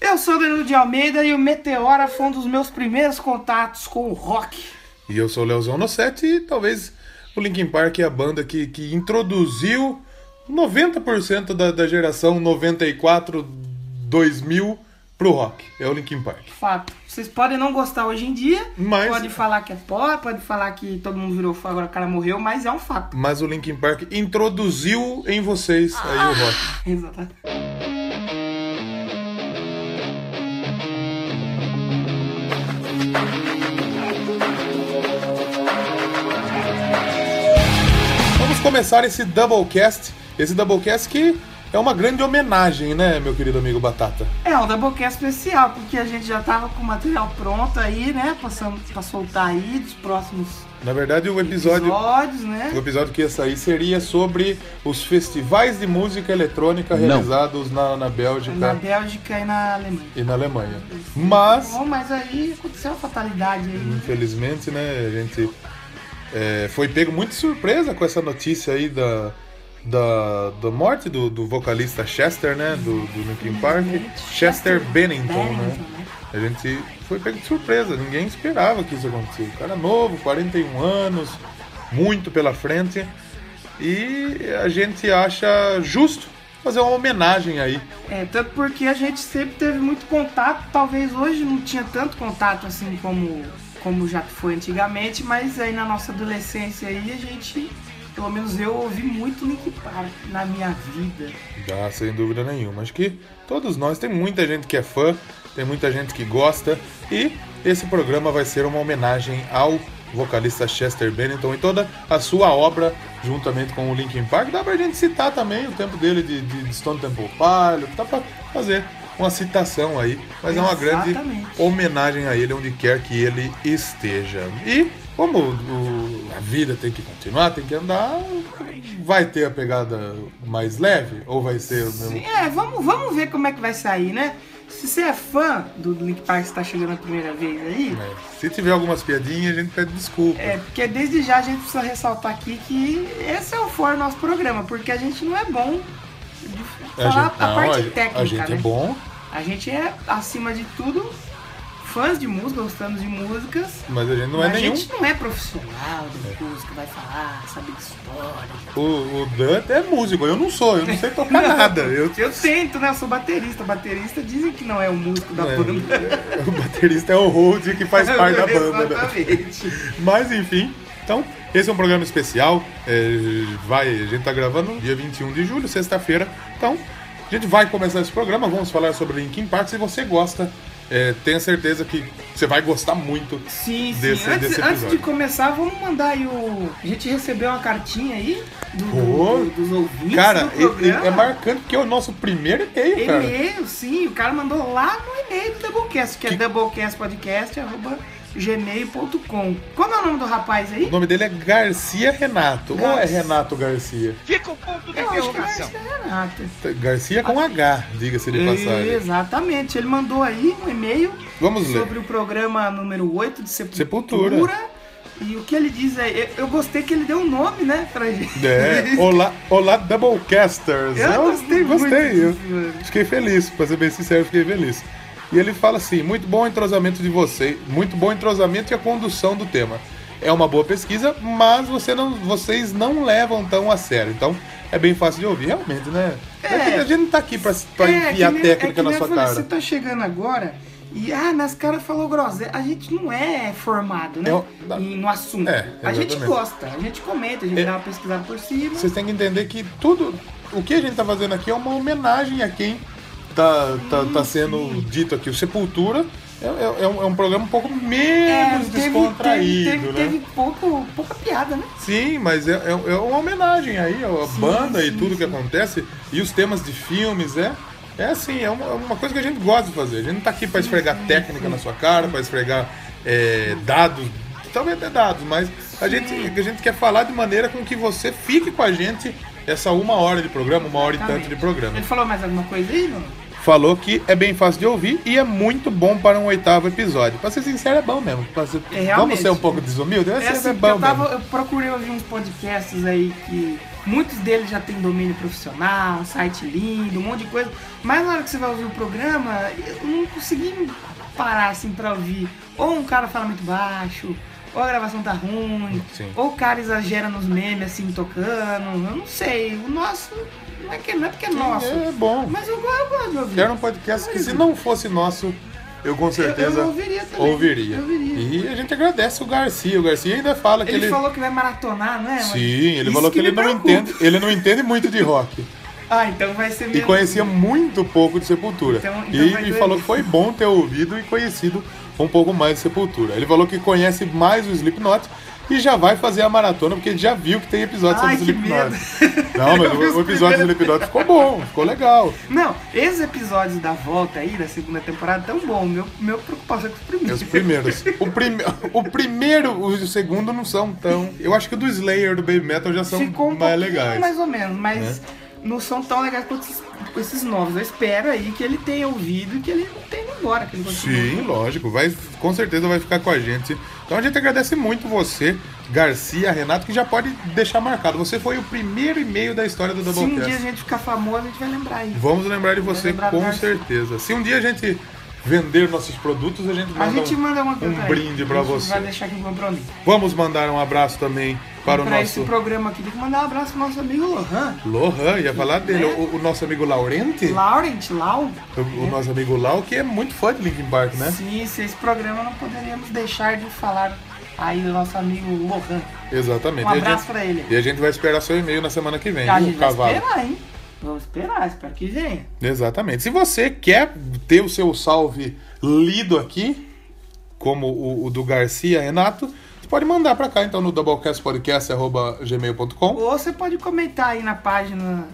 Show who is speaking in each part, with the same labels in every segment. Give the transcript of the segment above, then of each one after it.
Speaker 1: Eu sou Danilo de Almeida e o Meteora foi um dos meus primeiros contatos com o rock.
Speaker 2: E eu sou o Leozão Nossetti e talvez o Linkin Park é a banda que, que introduziu 90% da, da geração 94, 2000 pro rock. É o Linkin Park.
Speaker 1: Fato. Vocês podem não gostar hoje em dia,
Speaker 2: Mas-
Speaker 1: pode falar que é pop, pode falar que todo mundo virou fã, agora o cara morreu, mas é um fato.
Speaker 2: Mas o Linkin Park introduziu em vocês aí o rock.
Speaker 1: Exatamente.
Speaker 2: Vamos começar esse Doublecast. Esse Doublecast que é uma grande homenagem, né, meu querido amigo Batata?
Speaker 1: É um Doublecast especial, porque a gente já tava com o material pronto aí, né? Passando pra soltar aí dos próximos
Speaker 2: Na verdade, o episódio,
Speaker 1: episódios, né?
Speaker 2: o episódio que ia sair seria sobre os festivais de música eletrônica realizados na, na Bélgica
Speaker 1: Na Bélgica e na Alemanha. Tá
Speaker 2: e na Alemanha. Mas,
Speaker 1: Bom, mas aí aconteceu uma fatalidade aí.
Speaker 2: infelizmente, né, a gente é, foi pego muito de surpresa com essa notícia aí da, da, da morte do, do vocalista Chester, né, do, do Linkin Park. Chester Bennington, né?
Speaker 1: Bennington, né?
Speaker 2: A gente foi pego de surpresa, ninguém esperava que isso acontecesse. O cara é novo, 41 anos, muito pela frente. E a gente acha justo fazer uma homenagem aí.
Speaker 1: É, tanto porque a gente sempre teve muito contato, talvez hoje não tinha tanto contato assim como, como já foi antigamente, mas aí na nossa adolescência aí a gente, pelo menos eu ouvi muito Linkin Park na minha vida.
Speaker 2: Já, sem dúvida nenhuma. Acho que todos nós, tem muita gente que é fã, tem muita gente que gosta. E esse programa vai ser uma homenagem ao vocalista Chester Bennington e toda a sua obra juntamente com o Linkin Park. Dá pra gente citar também o tempo dele de, de Stone Temple Pilot, dá pra fazer uma citação aí. Mas é uma grande
Speaker 1: Exatamente.
Speaker 2: homenagem a ele onde quer que ele esteja. E como o- a vida tem que continuar, tem que andar, vai ter a pegada mais leve ou vai ser o mesmo?
Speaker 1: É, vamos, vamos ver como é que vai sair, né? Se você é fã do Linkin Park que está chegando a primeira vez aí,
Speaker 2: né? Se tiver algumas piadinhas, a gente pede desculpa.
Speaker 1: É, porque desde já a gente precisa ressaltar aqui que esse é o for nosso programa, porque a gente não é bom de
Speaker 2: É, A
Speaker 1: falar
Speaker 2: gente-
Speaker 1: a,
Speaker 2: não,
Speaker 1: parte
Speaker 2: a gente-
Speaker 1: técnica,
Speaker 2: A gente
Speaker 1: né?
Speaker 2: é bom,
Speaker 1: A gente é, acima de tudo, fãs de música, gostamos de músicas.
Speaker 2: mas a gente não é
Speaker 1: a
Speaker 2: nenhum.
Speaker 1: gente não é profissional de música, vai falar, sabe de história.
Speaker 2: O, o Dan é músico, eu não sou, eu não sei tocar nada. Eu,
Speaker 1: Eu tento, né? Eu sou baterista. Baterista dizem que não é o músico da
Speaker 2: né,
Speaker 1: banda.
Speaker 2: o baterista é o Hold que faz parte da banda. né?
Speaker 1: Exatamente.
Speaker 2: Mas enfim, então, esse é um programa especial. é, vai, a gente tá gravando dia 21 de julho, sexta-feira. Então, a gente vai começar esse programa, vamos falar sobre Linkin Park. Se você gosta, é, tenha certeza que você vai gostar muito.
Speaker 1: Sim, sim.
Speaker 2: desse-
Speaker 1: antes,
Speaker 2: desse
Speaker 1: antes
Speaker 2: episódio.
Speaker 1: de começar, vamos mandar aí o. A gente recebeu uma cartinha aí do- do-
Speaker 2: Pô.
Speaker 1: do- dos ouvintes.
Speaker 2: Cara,
Speaker 1: do
Speaker 2: e- e-
Speaker 1: programa. é-
Speaker 2: é marcante porque é o nosso primeiro e-mail, cara.
Speaker 1: E-mail, sim, o cara mandou lá no e-mail do Doublecast, que, é doublecastpodcast.gmail.com. Como é o nome do rapaz aí?
Speaker 2: O nome dele é Garcia Renato. Ou é
Speaker 1: Garcia.
Speaker 2: Renato Garcia?
Speaker 3: Fica o ponto de
Speaker 1: Eu acho que é vai
Speaker 3: interrogação.
Speaker 1: ser Renato.
Speaker 2: Garcia com H, diga-se de passagem.
Speaker 1: É, Exatamente, ele mandou aí um e-mail
Speaker 2: Vamos ler.
Speaker 1: sobre o programa número 8 de Sepultura.
Speaker 2: Sepultura.
Speaker 1: E o que ele diz aí, eu- eu gostei que ele deu um nome, né, pra gente.
Speaker 2: É, olá, olá Doublecasters.
Speaker 1: Eu gostei muito
Speaker 2: gostei. Eu
Speaker 1: disso, mano.
Speaker 2: fiquei feliz, pra ser bem sincero, fiquei feliz. E ele fala assim: muito bom o entrosamento de você, muito bom o entrosamento e a condução do tema. É uma boa pesquisa, mas você não- vocês não levam tão a sério. Então é bem fácil de ouvir, realmente, né? É que a gente não tá aqui pra, pra
Speaker 1: É, que
Speaker 2: enfiar
Speaker 1: nem-
Speaker 2: técnica
Speaker 1: que
Speaker 2: na
Speaker 1: nem eu
Speaker 2: sua
Speaker 1: falei,
Speaker 2: cara.
Speaker 1: Você tá chegando agora e, ah, nas caras falou groselha. A gente não é formado, né?
Speaker 2: Eu-
Speaker 1: em- no assunto.
Speaker 2: É,
Speaker 1: a gente
Speaker 2: exatamente.
Speaker 1: gosta, a gente comenta, a gente
Speaker 2: É.
Speaker 1: dá uma pesquisada por cima.
Speaker 2: Vocês têm que entender que tudo. O que a gente tá fazendo aqui é uma homenagem a quem tá, tá, tá sendo dito aqui. O Sepultura é, é- é um, é um programa um pouco
Speaker 1: É,
Speaker 2: menos descontraído,
Speaker 1: teve,
Speaker 2: né?
Speaker 1: teve pouco, pouca piada, né?
Speaker 2: Sim, mas é, é- é uma homenagem aí, a
Speaker 1: Sim,
Speaker 2: banda e
Speaker 1: sim,
Speaker 2: tudo que
Speaker 1: sim.
Speaker 2: acontece. E os temas de filmes, é. É assim, é uma, é uma coisa que a gente gosta de fazer. A gente não tá aqui pra esfregar técnica na sua cara, pra esfregar é, dados. Talvez até dados, mas a gente, a gente quer falar de maneira com que você fique com a gente essa uma hora de programa, uma hora e tanto de programa.
Speaker 1: Ele falou mais alguma coisa aí, não?
Speaker 2: Falou que é bem fácil de ouvir e é muito bom para um oitavo episódio. Pra ser sincero, é bom mesmo. Pra ser-
Speaker 1: É, realmente.
Speaker 2: vamos ser um pouco desumilde? É,
Speaker 1: É assim,
Speaker 2: é
Speaker 1: porque
Speaker 2: bom
Speaker 1: eu, tava-
Speaker 2: mesmo.
Speaker 1: eu procurei ouvir uns podcasts aí que Muitos deles já têm domínio profissional, site lindo, um monte de coisa. Mas na hora que você vai ouvir o programa, eu não consegui parar assim pra ouvir. Ou um cara fala muito baixo, ou a gravação tá ruim,
Speaker 2: Sim.
Speaker 1: ou o cara exagera nos memes assim, tocando. Eu não sei. O nosso não é, que, não é porque é nosso.
Speaker 2: É bom.
Speaker 1: Mas eu, go- eu gosto de ouvir.
Speaker 2: Era um podcast que se não fosse nosso, eu com certeza
Speaker 1: eu ouviria também.
Speaker 2: ouviria.
Speaker 1: Eu ouviria.
Speaker 2: E a gente agradece o Garcia. O Garcia ainda fala que
Speaker 1: Ele,
Speaker 2: ele.
Speaker 1: falou que vai maratonar, né?
Speaker 2: Sim, ele falou que, ele não entende.
Speaker 1: entende.
Speaker 2: Ele não entende muito de rock.
Speaker 1: Ah, então vai ser
Speaker 2: E
Speaker 1: mesmo.
Speaker 2: conhecia muito pouco de Sepultura.
Speaker 1: Então- então vai
Speaker 2: e e
Speaker 1: doer.
Speaker 2: falou que foi bom ter ouvido e conhecido um pouco mais de Sepultura. Ele falou que conhece mais o Slipknot e já vai fazer a maratona, porque já viu que tem episódio
Speaker 1: Ai,
Speaker 2: sobre o
Speaker 1: que
Speaker 2: Slipknot.
Speaker 1: medo.
Speaker 2: Não,
Speaker 1: Eu vi
Speaker 2: mas o,
Speaker 1: os
Speaker 2: o episódio do
Speaker 1: primeiros.
Speaker 2: Slipknot ficou bom, ficou legal.
Speaker 1: Não, esses episódios da volta aí, da segunda temporada, tão bom. Meu, meu preocupação é com os primeiros.
Speaker 2: É Os primeiros. O, prime... o primeiro e o segundo não são tão. Eu acho que o do Slayer do Baby Metal já são
Speaker 1: Ficou um pouquinho
Speaker 2: mais legais. Né?
Speaker 1: mais ou menos, mas não são tão legais quanto esses, esses novos. Eu espero aí que ele tenha ouvido e que ele tenha ido embora. Que ele continue.
Speaker 2: Sim, lógico. Vai, com certeza vai ficar com a gente. Então a gente agradece muito você, Garcia, Renato, que já pode deixar marcado. Você foi o primeiro e-mail da história do
Speaker 1: Se um dia a
Speaker 2: Doublecast.
Speaker 1: gente ficar famoso, a gente vai lembrar aí.
Speaker 2: Vamos lembrar de você
Speaker 1: lembrar do
Speaker 2: com
Speaker 1: Garcia.
Speaker 2: certeza. Se um dia a gente vender nossos produtos, a gente manda,
Speaker 1: A gente
Speaker 2: um-
Speaker 1: manda uma
Speaker 2: um
Speaker 1: peraí,
Speaker 2: brinde pra
Speaker 1: a gente
Speaker 2: você.
Speaker 1: Vai deixar aqui um compromisso.
Speaker 2: Vamos mandar um abraço também para o
Speaker 1: pra esse
Speaker 2: nosso
Speaker 1: programa aqui, tem que mandar um abraço pro nosso amigo Lohan.
Speaker 2: Lohan, ia falar dele,
Speaker 1: Né?
Speaker 2: o, o nosso amigo Laurente.
Speaker 1: Laurent, Lau.
Speaker 2: O, o nosso amigo Lau, que é muito fã de Linkin Park, né?
Speaker 1: Sim, se esse programa não poderíamos deixar de falar aí do nosso amigo Lohan.
Speaker 2: Exatamente.
Speaker 1: Um
Speaker 2: E a
Speaker 1: abraço
Speaker 2: gente-
Speaker 1: pra ele.
Speaker 2: E a gente vai esperar seu e-mail na semana que vem,
Speaker 1: A
Speaker 2: viu,
Speaker 1: gente vai
Speaker 2: cavalo?
Speaker 1: esperar, hein? Vamos esperar, espero que venha.
Speaker 2: Exatamente. Se você quer ter o seu salve lido aqui, como o, o do Garcia Renato, você pode mandar pra cá, então, no doublecastpodcast.gmail.com.
Speaker 1: Ou você pode comentar aí na página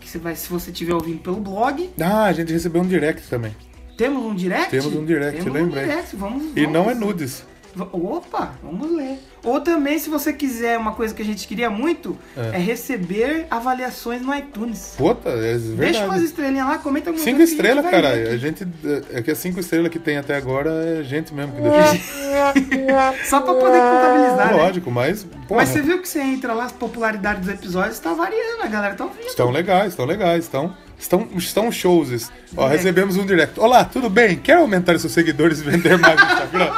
Speaker 1: que você vai, se você estiver ouvindo pelo blog.
Speaker 2: Ah, a gente recebeu um direct também.
Speaker 1: Temos um direct?
Speaker 2: Temos um direct,
Speaker 1: Temos
Speaker 2: lembrei.
Speaker 1: Um direct. Vamos,
Speaker 2: E não é
Speaker 1: vamos-
Speaker 2: nudes.
Speaker 1: Va- Opa, vamos ler. Ou também, se você quiser uma coisa que a gente queria muito, é,
Speaker 2: É.
Speaker 1: receber avaliações no iTunes.
Speaker 2: Puta, é verdade.
Speaker 1: Deixa umas estrelinhas lá, comenta alguma
Speaker 2: Cinco
Speaker 1: coisa que a gente
Speaker 2: estrelas,
Speaker 1: vai
Speaker 2: caralho.
Speaker 1: ler
Speaker 2: A
Speaker 1: aqui.
Speaker 2: gente. É que as cinco estrelas que tem até agora é gente mesmo que deixa.
Speaker 1: Só pra poder contabilizar, né?
Speaker 2: Lógico, mas. Porra,
Speaker 1: Mas você viu que você entra lá, as popularidades dos episódios tá variando, a galera tá ouvindo.
Speaker 2: Estão legais, estão legais, estão. Estão, estão shows. esses. Ó,
Speaker 1: Direct.
Speaker 2: recebemos um direct. Olá, tudo bem? Quer aumentar seus seguidores e vender mais no Instagram?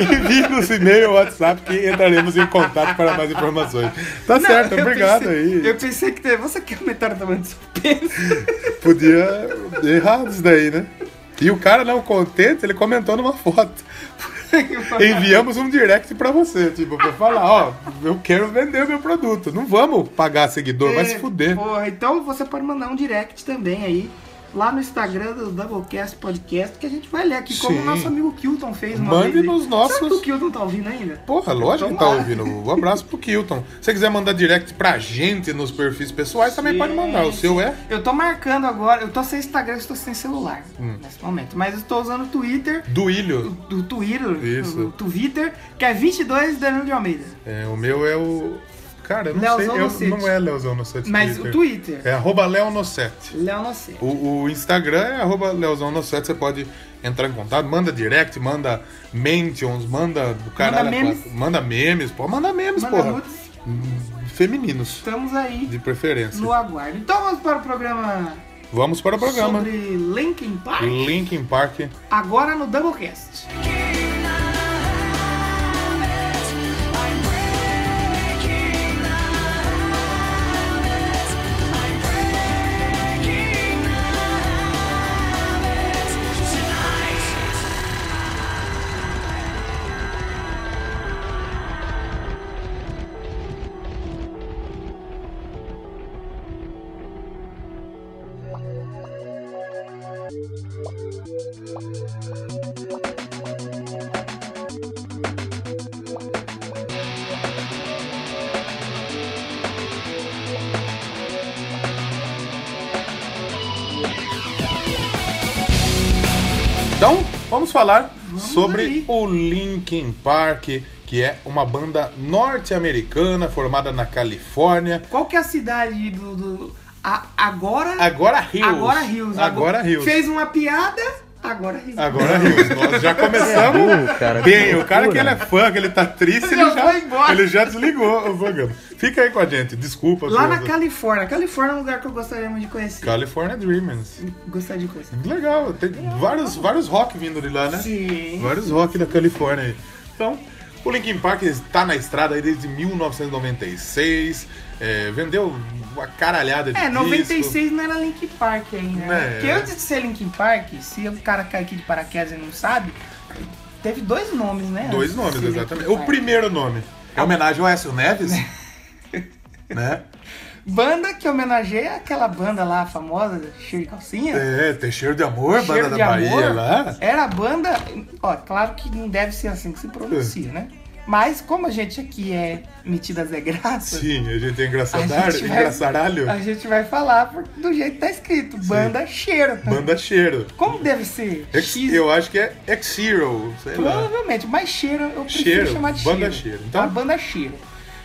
Speaker 2: Envie-nos e-mail ou WhatsApp que entraremos em contato para mais informações. Tá
Speaker 1: Não,
Speaker 2: certo,
Speaker 1: eu
Speaker 2: obrigado
Speaker 1: pensei-
Speaker 2: aí.
Speaker 1: Eu pensei que teve- você quer aumentar o tamanho do seu peso.
Speaker 2: Podia errar isso daí, né? E o cara não contente, ele comentou numa foto. Enviamos um direct pra você, tipo, pra falar, ó, eu quero vender meu produto. Não vamos pagar seguidor, vai se fuder.
Speaker 1: Porra, então você pode mandar um direct também aí. Lá no Instagram do Doublecast Podcast, que a gente vai ler aqui, como
Speaker 2: Sim.
Speaker 1: o nosso amigo Kilton fez uma
Speaker 2: Mande
Speaker 1: vez aí.
Speaker 2: nos nossos-
Speaker 1: Será que o Kilton tá ouvindo ainda?
Speaker 2: Porra, lógico que tá
Speaker 1: Tomara.
Speaker 2: ouvindo. Um abraço pro Kilton. Se você quiser mandar direct pra gente nos perfis pessoais, também pode mandar. O seu é?
Speaker 1: Eu tô marcando agora, eu tô sem Instagram, eu estou sem celular
Speaker 2: Hum.
Speaker 1: nesse momento. Mas eu estou usando o Twitter,
Speaker 2: Duílio.
Speaker 1: do Twitter,
Speaker 2: Isso.
Speaker 1: o Twitter, que é 22 Danilo de Almeida.
Speaker 2: É, o meu é o. Cara, eu não
Speaker 1: Leozão
Speaker 2: sei.
Speaker 1: Nocete.
Speaker 2: Eu, não é Leozão no set.
Speaker 1: Mas o Twitter,
Speaker 2: É arroba Leonossete.
Speaker 1: Léo Nocê.
Speaker 2: O, o Instagram é arroba Leozão no set. Você pode entrar em contato, manda direct, manda mentions, manda do caralho. a
Speaker 1: memes.
Speaker 2: quatro. Manda memes, pô. Manda memes,
Speaker 1: Manda
Speaker 2: porra.
Speaker 1: nudes.
Speaker 2: Hum, Femininos,
Speaker 1: Estamos aí
Speaker 2: de preferência.
Speaker 1: no aguardo. Então vamos para o programa,
Speaker 2: Vamos para o programa.
Speaker 1: sobre Linkin Park,
Speaker 2: Linkin Park.
Speaker 1: agora no Doublecast.
Speaker 2: Então, vamos falar sobre
Speaker 1: aí.
Speaker 2: o Linkin Park, que é uma banda norte-americana formada na Califórnia.
Speaker 1: Qual que é a cidade do... do- a- agora...
Speaker 2: Agora Hills.
Speaker 1: Agora Rios.
Speaker 2: Agora Hills.
Speaker 1: Fez uma piada Agora ri.
Speaker 2: Agora rimos. Nós já começamos
Speaker 4: É,
Speaker 3: burro, cara,
Speaker 2: bem.
Speaker 3: que
Speaker 2: O cara que
Speaker 3: loucura.
Speaker 2: ele é fã, que ele tá triste,
Speaker 1: Ele
Speaker 2: ele
Speaker 1: já
Speaker 2: já,
Speaker 1: foi embora.
Speaker 2: ele já desligou o programa. Fica aí com a gente. Desculpa.
Speaker 1: Lá na
Speaker 2: Deus.
Speaker 1: Califórnia. Califórnia é um lugar que eu gostaria muito de conhecer.
Speaker 2: California Dreamers.
Speaker 1: Gostaria de conhecer.
Speaker 2: Legal. Tem vários, vários rock vindo de lá, né?
Speaker 1: Sim.
Speaker 2: Vários rock da Califórnia aí. Então, o Linkin Park está na estrada aí desde 1996. é, vendeu uma caralhada de
Speaker 1: É,
Speaker 2: disco.
Speaker 1: 96 não era Link Park ainda.
Speaker 2: É.
Speaker 1: Né? Porque antes de ser Link Park, se o cara cair aqui de paraquedas e não sabe, teve dois nomes, né?
Speaker 2: Dois
Speaker 1: antes de
Speaker 2: nomes,
Speaker 1: ser Linkin
Speaker 2: exatamente.
Speaker 1: Park.
Speaker 2: O primeiro nome é homenagem ao Écio Neves, né?
Speaker 1: Banda que homenageia aquela banda lá famosa, cheio de calcinha.
Speaker 2: É, tem cheiro de amor,
Speaker 1: Cheiro
Speaker 2: banda
Speaker 1: de
Speaker 2: da Bahia
Speaker 1: amor.
Speaker 2: lá.
Speaker 1: Era a banda. Ó, claro que não deve ser assim que se
Speaker 2: É.
Speaker 1: pronuncia, né? Mas como a gente aqui é metidas é graça,
Speaker 2: Sim, a gente é
Speaker 1: A
Speaker 2: engraçadar,
Speaker 1: gente vai-
Speaker 2: engraçaralho.
Speaker 1: a gente vai falar por- do jeito que tá escrito. Banda cheiro.
Speaker 2: Banda cheiro.
Speaker 1: Como deve ser?
Speaker 2: Ex- eu acho que é X-Zero, sei lá.
Speaker 1: Provavelmente, mas cheiro eu prefiro
Speaker 2: Cheiro,
Speaker 1: chamar de
Speaker 2: É. banda
Speaker 1: cheiro.
Speaker 2: Cheiro. Então-
Speaker 1: A banda cheiro.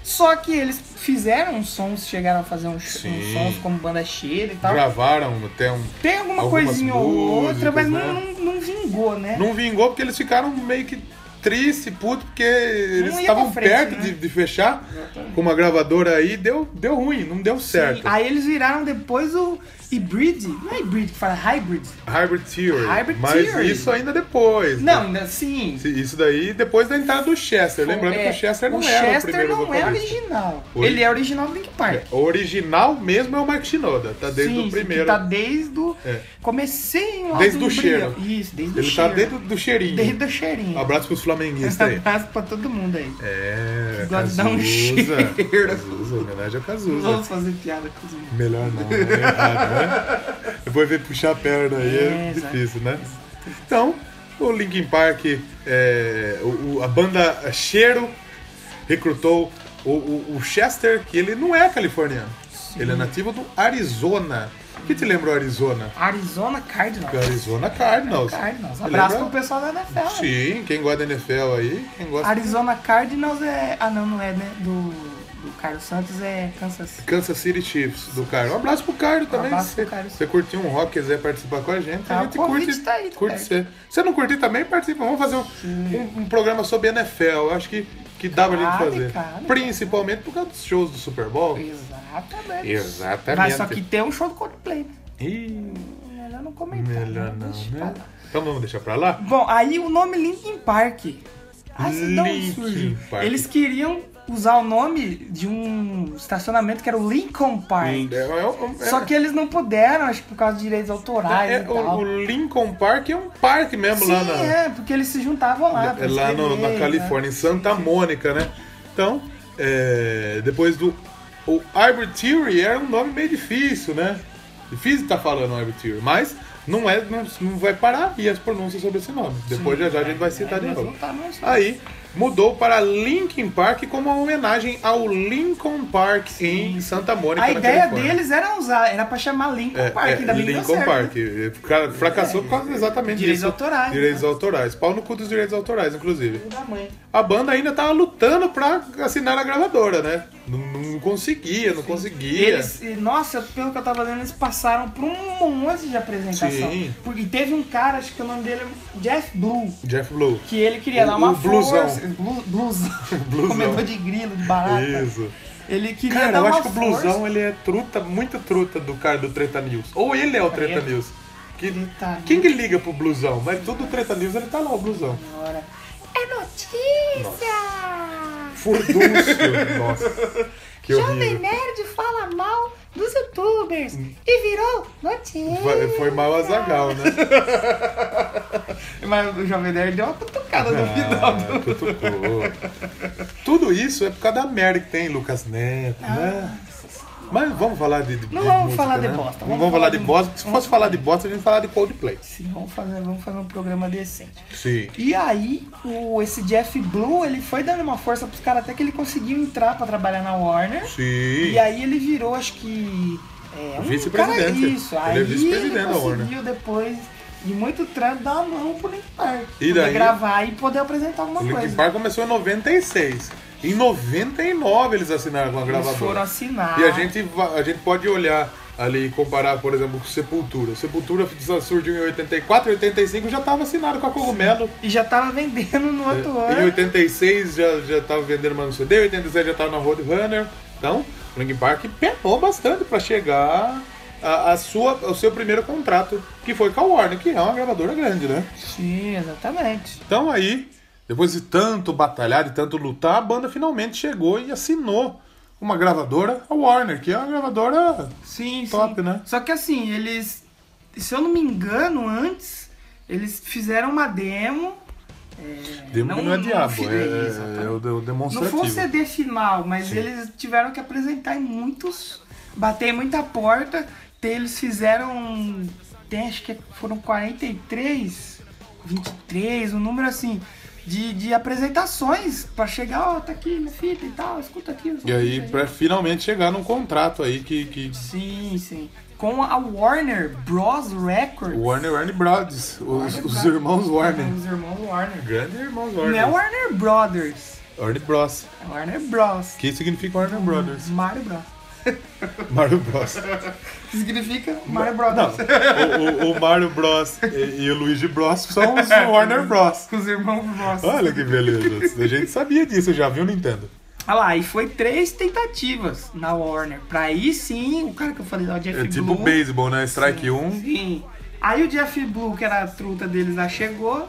Speaker 1: Só que eles fizeram uns sons, chegaram a fazer uns,
Speaker 2: Sim.
Speaker 1: uns sons como banda cheiro e tal.
Speaker 2: Gravaram até um
Speaker 1: Tem alguma
Speaker 2: Algumas
Speaker 1: coisinha ou outra, mas
Speaker 2: músicas, né?
Speaker 1: não, não, não vingou, né?
Speaker 2: Não vingou porque eles ficaram meio que triste, puto, porque eles
Speaker 1: pra
Speaker 2: estavam
Speaker 1: frente,
Speaker 2: perto
Speaker 1: né?
Speaker 2: de, de fechar com uma gravadora aí, deu, deu ruim, não deu certo.
Speaker 1: E aí eles viraram depois o hybrid. Não é hybrid que fala hybrid.
Speaker 2: Hybrid Theory.
Speaker 1: Hybrid
Speaker 2: mas
Speaker 1: Theory.
Speaker 2: isso ainda depois.
Speaker 1: Não,
Speaker 2: né?
Speaker 1: ainda sim.
Speaker 2: Isso daí depois da entrada do Chester. Lembrando
Speaker 1: É,
Speaker 2: que o Chester não
Speaker 1: o
Speaker 2: era o
Speaker 1: Chester
Speaker 2: primeiro
Speaker 1: não é
Speaker 2: vocalista.
Speaker 1: original.
Speaker 2: Oi?
Speaker 1: Ele é original do Link Park.
Speaker 2: O original mesmo é o Mike Shinoda, tá desde
Speaker 1: Sim,
Speaker 2: o
Speaker 1: sim, que
Speaker 2: primeiro.
Speaker 1: Tá desde o.
Speaker 2: É.
Speaker 1: Comecei lá
Speaker 2: Desde
Speaker 1: do
Speaker 2: o cheiro.
Speaker 1: brilho. Isso, desde o
Speaker 2: Ele
Speaker 1: cheiro.
Speaker 2: tá dentro do cheirinho.
Speaker 1: Desde o cheirinho.
Speaker 2: Abraço pros flamenguistas aí.
Speaker 1: Abraço pra todo mundo aí.
Speaker 2: É,
Speaker 1: Gosta de dar um
Speaker 2: Cazuza.
Speaker 1: cheiro.
Speaker 2: Cazuza, homenagem ao
Speaker 1: Não
Speaker 2: Cazuza.
Speaker 1: vamos fazer piada com os meninos.
Speaker 2: Melhor não, né? Errado, né? Depois vem puxar a perna aí, é,
Speaker 1: É, exato.
Speaker 2: difícil, né? Então, o Linkin Park, é, o- o- a banda Cheiro recrutou o, o- o Chester, que ele não é californiano. Ele é nativo do Arizona. O que te lembra o Arizona?
Speaker 1: Arizona Cardinals.
Speaker 2: O Arizona Cardinals.
Speaker 1: Cardinals. Um
Speaker 2: Te
Speaker 1: Abraço pro
Speaker 2: lembra?
Speaker 1: pessoal da NFL. né?
Speaker 2: Sim, quem gosta da NFL aí, quem gosta...
Speaker 1: Arizona Cardinals é. Ah, não, não é, né? Do, do Carlos Santos é Kansas.
Speaker 2: Kansas City Chiefs, do Cairo. Um abraço pro Cairo também.
Speaker 1: abraço
Speaker 2: se
Speaker 1: pro Cairo.
Speaker 2: você curtiu um rock, quiser participar com a gente,
Speaker 1: Ah,
Speaker 2: a
Speaker 1: o
Speaker 2: gente
Speaker 1: convite
Speaker 2: curte.
Speaker 1: tá aí, tá
Speaker 2: curte
Speaker 1: aí.
Speaker 2: você. Se não curtir também, participa. Vamos fazer um, um- um programa sobre NFL. Eu acho que, que dá pra gente
Speaker 1: Claro,
Speaker 2: fazer.
Speaker 1: claro.
Speaker 2: Principalmente por causa dos shows do Super Bowl.
Speaker 1: Exatamente.
Speaker 2: Exatamente.
Speaker 1: Mas só que tem um show do Coldplay, né?
Speaker 2: Ih,
Speaker 1: Melhor não comentar.
Speaker 2: melhor não,
Speaker 1: Deixa pra
Speaker 2: né?
Speaker 1: tá lá.
Speaker 2: Então vamos deixar pra lá?
Speaker 1: Bom, aí o nome Linkin Park. Ah, se de onde
Speaker 2: Linkin
Speaker 1: surgiu?
Speaker 2: Park.
Speaker 1: Eles queriam usar o nome de um estacionamento que era o Lincoln Park.
Speaker 2: É, é- é-
Speaker 1: Só que eles não puderam, acho que por causa de direitos autorais
Speaker 2: é-
Speaker 1: e
Speaker 2: o,
Speaker 1: tal.
Speaker 2: o Lincoln Park é um parque mesmo
Speaker 1: Sim,
Speaker 2: lá na.
Speaker 1: é, porque eles se juntavam lá. pra
Speaker 2: É lá no-
Speaker 1: escrever,
Speaker 2: na
Speaker 1: né?
Speaker 2: Califórnia, em Santa Mônica, né? Então, é, depois do. O Hybrid Theory era um nome meio difícil, né? Difícil estar falando Hybrid Theory, mas não, é, não, não vai parar e as pronúncias sobre esse nome. Depois já já a gente vai citar de
Speaker 1: é, Mas
Speaker 2: novo.
Speaker 1: não tá mais lá.
Speaker 2: Aí mudou para Linkin Park como uma homenagem ao Lincoln Park em Santa Mônica.
Speaker 1: A
Speaker 2: na
Speaker 1: ideia
Speaker 2: Califórnia.
Speaker 1: deles era usar, era pra chamar Lincoln
Speaker 2: É,
Speaker 1: Park,
Speaker 2: é,
Speaker 1: ainda bem que deu
Speaker 2: Lincoln
Speaker 1: certo,
Speaker 2: Park.
Speaker 1: né?
Speaker 2: O cara fracassou por causa exatamente
Speaker 1: Direitos
Speaker 2: disso.
Speaker 1: autorais, né?
Speaker 2: Direitos autorais. Pau no cu dos direitos autorais, inclusive.
Speaker 1: Filho né? da mãe.
Speaker 2: a banda ainda tava lutando pra assinar a gravadora, né? Não, não conseguia, não
Speaker 1: E
Speaker 2: conseguia.
Speaker 1: Eles, e, nossa, pelo que eu tava lendo, eles passaram por um monte de apresentação.
Speaker 2: Sim.
Speaker 1: Porque teve um cara, acho que o nome dele é Jeff Blue,
Speaker 2: Jeff Blue.
Speaker 1: que ele queria
Speaker 2: O-
Speaker 1: dar uma
Speaker 2: o blusão.
Speaker 1: força. Blu, blusão.
Speaker 2: Blusão.
Speaker 1: Comedor de grilo, de barata.
Speaker 2: Isso.
Speaker 1: Ah, tá. Ele queria
Speaker 2: Cara,
Speaker 1: dar
Speaker 2: eu
Speaker 1: uma
Speaker 2: acho que o
Speaker 1: força.
Speaker 2: blusão ele é truta, muito truta do cara do Treta News. Ou ele é o Treta
Speaker 1: Treta.
Speaker 2: News. Que,
Speaker 1: Treta
Speaker 2: quem que liga pro blusão? Mas todo Treta News ele tá lá, o blusão.
Speaker 1: Agora. É notícia!
Speaker 2: Furdúncio. Nossa. Que horrível.
Speaker 1: Nerd fala mal dos youtubers e virou notícia.
Speaker 2: Foi, foi mal azagal, né?
Speaker 1: Mas o Jovem Nerd deu uma cutucada no final do
Speaker 2: Ah, cutucou. Tudo isso é por causa da merda que tem, Lucas Neto, né? Mas vamos falar de, de
Speaker 1: Ah. Não
Speaker 2: de
Speaker 1: vamos
Speaker 2: música,
Speaker 1: falar de
Speaker 2: né?
Speaker 1: bosta,
Speaker 2: Não vamos falar de bosta. porque Se
Speaker 1: vamos
Speaker 2: fosse falar de bosta, a gente ia falar de Coldplay.
Speaker 1: Sim, vamos fazer, vamos fazer um programa decente.
Speaker 2: Sim.
Speaker 1: E aí, o, esse Jeff Blue, ele foi dando uma força pros caras até que ele conseguiu entrar pra trabalhar na Warner.
Speaker 2: Sim.
Speaker 1: E aí ele virou, acho que. É, um
Speaker 2: Vice-presidente.
Speaker 1: cara- Isso,
Speaker 2: Ele é
Speaker 1: aí
Speaker 2: vice-presidente
Speaker 1: ele
Speaker 2: da Warner.
Speaker 1: conseguiu depois, de muito trampo, dar uma mão pro Link Park.
Speaker 2: E daí?
Speaker 1: Poder gravar e poder apresentar alguma
Speaker 2: o Linkin
Speaker 1: coisa.
Speaker 2: Park começou em 96. Em 99 eles assinaram com a
Speaker 1: Eles foram
Speaker 2: gravadora.
Speaker 1: assinar.
Speaker 2: E a gente, va- a gente pode olhar ali comparar, por exemplo, com Sepultura. Sepultura surgiu em 84, 85 já estava assinado com a Cogumelo.
Speaker 1: E já tava vendendo no outro
Speaker 2: Em
Speaker 1: ano.
Speaker 2: 86 já, já tava vendendo mais no CD, em 87 já tava na Roadrunner. Então, o Linkin Park penou bastante para chegar a, a sua, ao seu primeiro contrato, que foi com a Warner, que é uma gravadora grande, né?
Speaker 1: Sim, exatamente.
Speaker 2: Então aí, depois de tanto batalhar e tanto lutar, a banda finalmente chegou e assinou uma gravadora, a Warner, que é uma gravadora
Speaker 1: Sim,
Speaker 2: Top,
Speaker 1: sim.
Speaker 2: né?
Speaker 1: Só que assim, eles. Se eu não me engano, antes, eles fizeram uma demo. é,
Speaker 2: Demo não, não é diabo,
Speaker 1: fi-
Speaker 2: é,
Speaker 1: exatamente.
Speaker 2: é o de- o
Speaker 1: Não
Speaker 2: demonstrativo.
Speaker 1: foi um CD final, mas
Speaker 2: Sim.
Speaker 1: eles tiveram que apresentar em muitos. Bater em muita porta. tem- Eles fizeram. um, Tem, acho que foram 43, 23, um número assim. De, de apresentações pra chegar, ó, tá aqui minha fita e tal, escuta aqui.
Speaker 2: E
Speaker 1: escuta
Speaker 2: aí, pra finalmente chegar num contrato aí que, que
Speaker 1: Sim, sim. Com a Warner Bros Records.
Speaker 2: Warner Warner Brothers, os,
Speaker 1: Warner
Speaker 2: os
Speaker 1: Bros.
Speaker 2: irmãos Warner.
Speaker 1: Os irmãos Warner.
Speaker 2: Grande irmãos
Speaker 1: Não
Speaker 2: Warner.
Speaker 1: é Warner Brothers,
Speaker 2: Warner Bros.
Speaker 1: é Warner Bros.
Speaker 2: Que significa Warner Brothers.
Speaker 1: Mario Bros.
Speaker 2: Mario Bros.
Speaker 1: Que significa Mario
Speaker 2: Não,
Speaker 1: Brothers.
Speaker 2: o, o- o Mario Bros e, e o Luigi Bros são os Warner Bros.
Speaker 1: Os irmãos Bros.
Speaker 2: Olha que beleza. A gente sabia disso já, viu, Nintendo?
Speaker 1: Olha lá, e foi três tentativas na Warner. Pra aí sim, o cara que eu falei lá, o Jeff
Speaker 2: É tipo
Speaker 1: Blue.
Speaker 2: beisebol, né? Strike 1.
Speaker 1: Sim. Aí o Jeff Blue, que era a truta deles lá, chegou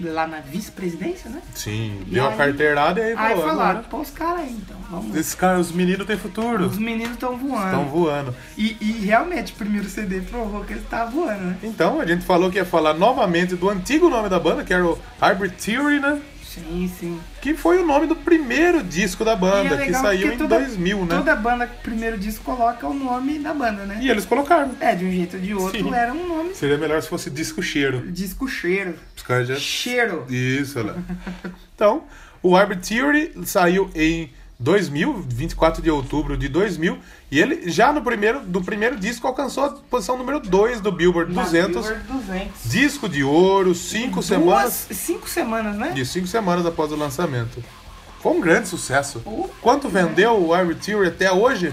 Speaker 1: lá na vice-presidência, né?
Speaker 2: Sim,
Speaker 1: E
Speaker 2: deu a
Speaker 1: aí-
Speaker 2: carteirada e aí,
Speaker 1: Aí
Speaker 2: falou,
Speaker 1: falaram,
Speaker 2: agora-
Speaker 1: pô, os caras aí, então, vamos.
Speaker 2: Esses caras, os meninos têm futuro.
Speaker 1: Os meninos estão voando.
Speaker 2: Estão voando.
Speaker 1: E, e realmente, o primeiro CD provou que ele tava voando, né?
Speaker 2: Então, a gente falou que ia falar novamente do antigo nome da banda, que era o Hybrid Theory, né?
Speaker 1: Sim, sim.
Speaker 2: Que foi o nome do primeiro disco da
Speaker 1: E
Speaker 2: banda,
Speaker 1: é
Speaker 2: que
Speaker 1: legal
Speaker 2: saiu
Speaker 1: porque
Speaker 2: em
Speaker 1: toda-
Speaker 2: 2000, né?
Speaker 1: Toda banda que primeiro disco coloca o nome da banda, né?
Speaker 2: E eles colocaram.
Speaker 1: É, de um jeito ou de outro,
Speaker 2: Sim.
Speaker 1: era um nome
Speaker 2: Seria melhor se fosse disco cheiro.
Speaker 1: disco cheiro.
Speaker 2: Os caras já
Speaker 1: Cheiro.
Speaker 2: Isso, olha lá. Então, o Hybrid Theory saiu em 2000, 24 de outubro de 2000, e ele já no primeiro, do primeiro disco alcançou a posição número 2 do Billboard
Speaker 1: Na
Speaker 2: 200,
Speaker 1: Billboard 200.
Speaker 2: disco de ouro, 5
Speaker 1: Duas-
Speaker 2: semanas,
Speaker 1: Cinco semanas, né?
Speaker 2: de 5 semanas após o lançamento. Foi um grande sucesso.
Speaker 1: Uh,
Speaker 2: Quanto vendeu o Hybrid Theory até hoje?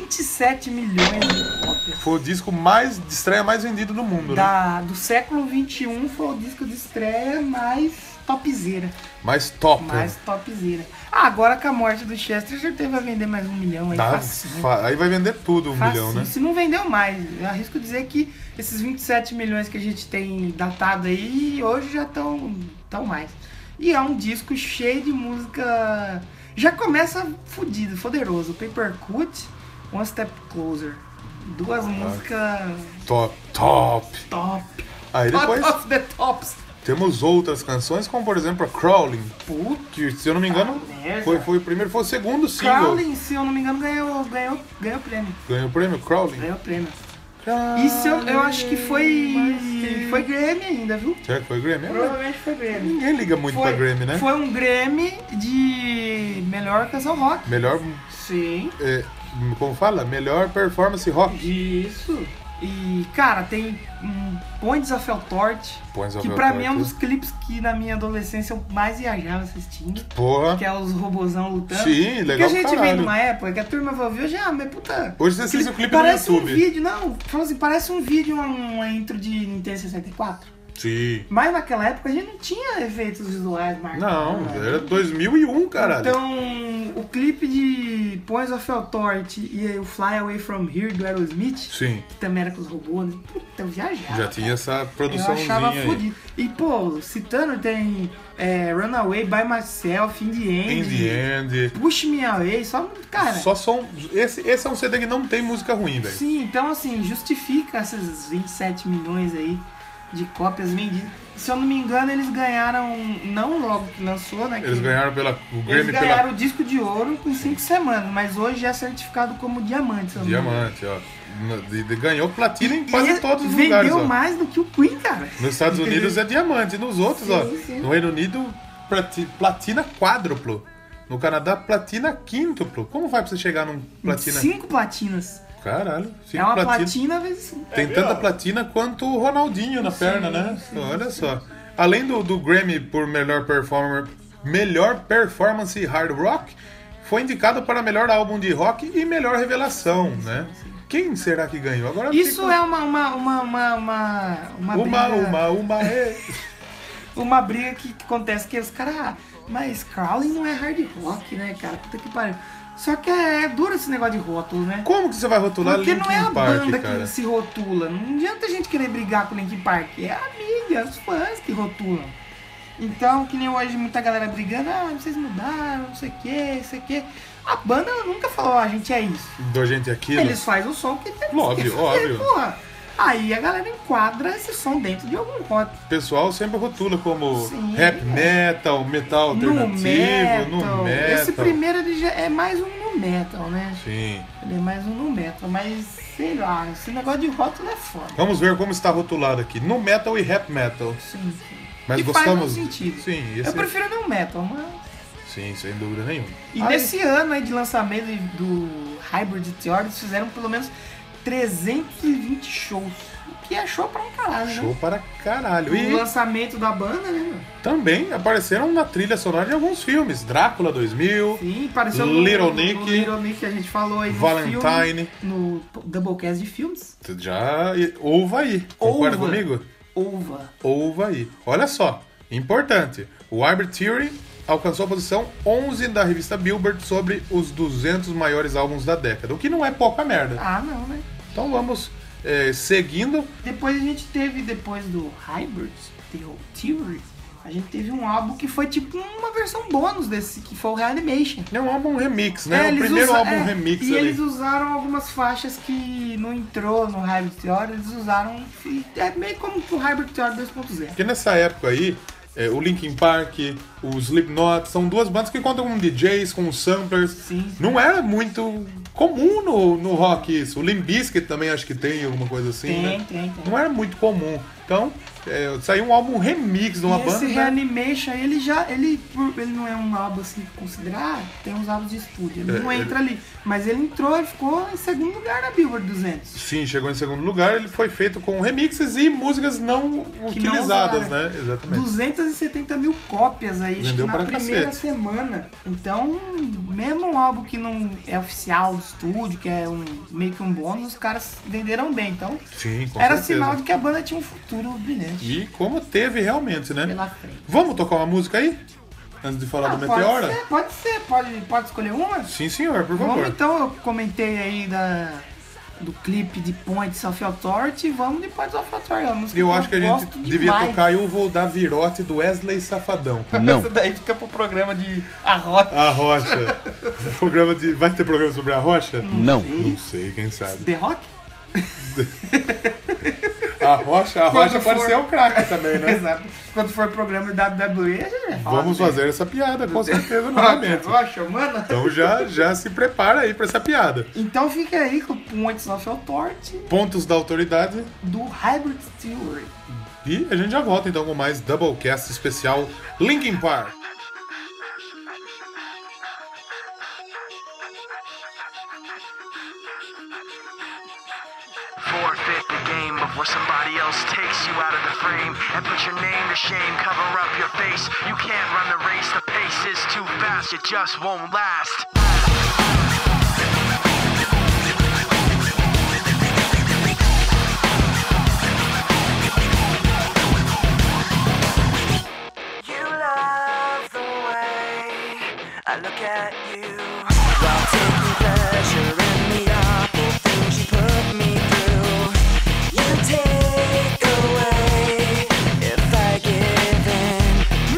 Speaker 1: 27 milhões de cópias.
Speaker 2: Foi o disco mais de estreia mais vendido do mundo, né?
Speaker 1: Da, do século XXI foi o disco de estreia mais topzera.
Speaker 2: Mais top.
Speaker 1: Mais topzera. Ah, agora com a morte do Chester, já teve a vender mais um milhão aí.
Speaker 2: Dá-
Speaker 1: facinho.
Speaker 2: fa- aí vai vender tudo um
Speaker 1: Facinho.
Speaker 2: milhão, né?
Speaker 1: Se não vendeu mais, eu arrisco dizer que esses 27 milhões que a gente tem datado aí, hoje já estão tão mais. E é um disco cheio de música. Já começa fudido, foderoso. Paper Cut, One Step Closer. Duas músicas
Speaker 2: Top, top.
Speaker 1: top.
Speaker 2: Aí depois
Speaker 1: Top of the tops.
Speaker 2: temos outras canções, como por exemplo a Crawling,
Speaker 1: Puta
Speaker 2: que se eu não me engano
Speaker 1: merda.
Speaker 2: foi, foi o primeiro, foi o segundo single.
Speaker 1: Crowley, se eu não me engano, ganhou, ganhou, ganhou prêmio.
Speaker 2: Ganhou o prêmio Crawling.
Speaker 1: Ganhou prêmio. Isso eu, eu acho que foi. Foi Grammy ainda, viu?
Speaker 2: Será que foi Grammy?
Speaker 1: Provavelmente foi Grammy.
Speaker 2: Ninguém liga muito pra Grammy, né?
Speaker 1: Foi um Grammy de melhor canção rock.
Speaker 2: Melhor,
Speaker 1: Sim.
Speaker 2: é, como fala? Melhor performance rock.
Speaker 1: Isso. E, cara, tem um Points of Eltort,
Speaker 2: Points of
Speaker 1: que pra
Speaker 2: Authority.
Speaker 1: mim é um dos clipes que na minha adolescência eu mais viajava assistindo,
Speaker 2: Porra.
Speaker 1: que é os robozão lutando.
Speaker 2: Sim,
Speaker 1: Porque
Speaker 2: legal
Speaker 1: a
Speaker 2: pra
Speaker 1: gente vem
Speaker 2: caralho.
Speaker 1: numa época que a turma vai ouvir hoje, ah, mas puta...
Speaker 2: Hoje você assiste o clipe no
Speaker 1: parece
Speaker 2: YouTube.
Speaker 1: um vídeo, não, falando assim, parece um vídeo, uma intro de Nintendo 64.
Speaker 2: Sim.
Speaker 1: Mas naquela época a gente não tinha efeitos visuais marcados.
Speaker 2: Não, é
Speaker 1: né?
Speaker 2: era 2001, caralho.
Speaker 1: Então, o clipe de Points of Authority e aí o Fly Away From Here do Aerosmith,
Speaker 2: Sim,
Speaker 1: que também era com os robôs, né? Puta, eu viajava.
Speaker 2: já tinha essa
Speaker 1: Eu
Speaker 2: produçãozinha
Speaker 1: achava
Speaker 2: aí.
Speaker 1: fodido. E, pô, citando, tem é, Runaway By Myself, In The End,
Speaker 2: In the end.
Speaker 1: Push Me Away, só, cara...
Speaker 2: Só som. Esse, esse é um CD que não tem música ruim, velho.
Speaker 1: Sim, então, assim, justifica esses 27 milhões aí de cópias vendidas. Se eu não me engano, eles ganharam, não logo que lançou, né?
Speaker 2: Eles
Speaker 1: que-
Speaker 2: ganharam pela, o
Speaker 1: Eles
Speaker 2: Grammy
Speaker 1: ganharam o disco de ouro em 5 semanas, mas hoje é certificado como diamante. se eu
Speaker 2: pela
Speaker 1: não me engano.
Speaker 2: Diamante, ó. Na- de- de- ganhou platina em
Speaker 1: E
Speaker 2: quase
Speaker 1: ele
Speaker 2: todos os
Speaker 1: vendeu
Speaker 2: lugares, ó.
Speaker 1: mais do que o Queen, cara.
Speaker 2: Nos Estados Unidos é diamante, nos outros,
Speaker 1: Sim,
Speaker 2: ó.
Speaker 1: sim.
Speaker 2: No Reino Unido, plati- platina quádruplo. No Canadá, platina quíntuplo. Como vai pra você chegar num platina?
Speaker 1: Cinco platinas.
Speaker 2: Caralho, cinco
Speaker 1: é uma platina,
Speaker 2: platinas.
Speaker 1: vezes cinco.
Speaker 2: É, Tem tanta platina quanto o Ronaldinho na perna, né? Olha só. Além do, do Grammy por melhor performer, melhor performance hard rock, foi indicado para melhor álbum de rock e melhor revelação, né? Quem será que ganhou? Agora
Speaker 1: Isso
Speaker 2: fica-
Speaker 1: é uma. Uma. Uma. Uma. Uma. Uma.
Speaker 2: Uma,
Speaker 1: briga-
Speaker 2: uma, uma, é.
Speaker 1: uma briga que que acontece que os caras. Ah, mas Crowley não é hard rock, né, cara? Puta que pariu. Só que é, é duro esse negócio de rótulo, né?
Speaker 2: Como que você vai rotular
Speaker 1: Porque
Speaker 2: Linkin
Speaker 1: não é a
Speaker 2: Park,
Speaker 1: banda
Speaker 2: cara?
Speaker 1: que se rotula. Não adianta a gente querer brigar com o Linkin Park. É a mídia, os fãs que rotulam. Então, que nem hoje muita galera brigando, ah, vocês mudaram, não sei o que, não sei o que. A banda ela nunca falou, ó, a gente é isso.
Speaker 2: Do gente aquilo?
Speaker 1: Eles fazem o som que tem
Speaker 2: Óbvio, óbvio.
Speaker 1: Porra. Aí a galera enquadra esse som dentro de algum rótulo.
Speaker 2: O pessoal sempre rotula como
Speaker 1: Sim,
Speaker 2: rap
Speaker 1: é.
Speaker 2: metal, metal
Speaker 1: No
Speaker 2: alternativo,
Speaker 1: metal.
Speaker 2: no metal.
Speaker 1: Esse primeiro ele já é mais um no metal, né?
Speaker 2: Sim.
Speaker 1: Ele é mais um no metal, mas sei lá, esse negócio de rótulo é foda.
Speaker 2: Vamos ver como está rotulado aqui. No metal e rap metal.
Speaker 1: Sim, sim.
Speaker 2: Mas
Speaker 1: e
Speaker 2: gostamos.
Speaker 1: faz um sentido.
Speaker 2: Sim, esse...
Speaker 1: Eu prefiro não metal, mas.
Speaker 2: Sim, sem dúvida nenhuma.
Speaker 1: E
Speaker 2: Aí-
Speaker 1: nesse ano aí de lançamento do Hybrid Theory, eles fizeram pelo menos 320 shows. O que é show pra um caralho,
Speaker 2: Show
Speaker 1: né?
Speaker 2: para caralho.
Speaker 1: O
Speaker 2: E
Speaker 1: lançamento da banda, né? meu?
Speaker 2: também apareceram na trilha sonora de alguns filmes. Drácula 2000,
Speaker 1: Sim, pareceu
Speaker 2: Little
Speaker 1: no,
Speaker 2: Nick.
Speaker 1: no Little Nick que a gente falou aí no filme,
Speaker 2: Valentine.
Speaker 1: no Doublecast de filmes.
Speaker 2: Tu Já ouva aí. Concorda
Speaker 1: Ouva.
Speaker 2: comigo?
Speaker 1: Ova.
Speaker 2: Ouva aí. Olha só, importante. O Hybrid Theory alcançou a posição 11 da revista Billboard sobre os 200 maiores álbuns da década, o que não é pouca merda.
Speaker 1: Ah, não, né?
Speaker 2: Então vamos eh, seguindo.
Speaker 1: Depois a gente teve, depois do Hybrid Theo- Theory, a gente teve um álbum que foi tipo uma versão bônus desse, que foi o Reanimation.
Speaker 2: É um álbum remix,
Speaker 1: É,
Speaker 2: né? o
Speaker 1: eles
Speaker 2: primeiro
Speaker 1: usa-
Speaker 2: álbum
Speaker 1: é,
Speaker 2: remix
Speaker 1: E
Speaker 2: ali.
Speaker 1: eles usaram algumas faixas que não entrou no Hybrid Theory, eles usaram. e É meio como o Hybrid Theory 2.0.
Speaker 2: Porque nessa época aí, eh, o Linkin Park, o Slipknot, são duas bandas que contam com DJs, com samplers.
Speaker 1: Sim.
Speaker 2: Não era muito comum no, no rock isso. O Limp Bizkit também acho que tem alguma coisa assim,
Speaker 1: Tem,
Speaker 2: né?
Speaker 1: tem, tem.
Speaker 2: Não era muito comum. Então, é, saiu um álbum remix de uma
Speaker 1: e
Speaker 2: banda.
Speaker 1: esse
Speaker 2: né?
Speaker 1: Reanimation, aí, ele já. Ele, por- ele não é um álbum assim considerado, tem uns álbuns de estúdio. Ele
Speaker 2: É,
Speaker 1: não
Speaker 2: ele-
Speaker 1: entra ali. Mas ele entrou e ficou em segundo lugar na Billboard 200.
Speaker 2: Sim, chegou em segundo lugar. Ele foi feito com remixes e músicas não utilizadas,
Speaker 1: usaram.
Speaker 2: né? Exatamente.
Speaker 1: 270 mil cópias aí, acho que
Speaker 2: Vendeu
Speaker 1: na
Speaker 2: pra
Speaker 1: primeira
Speaker 2: cacete.
Speaker 1: semana. Então, mesmo um álbum que não é oficial do estúdio, que é um, meio que um bônus, os caras venderam bem. Então,
Speaker 2: Sim, com
Speaker 1: era
Speaker 2: certeza.
Speaker 1: sinal de que a banda tinha um futuro brilhante
Speaker 2: E como teve realmente, né?
Speaker 1: pela frente.
Speaker 2: Vamos tocar uma música aí? Antes de falar
Speaker 1: Ah,
Speaker 2: do
Speaker 1: pode
Speaker 2: Meteora?
Speaker 1: ser, pode ser, pode, pode escolher uma.
Speaker 2: Sim, senhor, por favor.
Speaker 1: Vamos então, eu comentei aí da, do clipe de Point Self Authority, vamos de Point Self Authority. é uma música
Speaker 2: Eu acho que a gente
Speaker 1: gosto
Speaker 2: devia
Speaker 1: demais.
Speaker 2: tocar Eu Vou Dar Virote do Wesley Safadão.
Speaker 3: Não.
Speaker 1: Essa daí fica pro programa de arroz.
Speaker 2: A Rocha. programa de... Vai ter programa sobre a Rocha?
Speaker 1: Hum.
Speaker 3: Não.
Speaker 2: Não sei, quem sabe.
Speaker 1: The Rock?
Speaker 2: A Rocha, a
Speaker 1: Quando
Speaker 2: Rocha pode
Speaker 1: for-
Speaker 2: ser o craque também, né?
Speaker 1: Exato. Quando for programa de WWE, a gente vai falar.
Speaker 2: Vamos
Speaker 1: também.
Speaker 2: fazer um essa piada, com certeza,
Speaker 1: Rocha,
Speaker 2: novamente.
Speaker 1: Rocha, mano.
Speaker 2: Então já, já se prepara aí pra essa piada.
Speaker 1: Então fica aí com o Points of Authority
Speaker 2: Pontos da autoridade
Speaker 1: do Hybrid Theory.
Speaker 2: e a gente já volta então com mais Doublecast especial Linkin Park.
Speaker 5: Forfeit the game before somebody else takes you out of the frame and put your name to shame. Cover up your face. You can't run the race. The pace is too fast. It just won't last.
Speaker 6: You love the way I look at you while taking pleasure in the awful things you put me through. You take away if I give in.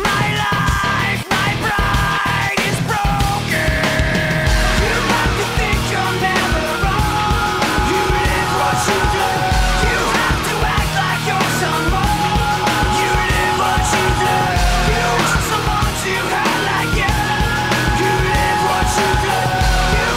Speaker 6: My life, my pride is broken. You love to think you're never wrong. You live what you do. You have to act like you're someone. You live what you do. You want someone to hurt like you. You live what you do. You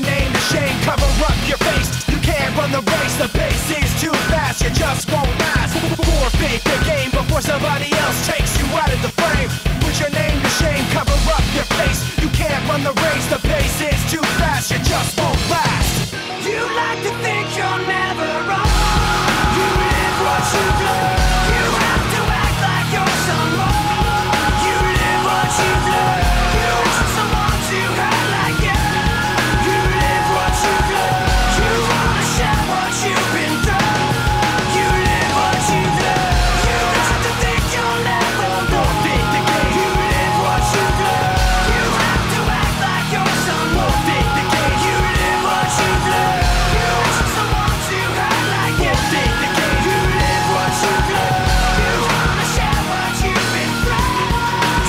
Speaker 5: name to shame, cover up your face. You can't run the race, the pace is too fast, you just won't last. Forfeit the game before somebody else takes you out of the frame. Put your name to shame, cover up your face. You can't run the race, the pace is too fast, you just won't last.
Speaker 6: You like to think you're never wrong. You live what you learn. You have to act like you're someone. You live what you learn. You want someone to hurt like you. You live what you learn. You wanna share what you've been through. You live what you learn. You like to think you're never wrong.
Speaker 5: Forfeit the game.
Speaker 6: You live what you learn. You have to act like you're someone.
Speaker 5: Forfeit the game.
Speaker 6: You live what you learn. You want someone to hurt like you.
Speaker 5: Forfeit the game.
Speaker 6: You live what you learn. You wanna share what you've been through.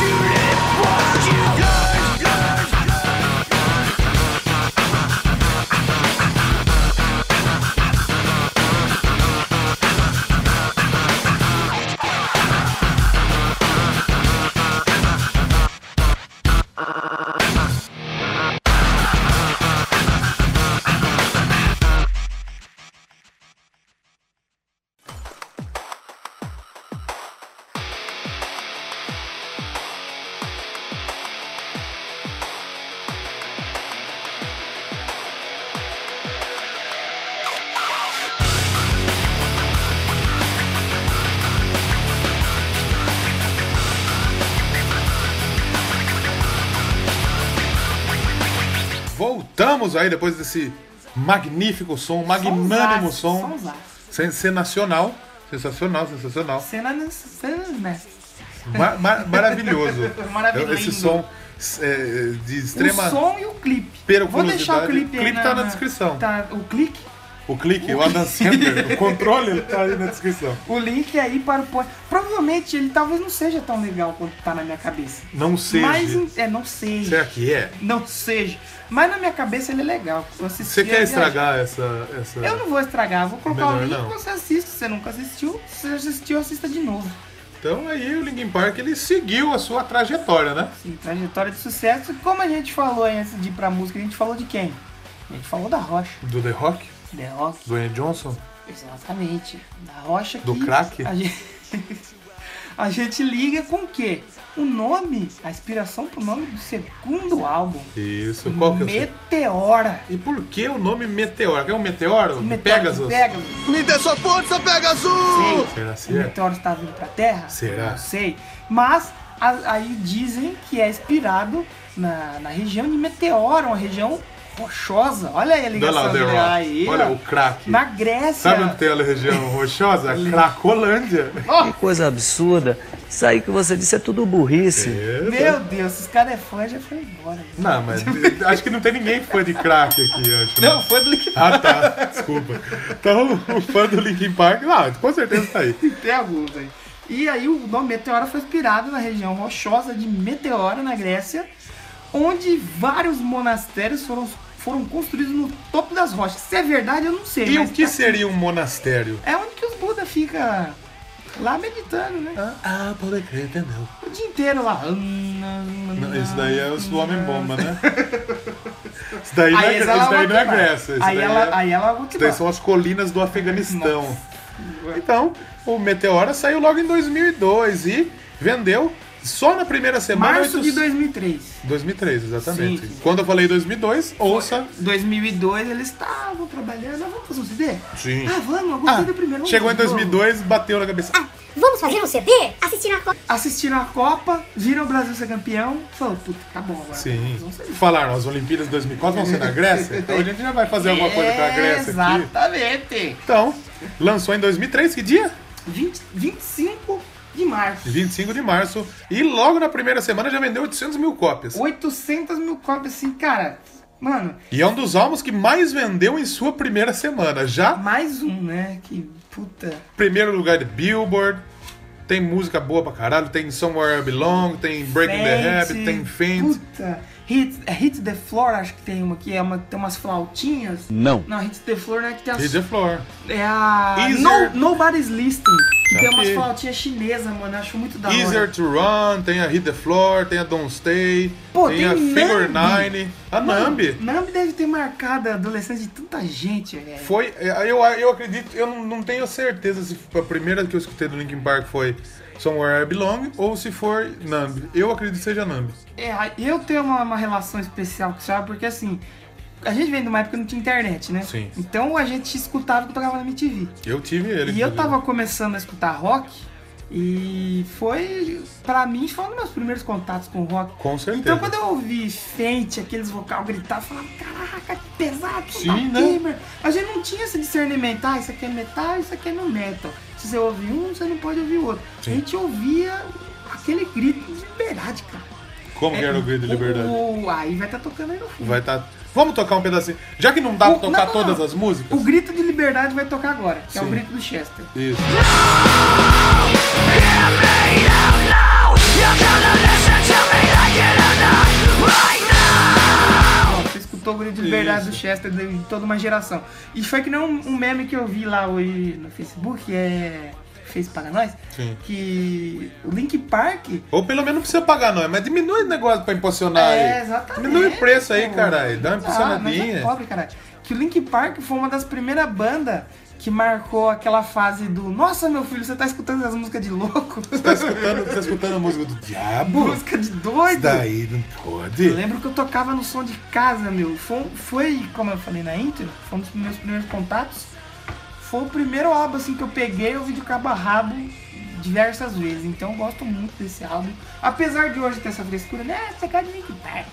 Speaker 6: You live what you learn.
Speaker 2: Voltamos aí depois desse magnífico som, magnânimo som,
Speaker 1: Sonsaço.
Speaker 2: sen- sensacional, sensacional, sensacional,
Speaker 1: Cena, cena, né?
Speaker 2: Ma- ma- maravilhoso.
Speaker 1: Maravilhoso.
Speaker 2: Esse som é, de extrema.
Speaker 1: O som e o clipe.
Speaker 2: Pera,
Speaker 1: Vou deixar o
Speaker 2: curiosidade.
Speaker 1: clipe aí
Speaker 2: O clipe tá na descrição.
Speaker 1: tá- o clique,
Speaker 2: O clique, o Adam Sandler, o controle tá aí na descrição.
Speaker 1: o link aí para o post. Provavelmente ele talvez não seja tão legal quanto tá na minha cabeça.
Speaker 2: Não seja.
Speaker 1: Mas é, não seja.
Speaker 2: Será que é?
Speaker 1: Não seja. Mas na minha cabeça ele é legal. Eu assisti,
Speaker 2: Você quer
Speaker 1: eu
Speaker 2: estragar essa. essa...
Speaker 1: viajei. é Eu não vou estragar, vou colocar o
Speaker 2: É. Melhor
Speaker 1: link
Speaker 2: não.
Speaker 1: você assiste. Se você nunca assistiu, se você assistiu, assista de novo.
Speaker 2: Então aí o Linkin Park ele seguiu a sua trajetória, né?
Speaker 1: Sim, trajetória de sucesso. E Como a gente falou aí antes de ir pra música, a gente falou de quem? A gente falou da Rocha.
Speaker 2: Do The Rock,
Speaker 1: The Rock.
Speaker 2: do Ian Johnson.
Speaker 1: Exatamente. Da rocha
Speaker 2: Do
Speaker 1: que
Speaker 2: crack?
Speaker 1: A gente, a gente liga com o quê? O nome, a inspiração pro nome do segundo álbum.
Speaker 2: Isso, qual que é o seu?
Speaker 1: Meteora.
Speaker 2: E por que o nome Meteoro? É um meteoro?
Speaker 1: Meteora
Speaker 2: Pegasus?
Speaker 1: Pegasus.
Speaker 3: Me dê sua força, Pegasus!
Speaker 1: Sei.
Speaker 2: Será se
Speaker 1: O
Speaker 2: é?
Speaker 1: meteoro está vindo pra Terra?
Speaker 2: Será?
Speaker 1: Não sei. Mas a- aí dizem que é inspirado na, na região de Meteora, uma região rochosa. Olha aí a
Speaker 2: Olha lá
Speaker 1: ligação
Speaker 2: o The
Speaker 1: dele
Speaker 2: Rock.
Speaker 1: aí.
Speaker 2: Olha
Speaker 1: ó.
Speaker 2: o craque.
Speaker 1: Na Grécia.
Speaker 2: Sabe onde tem a região rochosa? Cracolândia.
Speaker 1: Oh.
Speaker 7: coisa absurda. Isso aí que você disse é tudo burrice.
Speaker 1: Meu Deus, esses caras é fã já foi embora. né?
Speaker 2: Não, mas acho que não tem ninguém fã de crack aqui, eu acho.
Speaker 1: Não, foi do Linkin
Speaker 2: Ah, tá. Desculpa. Então, o fã do Linkin Park, não, com certeza tá aí.
Speaker 1: Tem alguns aí. E aí o nome Meteora foi inspirado na região rochosa de Meteora, na Grécia, onde vários monastérios foram, foram construídos no topo das rochas. Se é verdade, eu não sei.
Speaker 2: E
Speaker 1: mas
Speaker 2: o que
Speaker 1: tá-
Speaker 2: seria um monastério?
Speaker 1: É onde que os Buda ficam lá meditando, né?
Speaker 2: Ah, pode crer, entendeu.
Speaker 1: O dia inteiro lá.
Speaker 2: Não, Isso daí é os do Homem-Bomba, né? Isso daí, não é,
Speaker 1: Aí
Speaker 2: isso
Speaker 1: ela
Speaker 2: daí não é
Speaker 1: vai-
Speaker 2: Grécia. Isso
Speaker 1: Aí
Speaker 2: daí
Speaker 1: ela,
Speaker 2: é-
Speaker 1: aí ela vai
Speaker 2: Isso daí são as colinas do Afeganistão. Então, o Meteora saiu logo em 2002 e vendeu só na primeira semana...
Speaker 1: Março de
Speaker 2: 800
Speaker 1: 2003.
Speaker 2: 2003, exatamente.
Speaker 1: Sim.
Speaker 2: Quando eu falei 2002, ouça...
Speaker 1: 2002 eles estavam trabalhando. Ah, vamos fazer um CD?
Speaker 2: Sim.
Speaker 1: Ah, vamos, eu gostei
Speaker 2: Ah,
Speaker 1: do primeiro. vamos
Speaker 2: Chegou em
Speaker 1: fazer de novo.
Speaker 2: 2002, bateu na cabeça. Ah,
Speaker 8: Vamos fazer um CD? Assistir a Copa.
Speaker 1: assistiram a Copa, viram o Brasil ser campeão, falou, puta, tá bom agora.
Speaker 2: sim.
Speaker 1: Nós vamos ser-
Speaker 2: Falaram, as Olimpíadas de 2004 vão ser na Grécia? Então a gente já vai fazer alguma coisa
Speaker 1: É,
Speaker 2: pra Grécia aqui.
Speaker 1: Exatamente.
Speaker 2: Então, lançou em 2003, que dia?
Speaker 1: 20, 25 de março.
Speaker 2: 25 de março. E logo na primeira semana já vendeu 800 mil cópias.
Speaker 1: 800 mil cópias, assim, cara. Mano,
Speaker 2: E é um dos álbuns que mais vendeu em sua primeira semana. Já
Speaker 1: mais um, né? Que puta.
Speaker 2: primeiro lugar de Billboard. Tem música boa pra caralho. Tem Somewhere I Belong, tem Breaking the
Speaker 1: Fate,
Speaker 2: Habit, tem Faint.
Speaker 1: Puta. Hit, é Hit the Floor, acho que tem uma que é uma, tem umas flautinhas.
Speaker 4: Não.
Speaker 1: Não, Hit the Floor, né? Que tem as,
Speaker 2: E The Floor.
Speaker 1: É a.
Speaker 2: Easier-
Speaker 1: No, Nobody's Listening. Que tem umas
Speaker 2: Ok.
Speaker 1: flautinhas chinesas, mano. Eu acho muito da
Speaker 2: Easier
Speaker 1: hora.
Speaker 2: to Run, tem a Hit the Floor, tem a Don't Stay,
Speaker 1: Pô,
Speaker 2: tem,
Speaker 1: tem
Speaker 2: a Figure
Speaker 1: Nambi.
Speaker 2: Nine, a
Speaker 1: Mano,
Speaker 2: Nambi.
Speaker 1: Nambi deve ter marcado a adolescência de tanta gente, velho.
Speaker 2: Foi, eh, eu, eu acredito, eu não- não tenho certeza se a primeira que eu escutei do Linkin Park foi Somewhere I Belong ou se for Nambi. Eu acredito que seja Nambi.
Speaker 1: É, eu tenho uma, uma relação especial com o Thiago, porque assim, a gente vem de uma época que não tinha internet, né?
Speaker 2: Sim.
Speaker 1: Então a gente escutava o que tocava na MTV.
Speaker 2: Eu tive ele.
Speaker 1: E eu
Speaker 2: inclusive.
Speaker 1: tava começando a escutar rock e foi, pra mim, foi um dos meus primeiros contatos com rock.
Speaker 2: Com certeza.
Speaker 1: Então quando eu ouvi Fente, aqueles vocal gritar, eu falava, caraca, que pesado, que
Speaker 2: Sim,
Speaker 1: da
Speaker 2: né?
Speaker 1: gamer." A gente não tinha esse discernimento, ah, isso aqui é metal, isso aqui é no metal. Se você ouvir um, você não pode ouvir o outro. A gente ouvia aquele grito de liberdade, cara. É,
Speaker 2: Como que era o grito de liberdade?
Speaker 1: O- aí vai estar tocando aí no fundo.
Speaker 2: Vai tá. Vamos tocar um pedacinho. Já que não dá pra
Speaker 1: O- não,
Speaker 2: tocar
Speaker 1: não,
Speaker 2: todas
Speaker 1: não.
Speaker 2: as músicas.
Speaker 1: O grito de liberdade vai tocar agora, que é o
Speaker 2: Sim.
Speaker 1: grito do Chester.
Speaker 2: Isso.
Speaker 1: Ó, Você escutou o grito de liberdade do Chester de de toda uma geração. E foi que nem um, um meme que eu vi lá hoje no Facebook, que é. Fez para nós?
Speaker 2: Sim.
Speaker 1: Que o Link Park.
Speaker 2: Ou pelo menos não precisa pagar nós, mas diminui o negócio pra impulsionar
Speaker 1: É,
Speaker 2: aí.
Speaker 1: exatamente.
Speaker 2: Diminui o preço aí,
Speaker 1: pô.
Speaker 2: caralho. Dá uma
Speaker 1: Ah, mas é
Speaker 2: impulsionadinha.
Speaker 1: pobre, caralho. Que o Link Park foi uma das primeiras bandas que marcou aquela fase do Nossa, meu filho, você tá escutando essas músicas de louco?
Speaker 2: tá, escutando, tá escutando a música do diabo?
Speaker 1: Música de doido?
Speaker 2: Daí não
Speaker 1: Eu
Speaker 2: pode.
Speaker 1: lembro que eu tocava no som de casa, meu. Foi, foi, como eu falei na intro, foi um dos meus primeiros contatos. Foi o primeiro álbum assim, que eu peguei, eu vi de cabo a rabo diversas vezes. Então eu gosto muito desse álbum. Apesar de hoje ter essa frescura, né? Ah, Você quer de Link Park.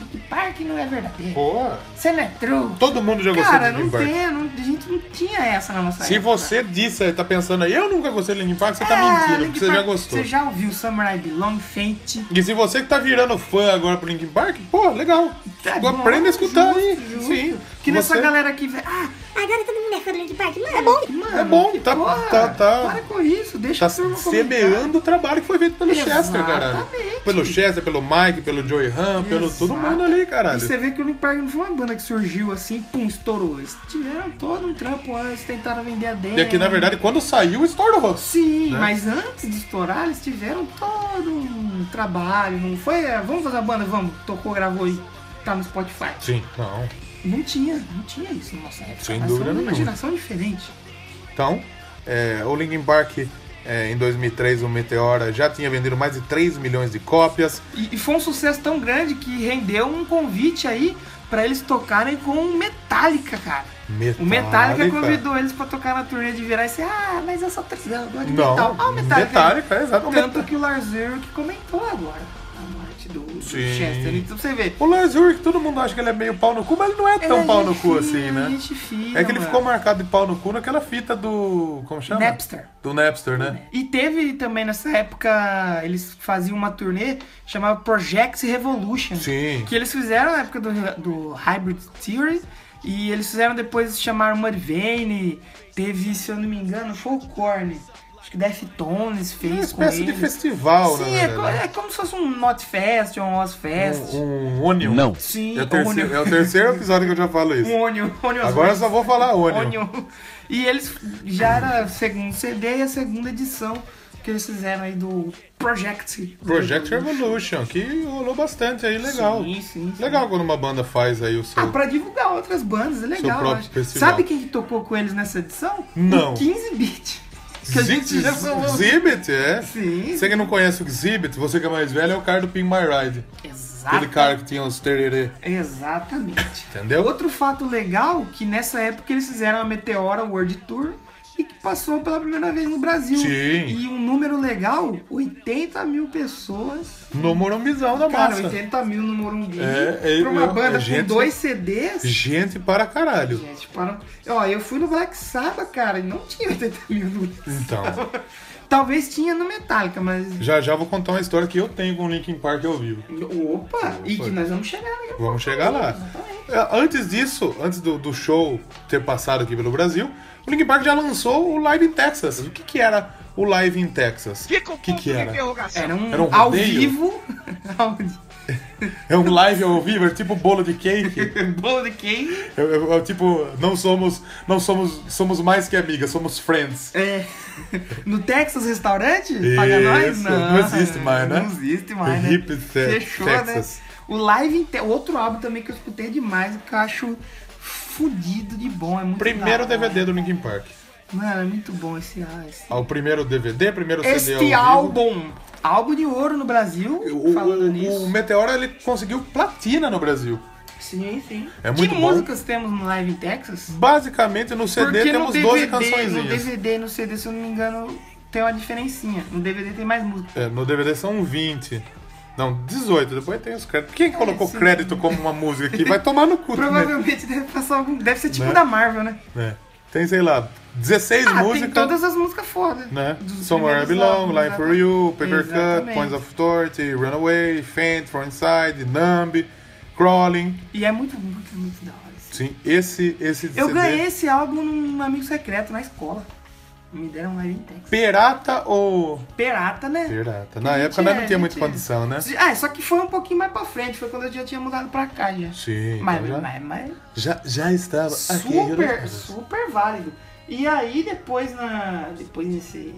Speaker 1: Link Park não é verdadeiro.
Speaker 2: Pô,
Speaker 1: Você não é true.
Speaker 2: todo mundo já gostou
Speaker 1: Cara,
Speaker 2: do
Speaker 1: não
Speaker 2: Linkin Park.
Speaker 1: tem, não- a gente não tinha essa na nossa
Speaker 2: Se
Speaker 1: época.
Speaker 2: você disse, tá pensando aí, eu nunca gostei do Linkin Park, você tá
Speaker 1: É,
Speaker 2: mentindo,
Speaker 1: Linkin
Speaker 2: porque você já
Speaker 1: Park,
Speaker 2: gostou.
Speaker 1: Você já ouviu Samurai Belong, Fenty.
Speaker 2: E se você que tá virando fã agora pro Linkin Park, pô, legal.
Speaker 1: É bom,
Speaker 2: Aprenda a escutar
Speaker 1: justo,
Speaker 2: aí.
Speaker 1: justo.
Speaker 2: Sim.
Speaker 1: Que nessa
Speaker 2: Você-
Speaker 1: galera aqui. vê, Ah,
Speaker 8: Agora todo mundo é fã do Linkin Park. Mano, é bom.
Speaker 1: mano.
Speaker 2: É bom,
Speaker 1: que
Speaker 2: tá-
Speaker 1: porra,
Speaker 2: tá- tá-
Speaker 1: Para com isso, deixa
Speaker 2: Tá
Speaker 1: a turma
Speaker 2: semeando o trabalho que foi feito pelo Chester, caralho.
Speaker 1: Exatamente.
Speaker 2: Pelo Chester, pelo Mike, pelo Joey Ram, pelo todo mundo ali,
Speaker 1: E
Speaker 2: caralho.
Speaker 1: você vê que o Linkin Park não foi uma banda que surgiu assim, pum, estourou. Eles tiveram todo um trampo antes, tentaram vender a demo.
Speaker 2: E aqui, na verdade, quando saiu, estourou.
Speaker 1: Sim,
Speaker 2: né?
Speaker 1: mas antes de estourar, eles tiveram todo um trabalho. Não foi, é, vamos fazer a banda, vamos. Tocou, gravou e tá no Spotify.
Speaker 2: Sim, não.
Speaker 1: Não tinha, não tinha isso na nossa época.
Speaker 2: Sem
Speaker 1: Nós
Speaker 2: dúvida
Speaker 1: somos
Speaker 2: nenhuma.
Speaker 1: uma geração diferente.
Speaker 2: Então, é, o Linkin Park, é, em 2003, o Meteora já tinha vendido mais de 3 milhões de cópias.
Speaker 1: E, e foi um sucesso tão grande que rendeu um convite aí pra eles tocarem com o Metallica, cara.
Speaker 2: Metallica.
Speaker 1: O Metallica convidou eles pra tocar na turnê de virar e disse, ah, mas eu sou tristão, eu gosto de metal.
Speaker 2: Não,
Speaker 1: Ah, o Metallica.
Speaker 2: Metallica, é exato. o
Speaker 1: Tanto
Speaker 2: Metallica.
Speaker 1: que o Lars Ulrich comentou agora a morte do, do
Speaker 2: Sim.
Speaker 1: Chester. Então você vê.
Speaker 2: O Lars Ulrich, todo mundo acha que ele é meio pau no cu, mas ele não é tão
Speaker 1: Era
Speaker 2: pau
Speaker 1: gente
Speaker 2: no cu assim,
Speaker 1: fina,
Speaker 2: né?
Speaker 1: gente fina,
Speaker 2: É que ele
Speaker 1: mano.
Speaker 2: ficou marcado de pau no cu naquela fita do. Como chama?
Speaker 1: Napster.
Speaker 2: Do Napster, né?
Speaker 1: E teve também nessa época, eles faziam uma turnê chamada Project Revolution.
Speaker 2: Sim.
Speaker 1: Que eles fizeram na época do, do Hybrid Theory. E eles fizeram depois, chamaram Mudvayne, teve, se eu não me engano, foi o Korn. Acho que Deftones fez
Speaker 2: É Uma
Speaker 1: com
Speaker 2: espécie
Speaker 1: eles.
Speaker 2: de festival,
Speaker 1: Sim,
Speaker 2: né?
Speaker 1: é, co- é como se fosse um Not Fest, um Oz Fest.
Speaker 2: Um, um Onion.
Speaker 4: Não.
Speaker 1: Sim,
Speaker 2: É o, terceiro,
Speaker 1: Onion.
Speaker 2: é o terceiro episódio que eu já falo isso.
Speaker 1: Um Onion. Onion
Speaker 2: Agora eu só vou falar Onion.
Speaker 1: Onion. E eles já era o segundo CD e a segunda edição que eles fizeram aí do Project.
Speaker 2: Project Revolution, que rolou bastante aí, legal.
Speaker 1: Sim, sim, sim.
Speaker 2: Legal quando uma banda faz aí o seu.
Speaker 1: Ah, pra divulgar outras bandas, é legal.
Speaker 2: próprio
Speaker 1: eu acho.
Speaker 2: festival.
Speaker 1: Sabe quem que tocou com eles nessa edição?
Speaker 2: Não.
Speaker 1: O 15 bit. Que a gente já falou.
Speaker 2: Exhibit, é?
Speaker 1: Sim.
Speaker 2: Você que não conhece o Exhibit, você que é mais velho, é o cara do Pin My Ride.
Speaker 1: Exato.
Speaker 2: Aquele cara que tinha os tererê.
Speaker 1: Exatamente.
Speaker 2: Entendeu?
Speaker 1: Outro fato legal que nessa época eles fizeram a Meteora World Tour e que passou pela primeira vez no Brasil.
Speaker 2: Sim.
Speaker 1: E um número legal, 80 mil pessoas.
Speaker 2: No Morumbizão da
Speaker 1: Cara,
Speaker 2: massa.
Speaker 1: 80 mil no Morumbi.
Speaker 2: É, é,
Speaker 1: pra uma
Speaker 2: eu- é
Speaker 1: banda
Speaker 2: gente-
Speaker 1: com dois CDs.
Speaker 2: Gente para caralho.
Speaker 1: Gente, para... um- Ó, eu fui no Black Sabbath, cara, e não tinha 80 mil no Black
Speaker 2: Então.
Speaker 1: Sabbath. Talvez tinha no Metallica, mas...
Speaker 2: Já já vou contar uma história que eu tenho com o Linkin Park ao vivo.
Speaker 1: Opa! E que nós vamos chegar né?
Speaker 2: Vamos chegar lá. É, Antes disso, antes do, do show ter passado aqui pelo Brasil, o Linkin Park já lançou o Live in Texas. O que que era o Live in Texas? O que que era?
Speaker 1: Era um,
Speaker 2: Era um
Speaker 1: ao
Speaker 2: rodeio?
Speaker 1: vivo... ao vivo.
Speaker 2: É um live ao vivo, é tipo bolo de cake.
Speaker 1: Bolo de queijo.
Speaker 2: É, é- é tipo, não somos, não somos, somos mais que amigas, somos friends.
Speaker 1: É. No Texas Restaurante? Paga
Speaker 2: Isso,
Speaker 1: nós?
Speaker 2: não existe mais, né?
Speaker 1: Não existe mais, né?
Speaker 2: Hip Te-
Speaker 1: Fechou,
Speaker 2: Texas.
Speaker 1: né? O live inteiro. Outro álbum também que eu escutei demais, que eu acho fudido de bom. É muito
Speaker 2: Primeiro
Speaker 1: da hora.
Speaker 2: DVD do Linkin Park.
Speaker 1: Mano, é muito bom esse álbum. esse-
Speaker 2: Ao primeiro DVD, primeiro CD ao
Speaker 1: Este
Speaker 2: vivo.
Speaker 1: álbum. Álbum de ouro no Brasil,
Speaker 2: O,
Speaker 1: falando
Speaker 2: o-
Speaker 1: nisso.
Speaker 2: o Meteora ele conseguiu platina no Brasil.
Speaker 1: Sim, sim.
Speaker 2: É muito
Speaker 1: que
Speaker 2: bom.
Speaker 1: músicas temos no Live em Texas?
Speaker 2: Basicamente no CD
Speaker 1: Porque
Speaker 2: temos
Speaker 1: no DVD,
Speaker 2: 12
Speaker 1: No
Speaker 2: cançõezinhas.
Speaker 1: DVD e no CD, se eu não me engano, tem uma diferencinha. No DVD tem mais música.
Speaker 2: É, no DVD são 20. Não, 18, depois tem os créditos. Quem colocou
Speaker 1: É, sim.
Speaker 2: crédito como uma música aqui? Vai tomar no cu, né?
Speaker 1: Provavelmente deve passar algum. Deve ser tipo
Speaker 2: Né?
Speaker 1: da Marvel, né?
Speaker 2: É. Tem, sei lá, 16
Speaker 1: Ah,
Speaker 2: músicas.
Speaker 1: tem todas as músicas foda.
Speaker 2: né?
Speaker 1: Dos
Speaker 2: Somewhere I
Speaker 1: primeiros
Speaker 2: Belong,
Speaker 1: álbuns,
Speaker 2: Line for
Speaker 1: exatamente.
Speaker 2: You, Paper Cut,
Speaker 1: Exatamente.
Speaker 2: Points of Authority, Runaway, Faint, For Inside, Numb, Crawling.
Speaker 1: E é muito, muito, muito da hora. assim.
Speaker 2: Sim, esse, esse
Speaker 1: Eu
Speaker 2: CD.
Speaker 1: ganhei esse álbum num amigo secreto na escola. Me deram Live em Texas.
Speaker 2: Pirata ou.
Speaker 1: Pirata, né?
Speaker 2: Pirata. Na
Speaker 1: Gente,
Speaker 2: época nós
Speaker 1: é,
Speaker 2: não tinha muita
Speaker 1: gente, é.
Speaker 2: condição, né?
Speaker 1: Ah, só que foi um pouquinho mais pra frente, foi quando eu já tinha mudado pra cá já.
Speaker 2: Sim, então
Speaker 1: Mas,
Speaker 2: já,
Speaker 1: mas, mas
Speaker 2: já, já estava. aqui em
Speaker 1: super,
Speaker 2: Eurocars.
Speaker 1: super válido. E aí depois na. Depois nesse.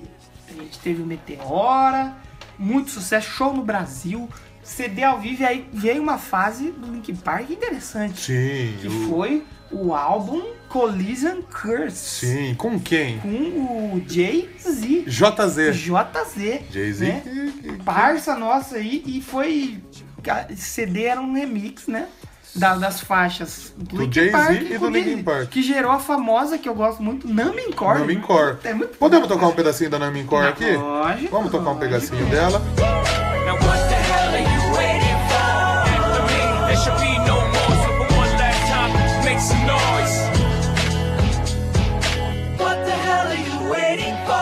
Speaker 1: A gente teve o Meteora, muito sucesso, show no Brasil, CD ao vivo, e aí veio uma fase do Linkin Park interessante.
Speaker 2: Sim.
Speaker 1: Que
Speaker 2: o-
Speaker 1: foi o álbum Collision Curse.
Speaker 2: Sim, com quem?
Speaker 1: Com o Jay-Z. Né?
Speaker 2: JZ.
Speaker 1: JZ.
Speaker 2: Jay-Z.
Speaker 1: né? parça nossa aí e foi. ca- CD era um remix, né? Da- das faixas do, Linkin
Speaker 2: Jay-Z
Speaker 1: Park
Speaker 2: e
Speaker 1: com
Speaker 2: do Linkin
Speaker 1: Jay-Z,
Speaker 2: Park.
Speaker 1: Que gerou a famosa que eu gosto muito, Numbing Core.
Speaker 2: Namin Core.
Speaker 1: É muito
Speaker 2: Podemos tocar um pedacinho da Namin Core aqui?
Speaker 1: Lógico,
Speaker 2: Vamos tocar um
Speaker 1: lógico.
Speaker 2: pedacinho dela.
Speaker 5: Now what the hell are you waiting for? After me, there should be no more. So for one last time, make some noise. What the hell are you waiting for?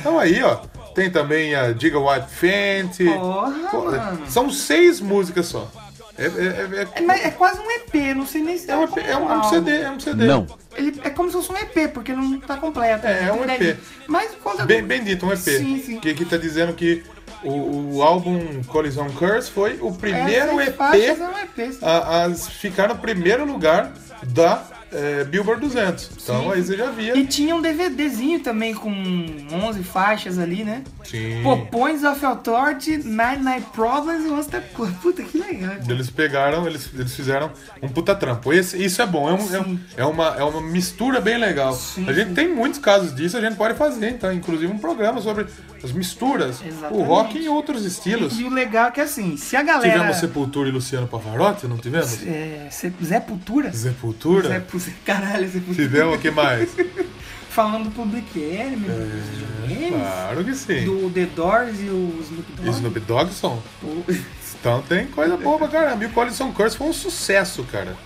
Speaker 2: Então aí, ó. Tem também a Diga White Fenty.
Speaker 1: Porra,
Speaker 2: Pô, é,
Speaker 1: mano.
Speaker 2: São seis músicas só. É, é- é- é-
Speaker 1: É, mas é quase um EP, não sei nem se
Speaker 2: é um
Speaker 1: como
Speaker 2: EP, é um- é um
Speaker 1: álbum.
Speaker 2: CD, é um CD.
Speaker 4: Não.
Speaker 1: Ele, é como se fosse um EP, porque não tá completo.
Speaker 2: É, é
Speaker 1: não
Speaker 2: um
Speaker 1: tem
Speaker 2: EP.
Speaker 1: dez- Mas conta
Speaker 2: Bem, bem dito, um EP.
Speaker 1: Sim, sim.
Speaker 2: Que aqui tá dizendo que o, o álbum Collision Curse foi o primeiro
Speaker 1: Essas
Speaker 2: EP
Speaker 1: faixas é um EP, sim.
Speaker 2: a, a ficar no primeiro lugar da eh, Billboard 200. Então aí você já via.
Speaker 1: E tinha um DVDzinho também com 11 faixas ali, né?
Speaker 2: Sim.
Speaker 1: Pô, Points of Authority, Nine Nine Problems e Monster Core. Puta, que legal.
Speaker 2: Eles pegaram, eles, eles fizeram um puta trampo. Esse, isso é bom, é, um- é um-
Speaker 1: Sim.
Speaker 2: é uma, é uma mistura bem legal.
Speaker 1: Sim,
Speaker 2: a gente
Speaker 1: sim.
Speaker 2: tem muitos casos disso, a gente pode fazer, então, inclusive um programa sobre as misturas, o
Speaker 1: Exatamente.
Speaker 2: rock e outros estilos.
Speaker 1: E o legal é que assim, se a galera...
Speaker 2: Tivemos Sepultura e Luciano Pavarotti, não tivemos?
Speaker 1: é, se- Zé Putura?
Speaker 2: Sepultura?
Speaker 1: Zé Pu- Caralho, Zé Putura.
Speaker 2: Tivemos o que mais?
Speaker 1: Falando do Public Enemy, dos videogames,
Speaker 2: claro que sim.
Speaker 1: do The Doors e o Snoop Dogg.
Speaker 2: E Snoop Dogg são.
Speaker 1: Pô,
Speaker 2: Então tem coisa boa pra caramba. E o Collision Curse foi um sucesso, cara.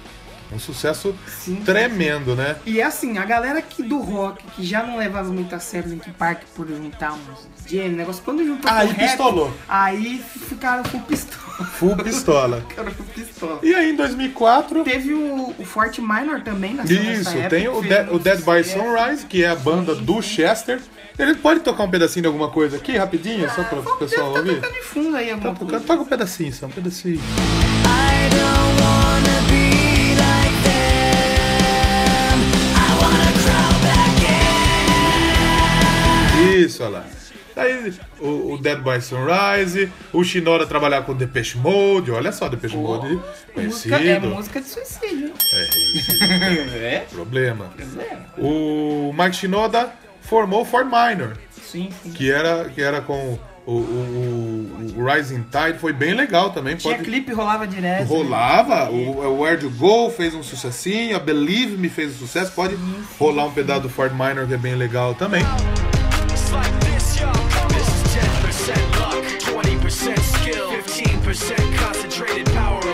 Speaker 2: Um sucesso
Speaker 1: Sim.
Speaker 2: tremendo, né?
Speaker 1: E é assim, a galera que do rock, que já não levava muito a sério o Linkin Park por juntar uns gêneros, negócio, quando juntou
Speaker 2: Aí
Speaker 1: com rap,
Speaker 2: pistolou.
Speaker 1: Aí ficaram com pistola.
Speaker 2: Full pistola.
Speaker 1: Ficaram com pistola.
Speaker 2: E aí em 2004
Speaker 1: Teve o, o Fort Minor também nessa
Speaker 2: Isso,
Speaker 1: nessa época,
Speaker 2: tem o,
Speaker 1: que
Speaker 2: De-
Speaker 1: fez
Speaker 2: o
Speaker 1: um
Speaker 2: Dead by
Speaker 1: sucesso.
Speaker 2: Sunrise, que é a banda do Chester. Ele pode tocar um pedacinho de alguma coisa aqui, rapidinho, só para o
Speaker 1: Deve
Speaker 2: pessoal
Speaker 1: tá
Speaker 2: ouvir?
Speaker 1: tocando de fundo aí alguma
Speaker 2: Tá
Speaker 1: coisa.
Speaker 2: tocando, toca um pedacinho, só um pedacinho.
Speaker 6: I don't wanna be like them. I wanna crawl back in.
Speaker 2: Isso, olha lá. Aí o, o Dead by Sunrise, o Shinora trabalhar com Depeche Mode, olha só, Depeche Mode conhecido.
Speaker 1: Música, é música de suicídio. é.
Speaker 2: É, problema. O Mike Shinoda formou o Fort Minor.
Speaker 1: Sim, sim.
Speaker 2: que era, que era com o, o- o- o Rising Tide, foi bem legal também.
Speaker 1: Tinha
Speaker 2: Pode...
Speaker 1: clipe, rolava direto.
Speaker 2: Rolava, o, o Where to Go fez um sucessinho, a Believe Me fez um sucesso, pode rolar um pedaço do Fort Minor que é bem legal também.
Speaker 5: It's like this, y'all. This is 10% luck, 20% skill, 15% concentrated power of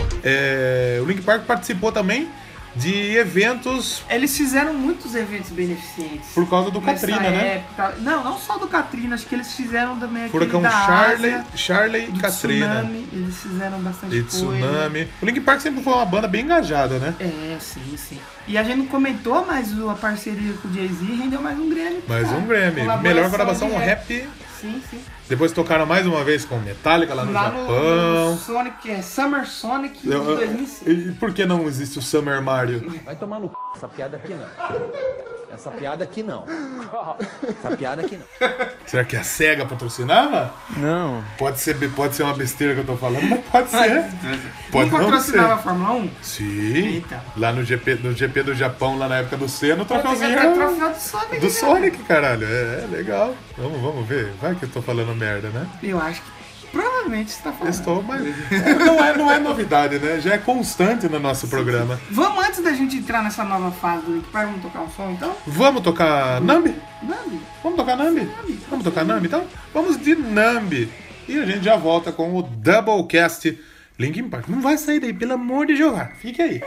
Speaker 5: will.
Speaker 2: É, o Link Park participou também de eventos
Speaker 1: Eles fizeram muitos eventos beneficentes.
Speaker 2: por causa do
Speaker 1: nessa
Speaker 2: Katrina, né?
Speaker 1: época. Não, não só do Katrina, acho que eles fizeram também aquele
Speaker 2: Furacão
Speaker 1: da
Speaker 2: Charlie,
Speaker 1: Ásia,
Speaker 2: Charlie e
Speaker 1: do
Speaker 2: Katrina.
Speaker 1: tsunami, eles fizeram bastante
Speaker 2: E
Speaker 1: coisa.
Speaker 2: Tsunami. O Link Park sempre foi uma banda bem engajada, né?
Speaker 1: É, sim, sim. E a gente não comentou, mas a parceria com o Jay-Z rendeu mais um Grammy.
Speaker 2: Mais
Speaker 1: cara.
Speaker 2: um Grammy.
Speaker 1: Colaboração
Speaker 2: Melhor gravação
Speaker 1: de
Speaker 2: rap
Speaker 1: Sim, sim.
Speaker 2: Depois tocaram mais uma vez com Metallica lá no
Speaker 1: Lá no,
Speaker 2: Japão.
Speaker 1: no Sonic, é Summer Sonic de
Speaker 2: Eu- eu-
Speaker 1: 2005.
Speaker 2: e por que não existe o Summer Mario?
Speaker 4: Vai tomar no c... essa piada aqui não. Essa piada aqui não. Essa piada aqui não.
Speaker 2: Será que a SEGA patrocinava?
Speaker 7: Não.
Speaker 2: Pode ser, pode ser uma besteira que eu tô falando, mas pode ser. Pode
Speaker 1: não
Speaker 2: não
Speaker 1: patrocinava a
Speaker 2: ser.
Speaker 1: Fórmula 1?
Speaker 2: Sim.
Speaker 1: Eita.
Speaker 2: Lá no GP, no GP do Japão, lá na época do Senna, o troféuzinho
Speaker 1: Até
Speaker 2: era
Speaker 1: troféu do Sonic.
Speaker 2: um do
Speaker 1: né?
Speaker 2: Sonic, caralho. É, é legal. Vamos, vamos ver. Vai que eu tô falando merda, né?
Speaker 1: Eu acho que provavelmente você tá falando.
Speaker 2: Estou, mas não é, não é novidade, né? Já é constante no nosso programa.
Speaker 1: Vamos antes da gente entrar nessa nova fase do Link, para vamos tocar um som então?
Speaker 2: Vamos tocar Nambi?
Speaker 1: Vamos.
Speaker 2: Vamos tocar Nambi? Vamos tocar Nambi, então? Vamos de Nambi. E a gente já volta com o Doublecast Linkin Park. Não vai sair daí, pelo amor de Jeová. Fique aí.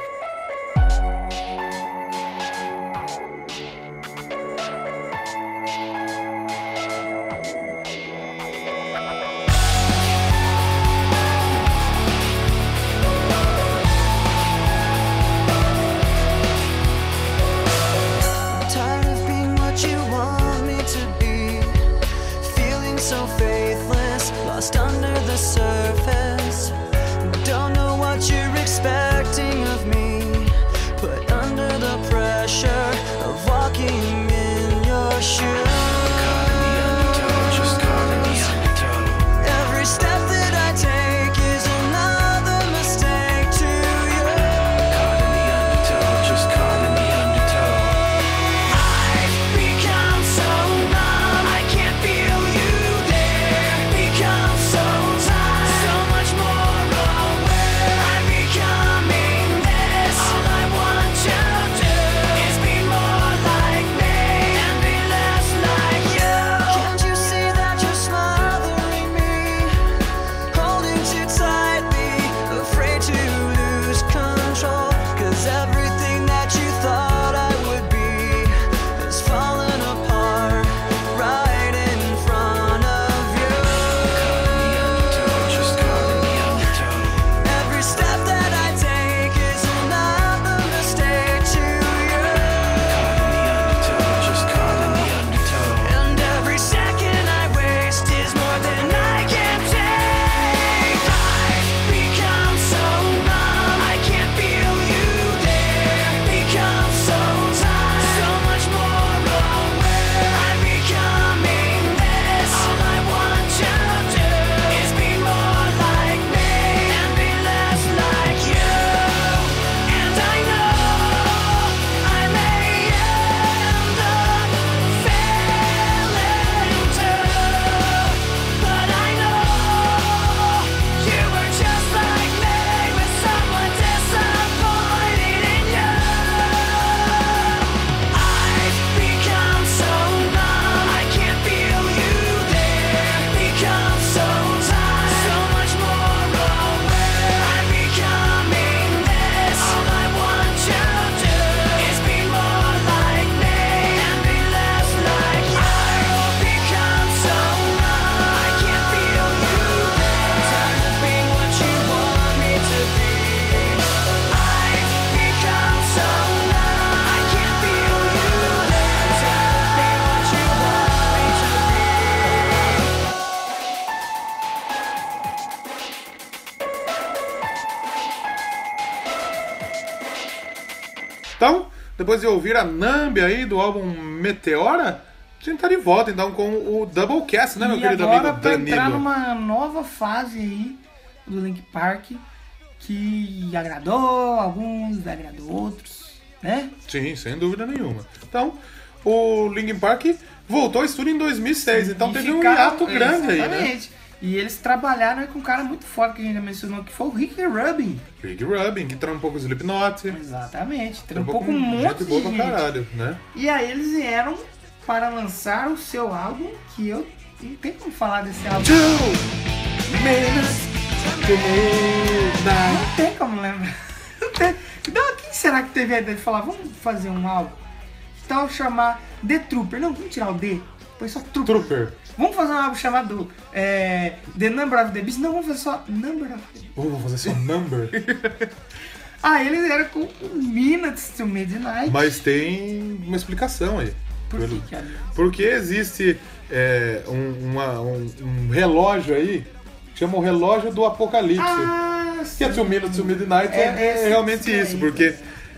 Speaker 6: Tired of being what you want me to be. Feeling so faithless, lost under the surface. Don't know what you're expecting of me. But under the pressure of walking in your shoes. Every step that I take is another mistake to you. I've become so numb, I can't feel you there. Become so tired, so much more aware. I'm becoming this. All I want to do is be more like me and be less like you. Can't you see that you're smothering me? holding too tightly, afraid to lose control. Cause everything that you thought I would be has fallen apart right in front of you. Every step that I take is another mistake to you. And every second I waste is more than I can take. I've become so numb, I can't feel you there. Become so tired, so much more aware. I'm becoming this. All I want to do is be more like me and be less like you. And I know I may end up failing too. But I know you were just like me with someone disappointed in you. I've become so numb, I can't feel you there. Become so tired, so much more aware. I'm becoming this. All I want to do is be more like me and be less like you. I've become so numb, I can't feel you there. Tired of being what you want me to be. I've become so numb, I can't feel you there. Tired of being what you want me to be.
Speaker 2: Então, depois de ouvir a Nambi aí do álbum Meteora, a gente tá de volta então com o Doublecast, né, meu
Speaker 1: e
Speaker 2: querido
Speaker 1: agora
Speaker 2: amigo
Speaker 1: pra entrar
Speaker 2: Danilo?
Speaker 1: numa nova fase aí do Link Park que agradou alguns, desagradou outros, né?
Speaker 2: Sim, sem dúvida nenhuma. Então, o Linkin Park voltou ao estúdio em 2006, então
Speaker 1: E
Speaker 2: teve um
Speaker 1: ficaram-
Speaker 2: hiato grande aí, né?
Speaker 1: Exatamente. E eles trabalharam aí com um cara muito forte que a gente já mencionou, que foi o Rick Rubin.
Speaker 2: Big Rubin, que trampou com o Slipknot,
Speaker 1: Exatamente. Trampou
Speaker 2: trampou
Speaker 1: com um monte
Speaker 2: gente
Speaker 1: de
Speaker 2: boa pra
Speaker 1: gente.
Speaker 2: caralho, né?
Speaker 1: E aí eles vieram para lançar o seu álbum, que eu não tenho como falar desse álbum. Não tem como lembrar. Não tem. Então, quem será que teve a ideia de falar, vamos fazer um álbum? Então, chamar The Trooper. Não, vamos tirar o D. Põe só Trooper.
Speaker 2: Trooper,
Speaker 1: Vamos fazer um álbum chamado é, The Number of the Beast. Não, vamos fazer só Number of the Beast.
Speaker 2: vamos fazer só number.
Speaker 1: Aí eles eram com Minutes to Midnight.
Speaker 2: Mas tem uma explicação aí.
Speaker 1: Por que, que é?
Speaker 2: Porque existe é, um, uma- um- um relógio aí, chama o relógio do apocalipse.
Speaker 1: Ah,
Speaker 2: Que é Two Minutes to Midnight é,
Speaker 1: É,
Speaker 2: é realmente
Speaker 1: é
Speaker 2: isso,
Speaker 1: isso.
Speaker 2: porque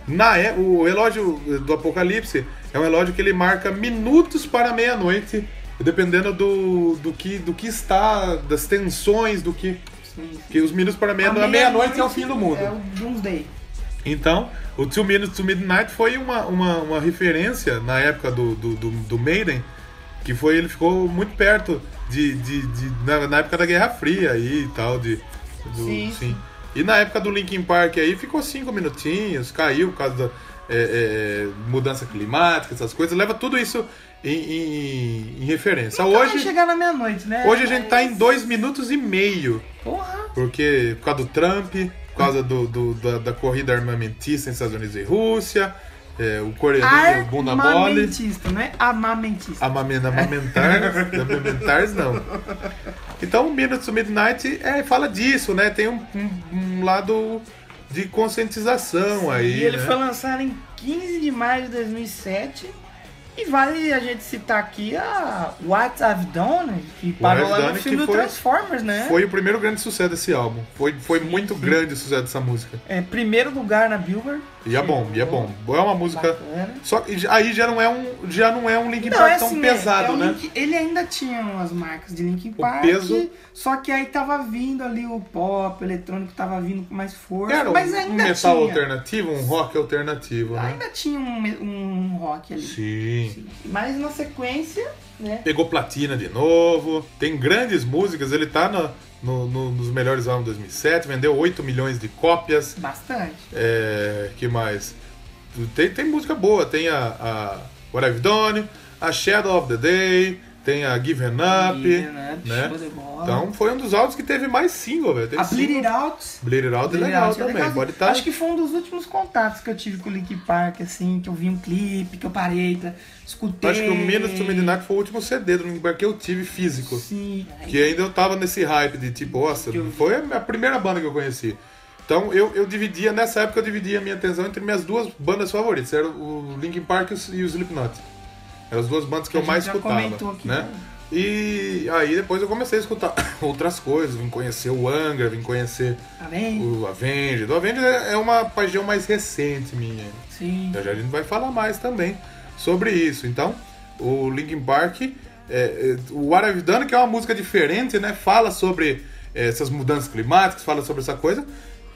Speaker 2: na, é- o relógio do Apocalipse é um relógio que ele marca minutos para a meia-noite, dependendo do, do, que, do que está, das tensões, do que. Que os minutos para a
Speaker 1: a
Speaker 2: meia-noite meia-noite é o fim do mundo.
Speaker 1: É o Doomsday.
Speaker 2: Então, o Two Minutes to Midnight foi uma, uma, uma referência na época do, do, do, do Maiden, que foi ele ficou muito perto de, de, de- na, na época da Guerra Fria aí e tal de do-
Speaker 1: Sim.
Speaker 2: E na época do Linkin Park aí ficou cinco minutinhos, caiu por causa da é, é, mudança climática, essas coisas. Leva tudo isso em, em- em referência.
Speaker 1: Então vai
Speaker 2: hoje,
Speaker 1: chegar na meia-noite, né?
Speaker 2: hoje a gente tá em dois minutos e meio.
Speaker 1: Porra!
Speaker 2: Porque por causa do Trump, por causa do, do- da, da corrida armamentista em Estados Unidos e Rússia, é, o coreano e o bunda mole.
Speaker 1: Armamentista, não é amamentista.
Speaker 2: Amamen- Amamentar, amamentar não. Então, Minutes to Midnight é, fala disso, né? Tem um, um- um lado de conscientização aí.
Speaker 1: e ele
Speaker 2: né?
Speaker 1: foi lançado em 15 de maio de 2007. E vale a gente citar aqui a What I've Done, que parou
Speaker 2: I've
Speaker 1: lá
Speaker 2: Done,
Speaker 1: no
Speaker 2: que
Speaker 1: filme do
Speaker 2: foi-
Speaker 1: Transformers, né?
Speaker 2: Foi o primeiro grande sucesso desse álbum. Foi, foi muito grande o sucesso dessa música.
Speaker 1: É, primeiro lugar na Billboard.
Speaker 2: E é bom, e é bom. É uma música.
Speaker 1: Bacana.
Speaker 2: Só que j- aí já não é um, já não é um Linkin
Speaker 1: Não,
Speaker 2: Park
Speaker 1: é
Speaker 2: tão
Speaker 1: assim, é-
Speaker 2: pesado,
Speaker 1: é um
Speaker 2: né?
Speaker 1: Link- ele ainda tinha umas marcas de Linkin Park,
Speaker 2: peso-
Speaker 1: só que aí tava vindo ali o pop, o eletrônico tava vindo com mais força,
Speaker 2: Era um,
Speaker 1: mas
Speaker 2: um
Speaker 1: ainda
Speaker 2: metal
Speaker 1: tinha,
Speaker 2: alternativo, um rock alternativo, né?
Speaker 1: ainda tinha um, me- um rock ali.
Speaker 2: Sim.
Speaker 1: Mas na sequência, né?
Speaker 2: Pegou platina de novo, tem grandes músicas, ele tá na- no, no- nos melhores álbuns de 2007, vendeu 8 milhões de cópias.
Speaker 1: Bastante.
Speaker 2: É, que mais? Tem, tem música boa, tem a, a What I've Done, a Shadow of the Day, tem a Given Up,
Speaker 1: Given Up,
Speaker 2: né?
Speaker 1: show de bola.
Speaker 2: Então foi um dos álbuns que teve mais single, velho. Tem
Speaker 1: A Bleed
Speaker 2: single.
Speaker 1: It Out.
Speaker 2: Bleed It Out é
Speaker 1: Bleed It
Speaker 2: legal
Speaker 1: Out é
Speaker 2: também,
Speaker 1: legalzinho.
Speaker 2: pode tá estar.
Speaker 1: Acho que foi um dos últimos contatos que eu tive com o Linkin Park, assim, que eu vi um clipe, que eu parei, pra, escutei.
Speaker 2: Acho que o Minutes to Midnight foi o último CD do Linkin Park que eu tive físico.
Speaker 1: Sim.
Speaker 2: Que ainda eu tava nesse hype de tipo, nossa, foi a primeira banda que eu conheci. Então eu, eu dividia, nessa época eu dividia a minha atenção entre minhas duas bandas favoritas, era o Linkin Park e o- e o Slipknot. Eram as duas bandas que,
Speaker 1: Que a
Speaker 2: eu mais
Speaker 1: gente já
Speaker 2: escutava,
Speaker 1: comentou aqui,
Speaker 2: né?
Speaker 1: né?
Speaker 2: E aí depois eu comecei a escutar outras coisas, vim conhecer o Angra, vim conhecer
Speaker 1: Tá vendo?
Speaker 2: o Avenged. O Avenged é é uma paixão mais recente minha.
Speaker 1: Sim.
Speaker 2: Já já a gente vai falar mais também sobre isso. Então, o Linkin Park, é, é, o What I've Done, que é uma música diferente, né? Fala sobre é, essas mudanças climáticas, fala sobre essa coisa.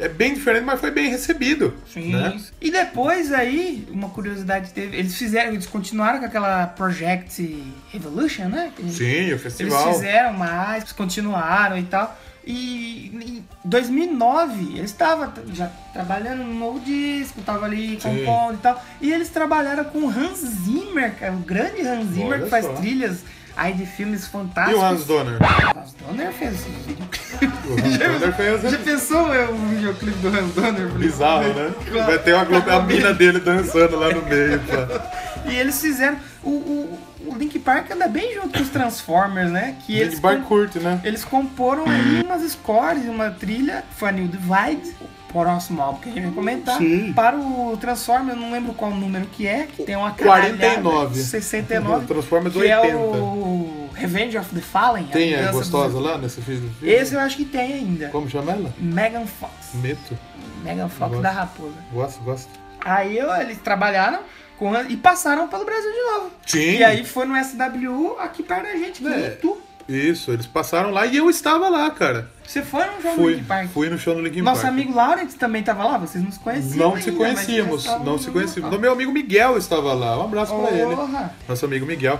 Speaker 2: É bem diferente, mas foi bem recebido.
Speaker 1: Sim.
Speaker 2: né?
Speaker 1: E depois aí, uma curiosidade teve, eles fizeram, eles continuaram com aquela Project Revolution, né? Que
Speaker 2: Sim, o
Speaker 1: Eles
Speaker 2: festival.
Speaker 1: fizeram mais, eles continuaram e tal. E em 2009 eles estavam já trabalhando no novo disco, tava ali
Speaker 2: Sim.
Speaker 1: compondo e tal. E eles trabalharam com o Hans Zimmer, cara, o grande Hans Zimmer
Speaker 2: Olha
Speaker 1: que faz
Speaker 2: só.
Speaker 1: trilhas aí de filmes
Speaker 2: E o
Speaker 1: fantásticos.
Speaker 2: Hans Donner?
Speaker 1: Hans Donner fez um videoclipe.
Speaker 2: O Hans Donner
Speaker 1: Já
Speaker 2: fez né?
Speaker 1: pensou eu, o videoclipe do Hans Donner?
Speaker 2: bizarro, né? Vai ter uma, glo- a mina dele dançando lá no meio. pá.
Speaker 1: E eles fizeram. O, o, o Link Park anda bem junto com os Transformers, né? Que eles
Speaker 2: Linkin Park Uhum.
Speaker 1: com-
Speaker 2: curte, né?
Speaker 1: Eles comporam aí umas scores, uma trilha, Funny Divide, o próximo álbum que a gente vai comentar,
Speaker 2: Sim.
Speaker 1: para o Transformers, eu não lembro qual número que é, que tem uma
Speaker 2: 49.
Speaker 1: caralhada, 69,
Speaker 2: Transformers
Speaker 1: que é
Speaker 2: 80.
Speaker 1: o Revenge of the Fallen. a
Speaker 2: Tem a
Speaker 1: vingança
Speaker 2: gostosa
Speaker 1: dos-
Speaker 2: lá nesse filme? do filme?
Speaker 1: Esse é eu acho que tem ainda.
Speaker 2: Como Hum, chama ela?
Speaker 1: Megan Fox.
Speaker 2: Meto.
Speaker 1: Megan Fox
Speaker 2: Gosto.
Speaker 1: da Raposa.
Speaker 2: Gosto, gosto.
Speaker 1: Aí eu- eles trabalharam com a- e passaram pelo Brasil de novo.
Speaker 2: Sim.
Speaker 1: E aí foi no SWU aqui perto da gente,
Speaker 2: É.
Speaker 1: que tu.
Speaker 2: Isso, eles passaram lá e eu estava lá, cara.
Speaker 1: Você foi no jogo
Speaker 2: Fui,
Speaker 1: É Link Park?
Speaker 2: fui no show no Linkin
Speaker 1: Nosso
Speaker 2: Park.
Speaker 1: amigo Laurent também tava lá, vocês não se conheciam.
Speaker 2: não
Speaker 1: ainda,
Speaker 2: se
Speaker 1: mas
Speaker 2: conhecíamos,
Speaker 1: já estavam
Speaker 2: não
Speaker 1: no
Speaker 2: se
Speaker 1: mesmo
Speaker 2: conhecíamos.
Speaker 1: local.
Speaker 2: Meu amigo Miguel estava lá. Um abraço pra ele.
Speaker 1: Porra!
Speaker 2: Nosso amigo Miguel.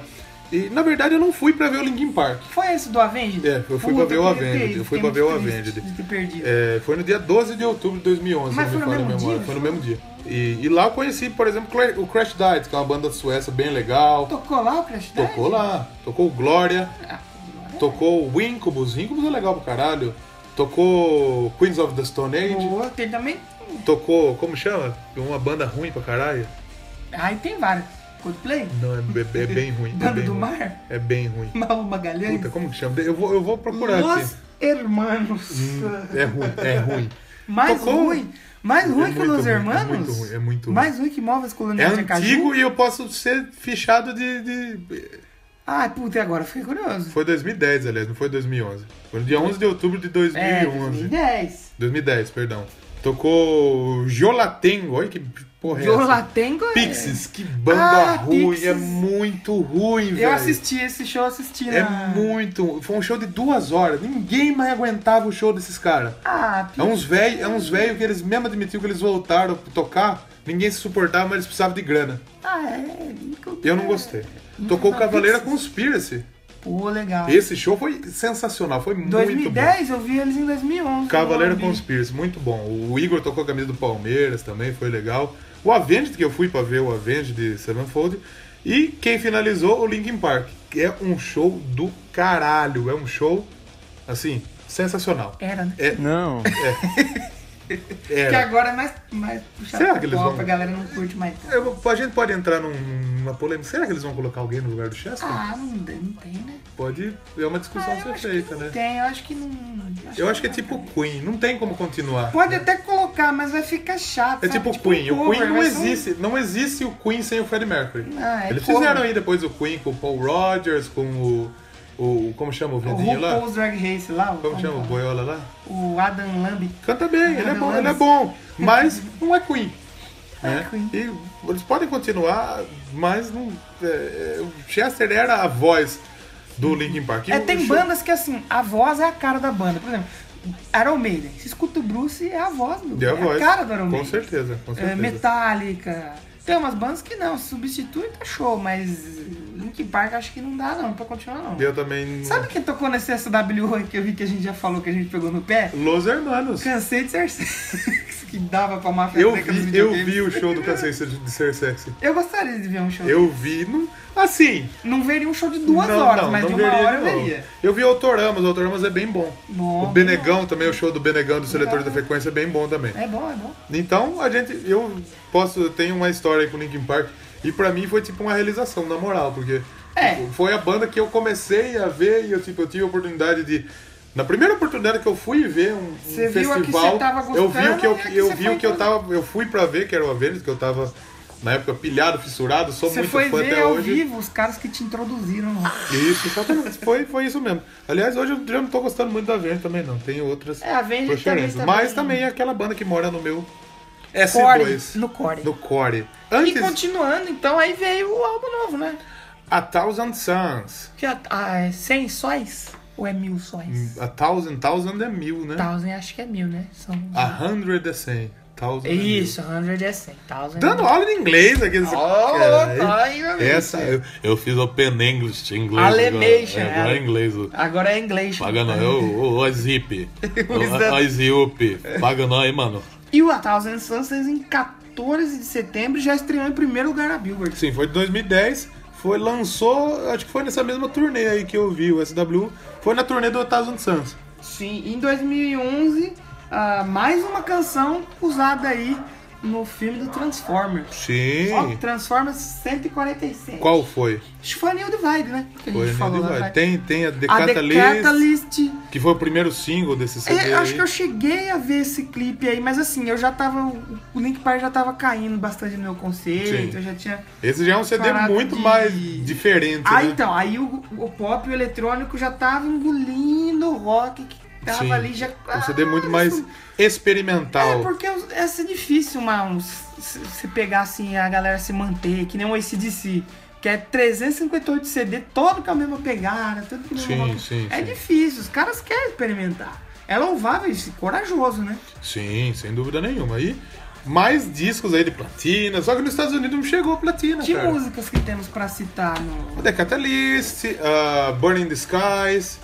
Speaker 2: E na verdade eu não fui pra ver o Linkin Park.
Speaker 1: Foi esse do Avenged?
Speaker 2: É, eu fui pra ver o
Speaker 1: eu queria ter
Speaker 2: Avenged,
Speaker 1: ido,
Speaker 2: eu fui
Speaker 1: fiquei
Speaker 2: pra ver
Speaker 1: muito
Speaker 2: o
Speaker 1: triste
Speaker 2: Avenged.
Speaker 1: De ter perdido.
Speaker 2: É, foi no dia 12 de outubro de 2011,
Speaker 1: Mas
Speaker 2: se não me
Speaker 1: foi no
Speaker 2: falha a
Speaker 1: mesmo
Speaker 2: memória.
Speaker 1: dia?
Speaker 2: foi no mesmo dia. E, e lá eu conheci, por exemplo, Cla- o Crash Diet, que é uma banda sueca bem legal.
Speaker 1: Tocou lá o Crash Ah, Diet?
Speaker 2: Tocou lá, tocou o Glória, tocou o Incubus, Incubus é legal pra caralho. Tocou Queens of the Stone Age,
Speaker 1: Boa, tem também.
Speaker 2: tocou, como chama? Uma banda ruim pra caralho.
Speaker 1: Aí tem vários. Coldplay?
Speaker 2: Não, é, é- é bem ruim. é
Speaker 1: Banda
Speaker 2: bem
Speaker 1: do
Speaker 2: ruim.
Speaker 1: Mar?
Speaker 2: É bem ruim.
Speaker 1: Malu Magalhães?
Speaker 2: Puta, como que chama? Eu vou, eu vou procurar
Speaker 1: Los
Speaker 2: aqui.
Speaker 1: Hermanos.
Speaker 2: É ruim, é ruim.
Speaker 1: Mais
Speaker 2: Tocou?
Speaker 1: ruim. Mais ruim que
Speaker 2: muito
Speaker 1: Los
Speaker 2: ruim, é
Speaker 1: Hermanos?
Speaker 2: muito ruim, é muito ruim.
Speaker 1: Mais ruim que Móveis
Speaker 2: É
Speaker 1: Coloniais de Acaju?
Speaker 2: antigo e eu posso ser fichado de. de-
Speaker 1: Ah, puta, e agora? Fiquei curioso.
Speaker 2: Foi 2010, aliás, não foi 2011. Foi no dia 11 de outubro de
Speaker 1: É,
Speaker 2: 2011.
Speaker 1: 2010.
Speaker 2: 2010, perdão. Tocou Jolatengo. Olha que porra é essa?
Speaker 1: Jolatengo é...
Speaker 2: Pixies, que banda
Speaker 1: Ah,
Speaker 2: ruim.
Speaker 1: Pixies.
Speaker 2: É muito ruim, velho.
Speaker 1: Eu assisti esse show, assisti
Speaker 2: É
Speaker 1: na-
Speaker 2: muito. Foi um show de duas horas. Ninguém mais aguentava o show desses caras.
Speaker 1: Ah,
Speaker 2: É uns velhos é uns velho que eles mesmo admitiram que eles voltaram pra tocar. Ninguém se suportava, mas eles precisavam de grana.
Speaker 1: Ah, é. Lincoln-
Speaker 2: Eu não gostei. Tocou Cavaleira Conspiracy.
Speaker 1: Pô, legal.
Speaker 2: Esse show foi sensacional, foi muito bom.
Speaker 1: 2010, eu vi eles em 2011.
Speaker 2: Cavaleiro
Speaker 1: no Morumbi.
Speaker 2: Conspiracy, muito bom. O Igor tocou a camisa do Palmeiras também, foi legal. O Avenged, que eu fui pra ver o Avenged de Sevenfold. E quem finalizou, o Linkin Park. Que é um show do caralho. É um show, assim, sensacional.
Speaker 1: Era, né?
Speaker 7: Não.
Speaker 1: Porque
Speaker 2: É. Era.
Speaker 1: agora é mais, mais puxado
Speaker 2: Será
Speaker 1: pra
Speaker 2: que eles
Speaker 1: pop,
Speaker 2: vão-
Speaker 1: a galera não curte mais. tanto.
Speaker 2: Eu vou- A gente pode entrar num- numa polêmica. Será que eles vão colocar alguém no lugar do Chester?
Speaker 1: Ah, não, tem- não tem, né?
Speaker 2: Pode. É uma discussão a
Speaker 1: eu
Speaker 2: ser
Speaker 1: acho
Speaker 2: feita, né?
Speaker 1: Tem, eu acho que não...
Speaker 2: Eu acho que é
Speaker 1: não.
Speaker 2: tipo Queen, não tem como continuar.
Speaker 1: Pode até colocar, mas vai ficar chato.
Speaker 2: É
Speaker 1: sabe?
Speaker 2: tipo o Queen.
Speaker 1: um
Speaker 2: O Queen
Speaker 1: cover,
Speaker 2: não
Speaker 1: vai ser um-
Speaker 2: existe. Não existe o Queen sem o Freddie Mercury.
Speaker 1: Ah, é
Speaker 2: Eles
Speaker 1: cover.
Speaker 2: fizeram aí depois o Queen com o Paul Rogers, com o. o como chama o
Speaker 1: O
Speaker 2: velhinho lá?
Speaker 1: RuPaul's Ah, Drag Race lá, o,
Speaker 2: Como chama o boiola lá?
Speaker 1: o Adam Lambert.
Speaker 2: Canta bem, ele é
Speaker 1: Adam
Speaker 2: bom, ele é
Speaker 1: Lambert.
Speaker 2: bom. Mas não é Queen. né?
Speaker 1: Queen.
Speaker 2: E eles podem continuar, mas não. é, é, o Chester era a voz do Linkin Park. E
Speaker 1: É,
Speaker 2: o-
Speaker 1: tem
Speaker 2: o show-
Speaker 1: bandas que assim, a voz é a cara da banda. Por exemplo, Iron Maiden. Se escuta o Bruce, é a voz do
Speaker 2: É a voz.
Speaker 1: cara do Iron Maiden.
Speaker 2: Com certeza, com
Speaker 1: É,
Speaker 2: certeza.
Speaker 1: Metallica. Tem umas bandas que não, substitui tá show, mas Linkin Park acho que não dá não, pra continuar não.
Speaker 2: Eu também. não-
Speaker 1: Sabe quem tocou nesse SW que eu vi que a gente já falou que a gente pegou no pé?
Speaker 2: Los Hermanos.
Speaker 1: Cansei de ser sexy, que dava pra máfia
Speaker 2: Eu
Speaker 1: branca dos
Speaker 2: vi, eu
Speaker 1: videogames.
Speaker 2: vi o show do Cansei de Ser Sexy.
Speaker 1: Eu gostaria de ver um show.
Speaker 2: Eu vi, não, assim.
Speaker 1: Não veria um show de duas
Speaker 2: não,
Speaker 1: horas,
Speaker 2: não,
Speaker 1: mas
Speaker 2: não
Speaker 1: de uma
Speaker 2: veria
Speaker 1: hora eu
Speaker 2: de novo.
Speaker 1: veria.
Speaker 2: Eu vi Autoramas, Autoramas é bem bom.
Speaker 1: Bom,
Speaker 2: o Benegão também, o show do Benegão do Seletor da Frequência é bem bom também.
Speaker 1: É bom, é bom.
Speaker 2: Então, a gente, eu posso, eu tenho uma história aí com o Linkin Park e pra mim foi tipo uma realização, na moral, porque
Speaker 1: É.
Speaker 2: tipo, foi a banda que eu comecei a ver e eu, tipo, eu tive a oportunidade de na primeira oportunidade que eu fui ver um, um
Speaker 1: Você viu a que
Speaker 2: festival,
Speaker 1: você tava
Speaker 2: eu vi o que
Speaker 1: gostando e
Speaker 2: eu,
Speaker 1: a que
Speaker 2: eu
Speaker 1: você
Speaker 2: vi
Speaker 1: foi
Speaker 2: o que eu
Speaker 1: gostando.
Speaker 2: tava, eu fui pra ver que era o Avengers, que eu tava na época pilhado, fissurado, sou
Speaker 1: Você
Speaker 2: muito
Speaker 1: foi
Speaker 2: fã
Speaker 1: ver
Speaker 2: até
Speaker 1: ao
Speaker 2: hoje.
Speaker 1: vivo os caras que te introduziram.
Speaker 2: Isso, exatamente. Foi, foi isso mesmo. Aliás, hoje eu já não tô gostando muito da Verde também, não. Tem outras
Speaker 1: É, a Verde também
Speaker 2: preferências.
Speaker 1: tá
Speaker 2: Mas
Speaker 1: bem-
Speaker 2: também é aquela banda que mora no meu
Speaker 1: Core,
Speaker 2: S2.
Speaker 1: no core.
Speaker 2: No core.
Speaker 1: E
Speaker 2: Antes,
Speaker 1: continuando, então, aí veio o álbum novo, né?
Speaker 2: A Thousand Suns.
Speaker 1: Que a- ah, é 100 sóis? Ou é mil sóis?
Speaker 2: A Thousand, Thousand é mil, né?
Speaker 1: Thousand acho que é mil, né? São...
Speaker 2: A Hundred é cem. Thousand é mil.
Speaker 1: Isso, 100 é 100. Thousand
Speaker 2: Dando aula de inglês aqui. nesse- Caralho. Essa, eu, eu fiz Open English, inglês.
Speaker 1: Alemation,
Speaker 2: agora, é, agora é
Speaker 1: é.
Speaker 2: inglês. o-
Speaker 1: Agora é inglês.
Speaker 2: Paga nós, ô, ô, ó, Zip.
Speaker 1: Exato.
Speaker 2: Ó, ó, Zip. Paga nós aí, mano.
Speaker 1: E o A Thousand Sunsets em 14 de setembro já estreou em primeiro lugar na Billboard.
Speaker 2: Sim, foi de 2010. Foi, lançou, acho que foi nessa mesma turnê aí que eu vi o SW. Foi na turnê do Thousand Suns.
Speaker 1: Sim, em 2011, ah, mais uma canção usada aí no filme do Transformers. Ó,
Speaker 2: Sim.
Speaker 1: Transformers 147.
Speaker 2: Qual foi?
Speaker 1: Acho que foi a New Divide, né? Que a gente
Speaker 2: Foi né?
Speaker 1: falou lá
Speaker 2: Divide.
Speaker 1: atrás.
Speaker 2: Tem, tem a
Speaker 1: A The
Speaker 2: Decatalyst,
Speaker 1: Catalyst.
Speaker 2: que foi o primeiro single desse CD.
Speaker 1: É, acho
Speaker 2: aí.
Speaker 1: que eu cheguei a ver esse clipe aí, mas assim, eu já tava. o- O Link Park já tava caindo bastante no meu conceito,
Speaker 2: Sim.
Speaker 1: eu já tinha.
Speaker 2: Esse já é um CD
Speaker 1: Parado
Speaker 2: muito
Speaker 1: de-
Speaker 2: mais diferente.
Speaker 1: Ah,
Speaker 2: né?
Speaker 1: então, aí o, o pop e o eletrônico já tava engolindo o rock que tava
Speaker 2: Sim.
Speaker 1: ali já.
Speaker 2: Um CD muito
Speaker 1: Ah,
Speaker 2: mais
Speaker 1: isso-
Speaker 2: experimental.
Speaker 1: É, porque os- é assim, difícil uma, um, se se pegar assim, a galera se manter, que nem um ACDC, que é 358 CD, todo com a mesma pegada, tudo com o mesmo
Speaker 2: Sim,
Speaker 1: rock.
Speaker 2: sim,
Speaker 1: É
Speaker 2: sim.
Speaker 1: difícil, os caras querem experimentar. É louvável isso, corajoso, né?
Speaker 2: Sim, sem dúvida nenhuma. E mais discos aí de platina. Só que nos Estados Unidos não chegou a platina,
Speaker 1: Que
Speaker 2: cara.
Speaker 1: músicas que temos pra citar no.
Speaker 2: The Catalyst, uh, Burning the Skies,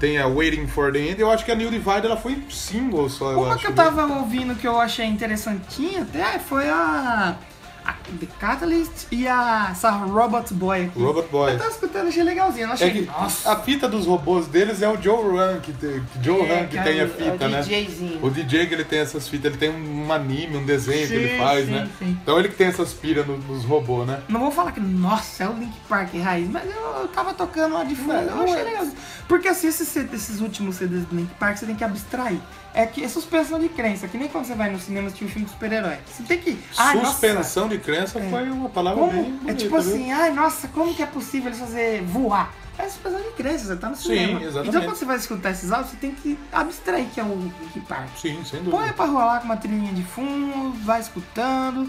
Speaker 2: tem a Waiting for the End. Eu acho que a New Divide ela foi single só, eu
Speaker 1: Uma
Speaker 2: acho.
Speaker 1: que eu
Speaker 2: né?
Speaker 1: tava ouvindo que eu achei interessantinha até foi a. a The Catalyst e a. essa Robot Boy aqui.
Speaker 2: Robot Boy.
Speaker 1: Eu tava escutando, achei legalzinha. Não achei.
Speaker 2: É que
Speaker 1: Nossa!
Speaker 2: a fita dos robôs deles é o Joe Run que tem, que Joe
Speaker 1: É,
Speaker 2: Run que
Speaker 1: que é
Speaker 2: tem a
Speaker 1: o-
Speaker 2: fita,
Speaker 1: é o
Speaker 2: né?
Speaker 1: DJzinho.
Speaker 2: O DJ que ele tem essas fitas, ele tem um anime, um desenho que
Speaker 1: Sim,
Speaker 2: ele faz,
Speaker 1: sim,
Speaker 2: né?
Speaker 1: sim.
Speaker 2: Então ele que tem essas piras no- nos robôs, né?
Speaker 1: Não vou falar que, nossa, é o Link Park raiz, mas eu, eu tava tocando lá de fundo, eu
Speaker 2: não
Speaker 1: achei
Speaker 2: é.
Speaker 1: legal. Porque assim, esses, C- esses últimos CDs do Link Park você tem que abstrair. É que é suspensão de crença, que nem quando você vai no cinema assistir um filme de super-herói. Você tem que. Ah, nossa, É.
Speaker 2: Suspensão de de crença foi uma palavra
Speaker 1: Como-
Speaker 2: bem bonita,
Speaker 1: é tipo
Speaker 2: viu?
Speaker 1: assim, ai nossa, como que é possível eles fazer voar? É expressão de crença, você tá no cinema.
Speaker 2: exatamente.
Speaker 1: Então quando você vai escutar esses áudios, você tem que abstrair que é o que parte.
Speaker 2: Sim, sem
Speaker 1: Põe
Speaker 2: dúvida.
Speaker 1: pra rolar com uma trilhinha de fundo, vai escutando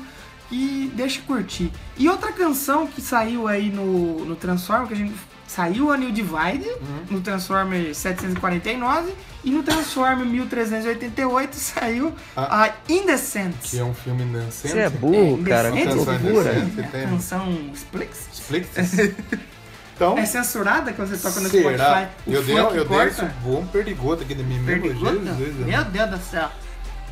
Speaker 1: e deixa curtir. E outra canção que saiu aí no, no Transformer, que a gente saiu a New Divide,
Speaker 2: Uhum.
Speaker 1: no Transformer 749 e no Transformer 1388 saiu
Speaker 2: Ah.
Speaker 1: a Indecent.
Speaker 2: Que é um filme dançante.
Speaker 7: Você é burro, cara. Que
Speaker 1: Indecente,
Speaker 7: loucura.
Speaker 1: né?
Speaker 2: Você tem-
Speaker 1: A canção Splix?
Speaker 2: Explica-se. Então,
Speaker 1: É censurada quando você toca no
Speaker 2: será?
Speaker 1: Spotify. O
Speaker 2: Eu dei,
Speaker 1: funk
Speaker 2: eu dei
Speaker 1: corta?
Speaker 2: esse bom perdigoto aqui de mim mesmo.
Speaker 1: Perdigota?
Speaker 2: Jesus, amado.
Speaker 1: Meu Deus do céu.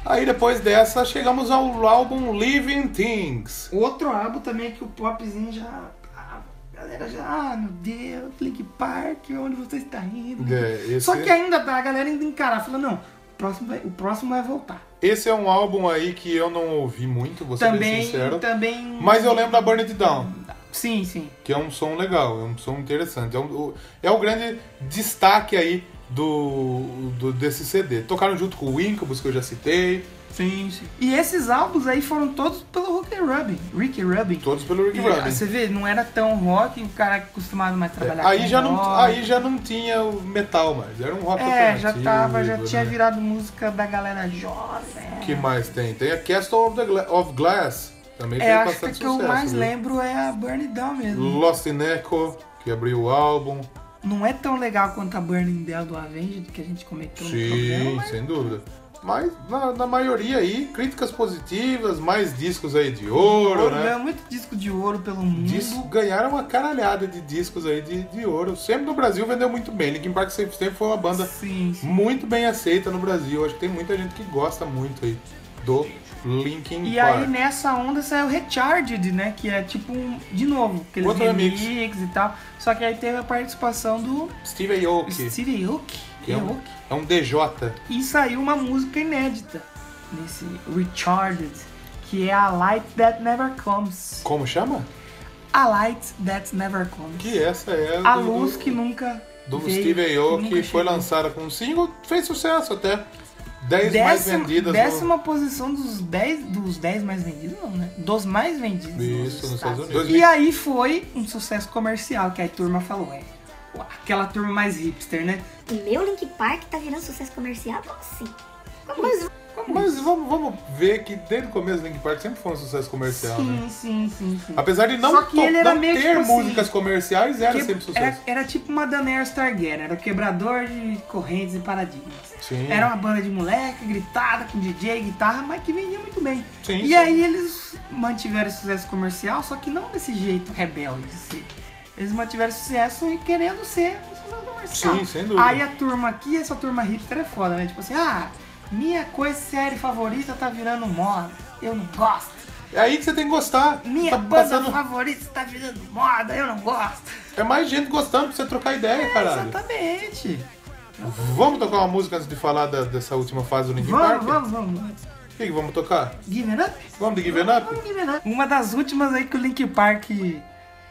Speaker 2: Aí depois dessa, chegamos ao álbum Living Things.
Speaker 1: Outro álbum também é que o popzinho já... A galera já... Ah, meu Deus, Link Park, onde você está indo?
Speaker 2: É, esse-
Speaker 1: Só que ainda tá, a galera ainda encarar, falando, não, o próximo vai, o próximo vai voltar.
Speaker 2: Esse é um álbum aí que eu não ouvi muito, vou ser bem
Speaker 1: também,
Speaker 2: sincero.
Speaker 1: também...
Speaker 2: Mas eu lembro da Burn It Down,
Speaker 1: Sim, sim.
Speaker 2: que é um som legal, é um som interessante. É, um- o- é o grande destaque aí do, do- desse CD. Tocaram junto com o Incubus, que eu já citei,
Speaker 1: Sim, sim. E esses álbuns aí foram todos pelo Ricky Rubin. Ricky Rubin.
Speaker 2: todos pelo Rick
Speaker 1: E, ah,
Speaker 2: Rubin. É,
Speaker 1: Você vê, não era tão rock, o cara acostumado mais a trabalhar
Speaker 2: Aí
Speaker 1: com
Speaker 2: já, não,
Speaker 1: rock.
Speaker 2: aí já não tinha o metal mais, era um rock
Speaker 1: É, já
Speaker 2: alternativo,
Speaker 1: tava, já tinha
Speaker 2: né?
Speaker 1: virado música da galera jovem.
Speaker 2: O que mais tem? Tem a Castle of, the Gla- of Glass, também
Speaker 1: É,
Speaker 2: fez
Speaker 1: acho que
Speaker 2: bastante
Speaker 1: o que eu
Speaker 2: sucesso,
Speaker 1: mais
Speaker 2: viu?
Speaker 1: lembro é a Burn It Down mesmo.
Speaker 2: Lost in Echo, que abriu o álbum.
Speaker 1: Não é tão legal quanto a Burning Down do Avenged, que a gente comentou no programa,
Speaker 2: Sim,
Speaker 1: mas
Speaker 2: sem dúvida. Mas na, na maioria aí, críticas positivas, mais discos aí de ouro,
Speaker 1: ouro,
Speaker 2: né?
Speaker 1: ganhou muito disco de ouro pelo mundo.
Speaker 2: Disco, ganharam uma caralhada de discos aí de, de ouro. Sempre no Brasil vendeu muito bem. Linkin Park sempre, sempre foi uma banda
Speaker 1: Sim, sim.
Speaker 2: muito bem aceita no Brasil. Acho que tem muita gente que gosta muito aí do Linkin
Speaker 1: E
Speaker 2: Park.
Speaker 1: aí né? nessa onda saiu Recharged, né? Que é tipo um. De novo, aqueles
Speaker 2: Outro remix.
Speaker 1: remix e tal. Só que aí teve a participação do
Speaker 2: Steve Aoki,
Speaker 1: Steve Aoki.
Speaker 2: que é um,
Speaker 1: Aoki.
Speaker 2: é um DJ.
Speaker 1: E saiu uma música inédita nesse Recharged, que é a Light That Never Comes.
Speaker 2: Como chama?
Speaker 1: A Light That Never Comes.
Speaker 2: Que essa é
Speaker 1: a
Speaker 2: do- do-
Speaker 1: luz que nunca.
Speaker 2: do
Speaker 1: veio,
Speaker 2: Steve Aoki
Speaker 1: nunca
Speaker 2: foi
Speaker 1: chegou.
Speaker 2: lançada com um single, fez sucesso até. 10 mais
Speaker 1: Décima,
Speaker 2: vendidas no...
Speaker 1: décima posição dos 10 dos 10 mais vendidos, não, né? Dos mais vendidos.
Speaker 2: Isso, nos Estados Unidos.
Speaker 1: E aí foi um sucesso comercial, que a turma falou, é. Aquela turma mais hipster, né?
Speaker 8: E meu Link Park tá virando sucesso comercial? Como assim? Como isso?
Speaker 2: Mas vamos, vamos ver que desde o começo Link Park sempre foi um sucesso comercial, né?
Speaker 1: Sim, sim, sim, sim.
Speaker 2: Apesar de não,
Speaker 1: Só que
Speaker 2: to-
Speaker 1: ele era
Speaker 2: não
Speaker 1: meio
Speaker 2: ter
Speaker 1: tipo assim,
Speaker 2: músicas comerciais, era
Speaker 1: Que-
Speaker 2: sempre
Speaker 1: era,
Speaker 2: sucesso.
Speaker 1: era tipo uma Daenerys Targaryen, era o quebrador de correntes e paradigmas.
Speaker 2: Sim.
Speaker 1: Era uma banda de moleque, gritada, com DJ, guitarra, mas que vendia muito bem.
Speaker 2: Sim,
Speaker 1: e
Speaker 2: sim.
Speaker 1: aí eles mantiveram esse sucesso comercial, só que não desse jeito rebelde. assim. Eles mantiveram sucesso e querendo ser um sucesso comercial.
Speaker 2: Sim, sem dúvida.
Speaker 1: Aí a turma aqui, essa turma hipster é foda, né? Tipo assim, ah, minha coisa série favorita tá virando moda, eu não gosto.
Speaker 2: É aí que você tem que gostar.
Speaker 1: Minha
Speaker 2: Tá
Speaker 1: banda
Speaker 2: passando-
Speaker 1: favorita tá virando moda, eu não gosto.
Speaker 2: É mais gente gostando pra você trocar ideia, caralho.
Speaker 1: Exatamente.
Speaker 2: Vamos tocar uma música antes de falar da- dessa última fase do Linkin Park?
Speaker 1: Vamos, vamos, vamos.
Speaker 2: O que, que vamos tocar?
Speaker 1: Give it up?
Speaker 2: Vamos de Give It Up?
Speaker 1: Vamos give it up. Uma das últimas aí que o Link Park
Speaker 2: Raiz.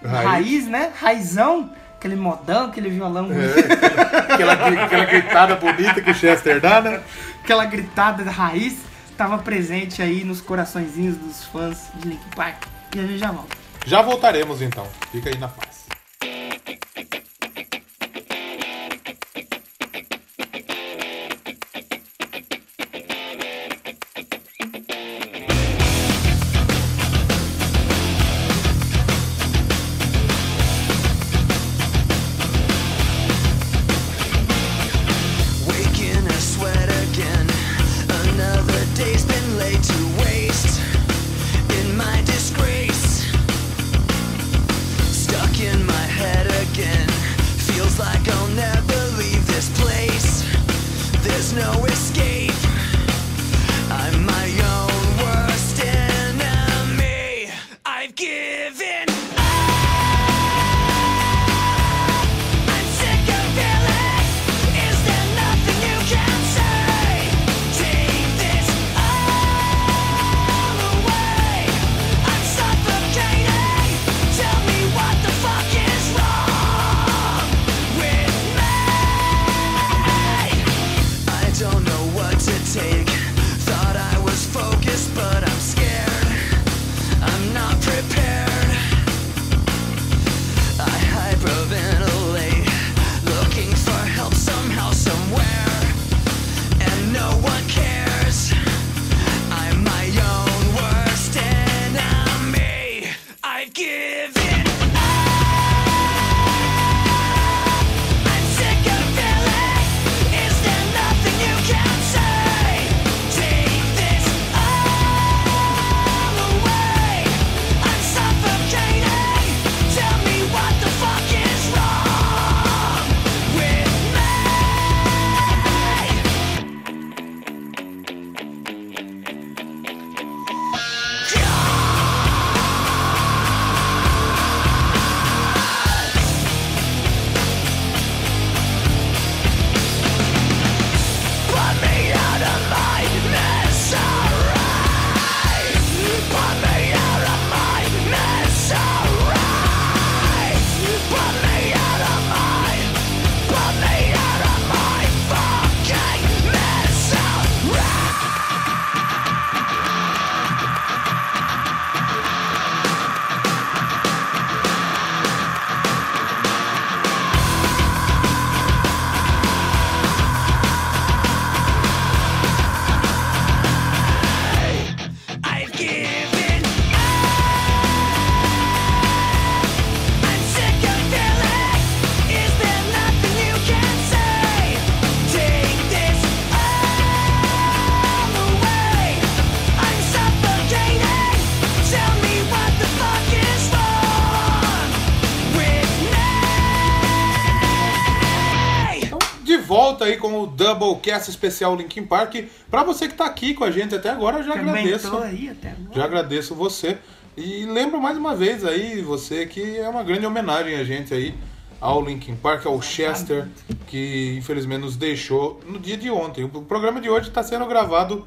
Speaker 1: raiz, né? Raizão, aquele modão, aquele violão,
Speaker 2: É. Aquela, gri- aquela gritada bonita que o Chester dá, né?
Speaker 1: aquela gritada da raiz, tava presente aí nos coraçõezinhos dos fãs de Link Park. E a gente já volta.
Speaker 2: Já voltaremos então. Fica aí na paz.
Speaker 6: Waking a sweat again. Another day's been laid to waste in my disgrace. Stuck in my head again. Feels like I'll never leave this place. There's no escape. I'm my own worst enemy. I've given up. I'm sick of feeling. Is there nothing you can say? Take this all away. I'm suffocating. Tell me what the fuck is wrong with me? I don't know what to take. Thought I was focused, but I'm scared. I'm not
Speaker 2: volta aí com o Doublecast especial Linkin Park. Pra você que tá aqui com a gente até agora, eu já
Speaker 1: Também
Speaker 2: agradeço.
Speaker 1: tô aí até agora.
Speaker 2: Já agradeço você. E lembro mais uma vez aí você que é uma grande homenagem a gente aí ao Linkin Park, ao Chester, que infelizmente nos deixou no dia de ontem. O programa de hoje está sendo gravado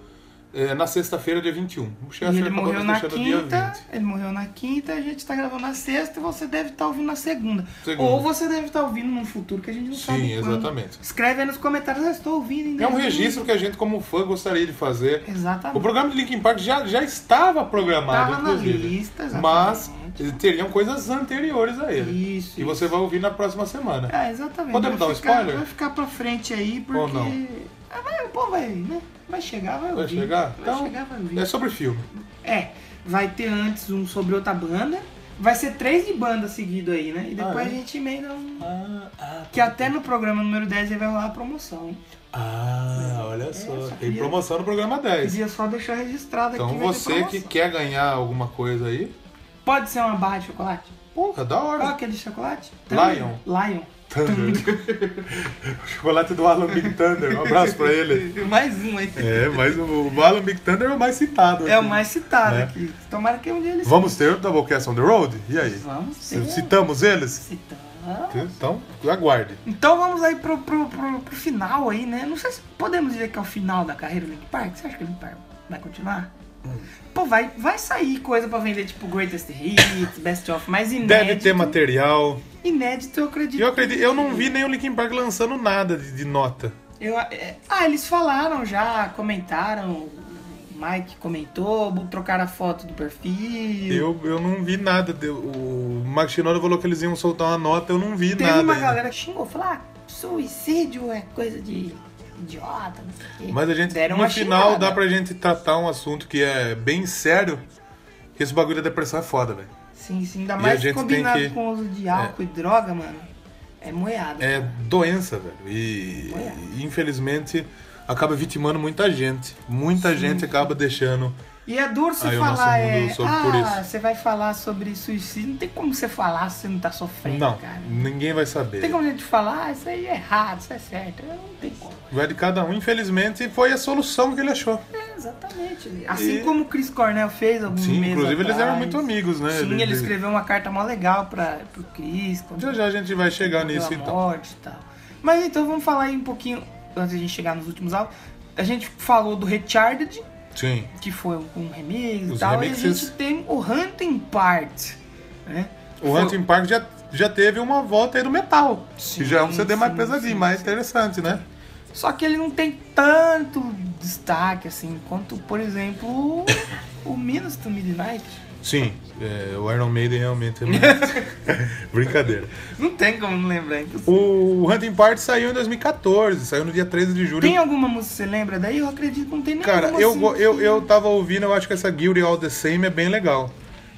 Speaker 2: eh, na sexta-feira, dia 21. O Chester
Speaker 1: E ele
Speaker 2: acabou
Speaker 1: morreu
Speaker 2: nos
Speaker 1: na
Speaker 2: deixando dia
Speaker 1: quinta,
Speaker 2: 20.
Speaker 1: ele morreu na quinta, a gente tá gravando na sexta e você deve estar ouvindo na segunda.
Speaker 2: Segunda.
Speaker 1: Ou você deve estar ouvindo num futuro que a gente não
Speaker 2: Sim,
Speaker 1: sabe quando.
Speaker 2: exatamente.
Speaker 1: Escreve aí nos comentários, eu estou ouvindo. em
Speaker 2: É um
Speaker 1: 2000.
Speaker 2: registro que a gente, como fã, gostaria de fazer.
Speaker 1: Exatamente.
Speaker 2: O programa de Linkin Park já, já estava programado,
Speaker 1: Tava na
Speaker 2: inclusive.
Speaker 1: lista,
Speaker 2: mas
Speaker 1: exatamente.
Speaker 2: eh, teriam coisas anteriores a ele.
Speaker 1: Isso,
Speaker 2: E você vai ouvir na próxima semana.
Speaker 1: É, exatamente.
Speaker 2: Podemos
Speaker 1: Vai
Speaker 2: dar um
Speaker 1: ficar-
Speaker 2: spoiler?
Speaker 1: Vai ficar pra frente aí, porque...
Speaker 2: Ou não?
Speaker 1: Ah, vai, o povo vai, né? Vai chegar, vai
Speaker 2: Vai
Speaker 1: ouvir.
Speaker 2: chegar?
Speaker 1: Vai
Speaker 2: Então,
Speaker 1: chegar, vai ouvir.
Speaker 2: é sobre filme.
Speaker 1: É, vai ter antes um sobre outra banda. Vai ser três de banda seguido aí, né? E depois
Speaker 2: Ah, é?
Speaker 1: a gente emenda um. que até no programa número 10 ele vai rolar a promoção. hein?
Speaker 2: Ah, olha só.
Speaker 1: só
Speaker 2: Tem
Speaker 1: queria-
Speaker 2: promoção no programa 10.
Speaker 1: é, Queria só deixar registrado aqui.
Speaker 2: Então
Speaker 1: vai ter
Speaker 2: você que
Speaker 1: promoção.
Speaker 2: quer ganhar alguma coisa aí,
Speaker 1: Pode ser uma barra de chocolate?
Speaker 2: porra, da
Speaker 1: Qual é
Speaker 2: hora.
Speaker 1: aquele chocolate?
Speaker 2: Lion.
Speaker 1: Lion.
Speaker 2: O chocolate do Alan Big Thunder. Um abraço pra ele.
Speaker 1: Mais um aí.
Speaker 2: É, mas o, o Alan Big Thunder é o mais citado.
Speaker 1: É o
Speaker 2: aqui.
Speaker 1: mais citado
Speaker 2: É.
Speaker 1: aqui. Tomara que um dia eles
Speaker 2: Vamos ter o Doublecast on the Road? E aí?
Speaker 1: Vamos ter.
Speaker 2: C- Citamos eles?
Speaker 1: Citamos.
Speaker 2: Então, aguarde.
Speaker 1: Então vamos aí pro, pro, pro, pro final aí, né? Não sei se podemos dizer que é o final da carreira do Link Park. Você acha que o Link Park vai continuar? Pô, vai, vai sair coisa pra vender, tipo Greatest Hits, Best of, mas inédito.
Speaker 2: Deve ter material.
Speaker 1: Inédito, eu acredito.
Speaker 2: Eu acredito, eu não vi nem o Linkin Park lançando nada de, de nota.
Speaker 1: Eu- é- ah, eles falaram já, comentaram. O Mike comentou, trocaram a foto do perfil.
Speaker 2: Eu, eu não vi nada. de- O Max Shinoda falou que eles iam soltar uma nota, eu não vi
Speaker 1: Teve
Speaker 2: nada.
Speaker 1: uma
Speaker 2: ainda.
Speaker 1: galera que xingou, falou: ah, suicídio é coisa de idiota, não sei o quê.
Speaker 2: Mas a gente,
Speaker 1: Deram
Speaker 2: no
Speaker 1: uma
Speaker 2: final,
Speaker 1: xingada.
Speaker 2: dá pra gente tratar um assunto que é bem sério. Que esse bagulho da depressão é foda, velho.
Speaker 1: Sim, sim, ainda
Speaker 2: a
Speaker 1: mais
Speaker 2: gente tem
Speaker 1: combinado
Speaker 2: que-
Speaker 1: com o uso de álcool e droga, mano. É moiado.
Speaker 2: É doença, velho. E, e, infelizmente acaba vitimando muita gente. Muita gente acaba deixando.
Speaker 1: E é duro você
Speaker 2: Aí o nosso
Speaker 1: falar,
Speaker 2: mundo
Speaker 1: é.
Speaker 2: soube por
Speaker 1: Ah,
Speaker 2: isso."
Speaker 1: você vai falar sobre suicídio. Não tem como você falar se você não tá sofrendo,
Speaker 2: não,
Speaker 1: cara. Não
Speaker 2: ninguém vai saber.
Speaker 1: tem como a gente falar, ah, isso aí é errado, isso é certo. Não tem como.
Speaker 2: Vai de cada um, infelizmente, e foi a solução que ele achou.
Speaker 1: É, exatamente. Assim como o Chris Cornell fez alguns
Speaker 2: Sim,
Speaker 1: meses
Speaker 2: inclusive eles
Speaker 1: atrás.
Speaker 2: eram muito amigos, né?
Speaker 1: Sim, ele,
Speaker 2: Ele- ele-
Speaker 1: escreveu uma carta mó legal pra, pro Chris. quando-
Speaker 2: Já já a gente vai chegar nisso
Speaker 1: pela
Speaker 2: então.
Speaker 1: morte e tal. Mas então vamos falar aí um pouquinho, antes de a gente chegar nos últimos álbuns. A gente falou do Recharged,
Speaker 2: Sim.
Speaker 1: que foi um remix
Speaker 2: Os
Speaker 1: e tal, e a
Speaker 2: remixes.
Speaker 1: gente tem o Hunting Part, né?
Speaker 2: O Hunting Park já, já teve uma volta aí do metal.
Speaker 1: Sim,
Speaker 2: que já é um CD mais
Speaker 1: sim,
Speaker 2: pesadinho,
Speaker 1: sim,
Speaker 2: mais interessante, né?
Speaker 1: Só que ele não tem tanto destaque, assim, quanto, por exemplo, o Minus to Midnight.
Speaker 2: Sim, é, o Iron Maiden realmente é muito... Brincadeira.
Speaker 1: Não tem como não lembrar, impossível.
Speaker 2: O Hunting Party saiu em 2014, saiu no dia 13 de julho.
Speaker 1: Tem alguma música que você lembra daí? Eu acredito que não tem nenhuma.
Speaker 2: Cara, eu,
Speaker 1: assim,
Speaker 2: go- eu,
Speaker 1: que-
Speaker 2: eu tava ouvindo, eu acho que essa Guilty All The Same é bem legal.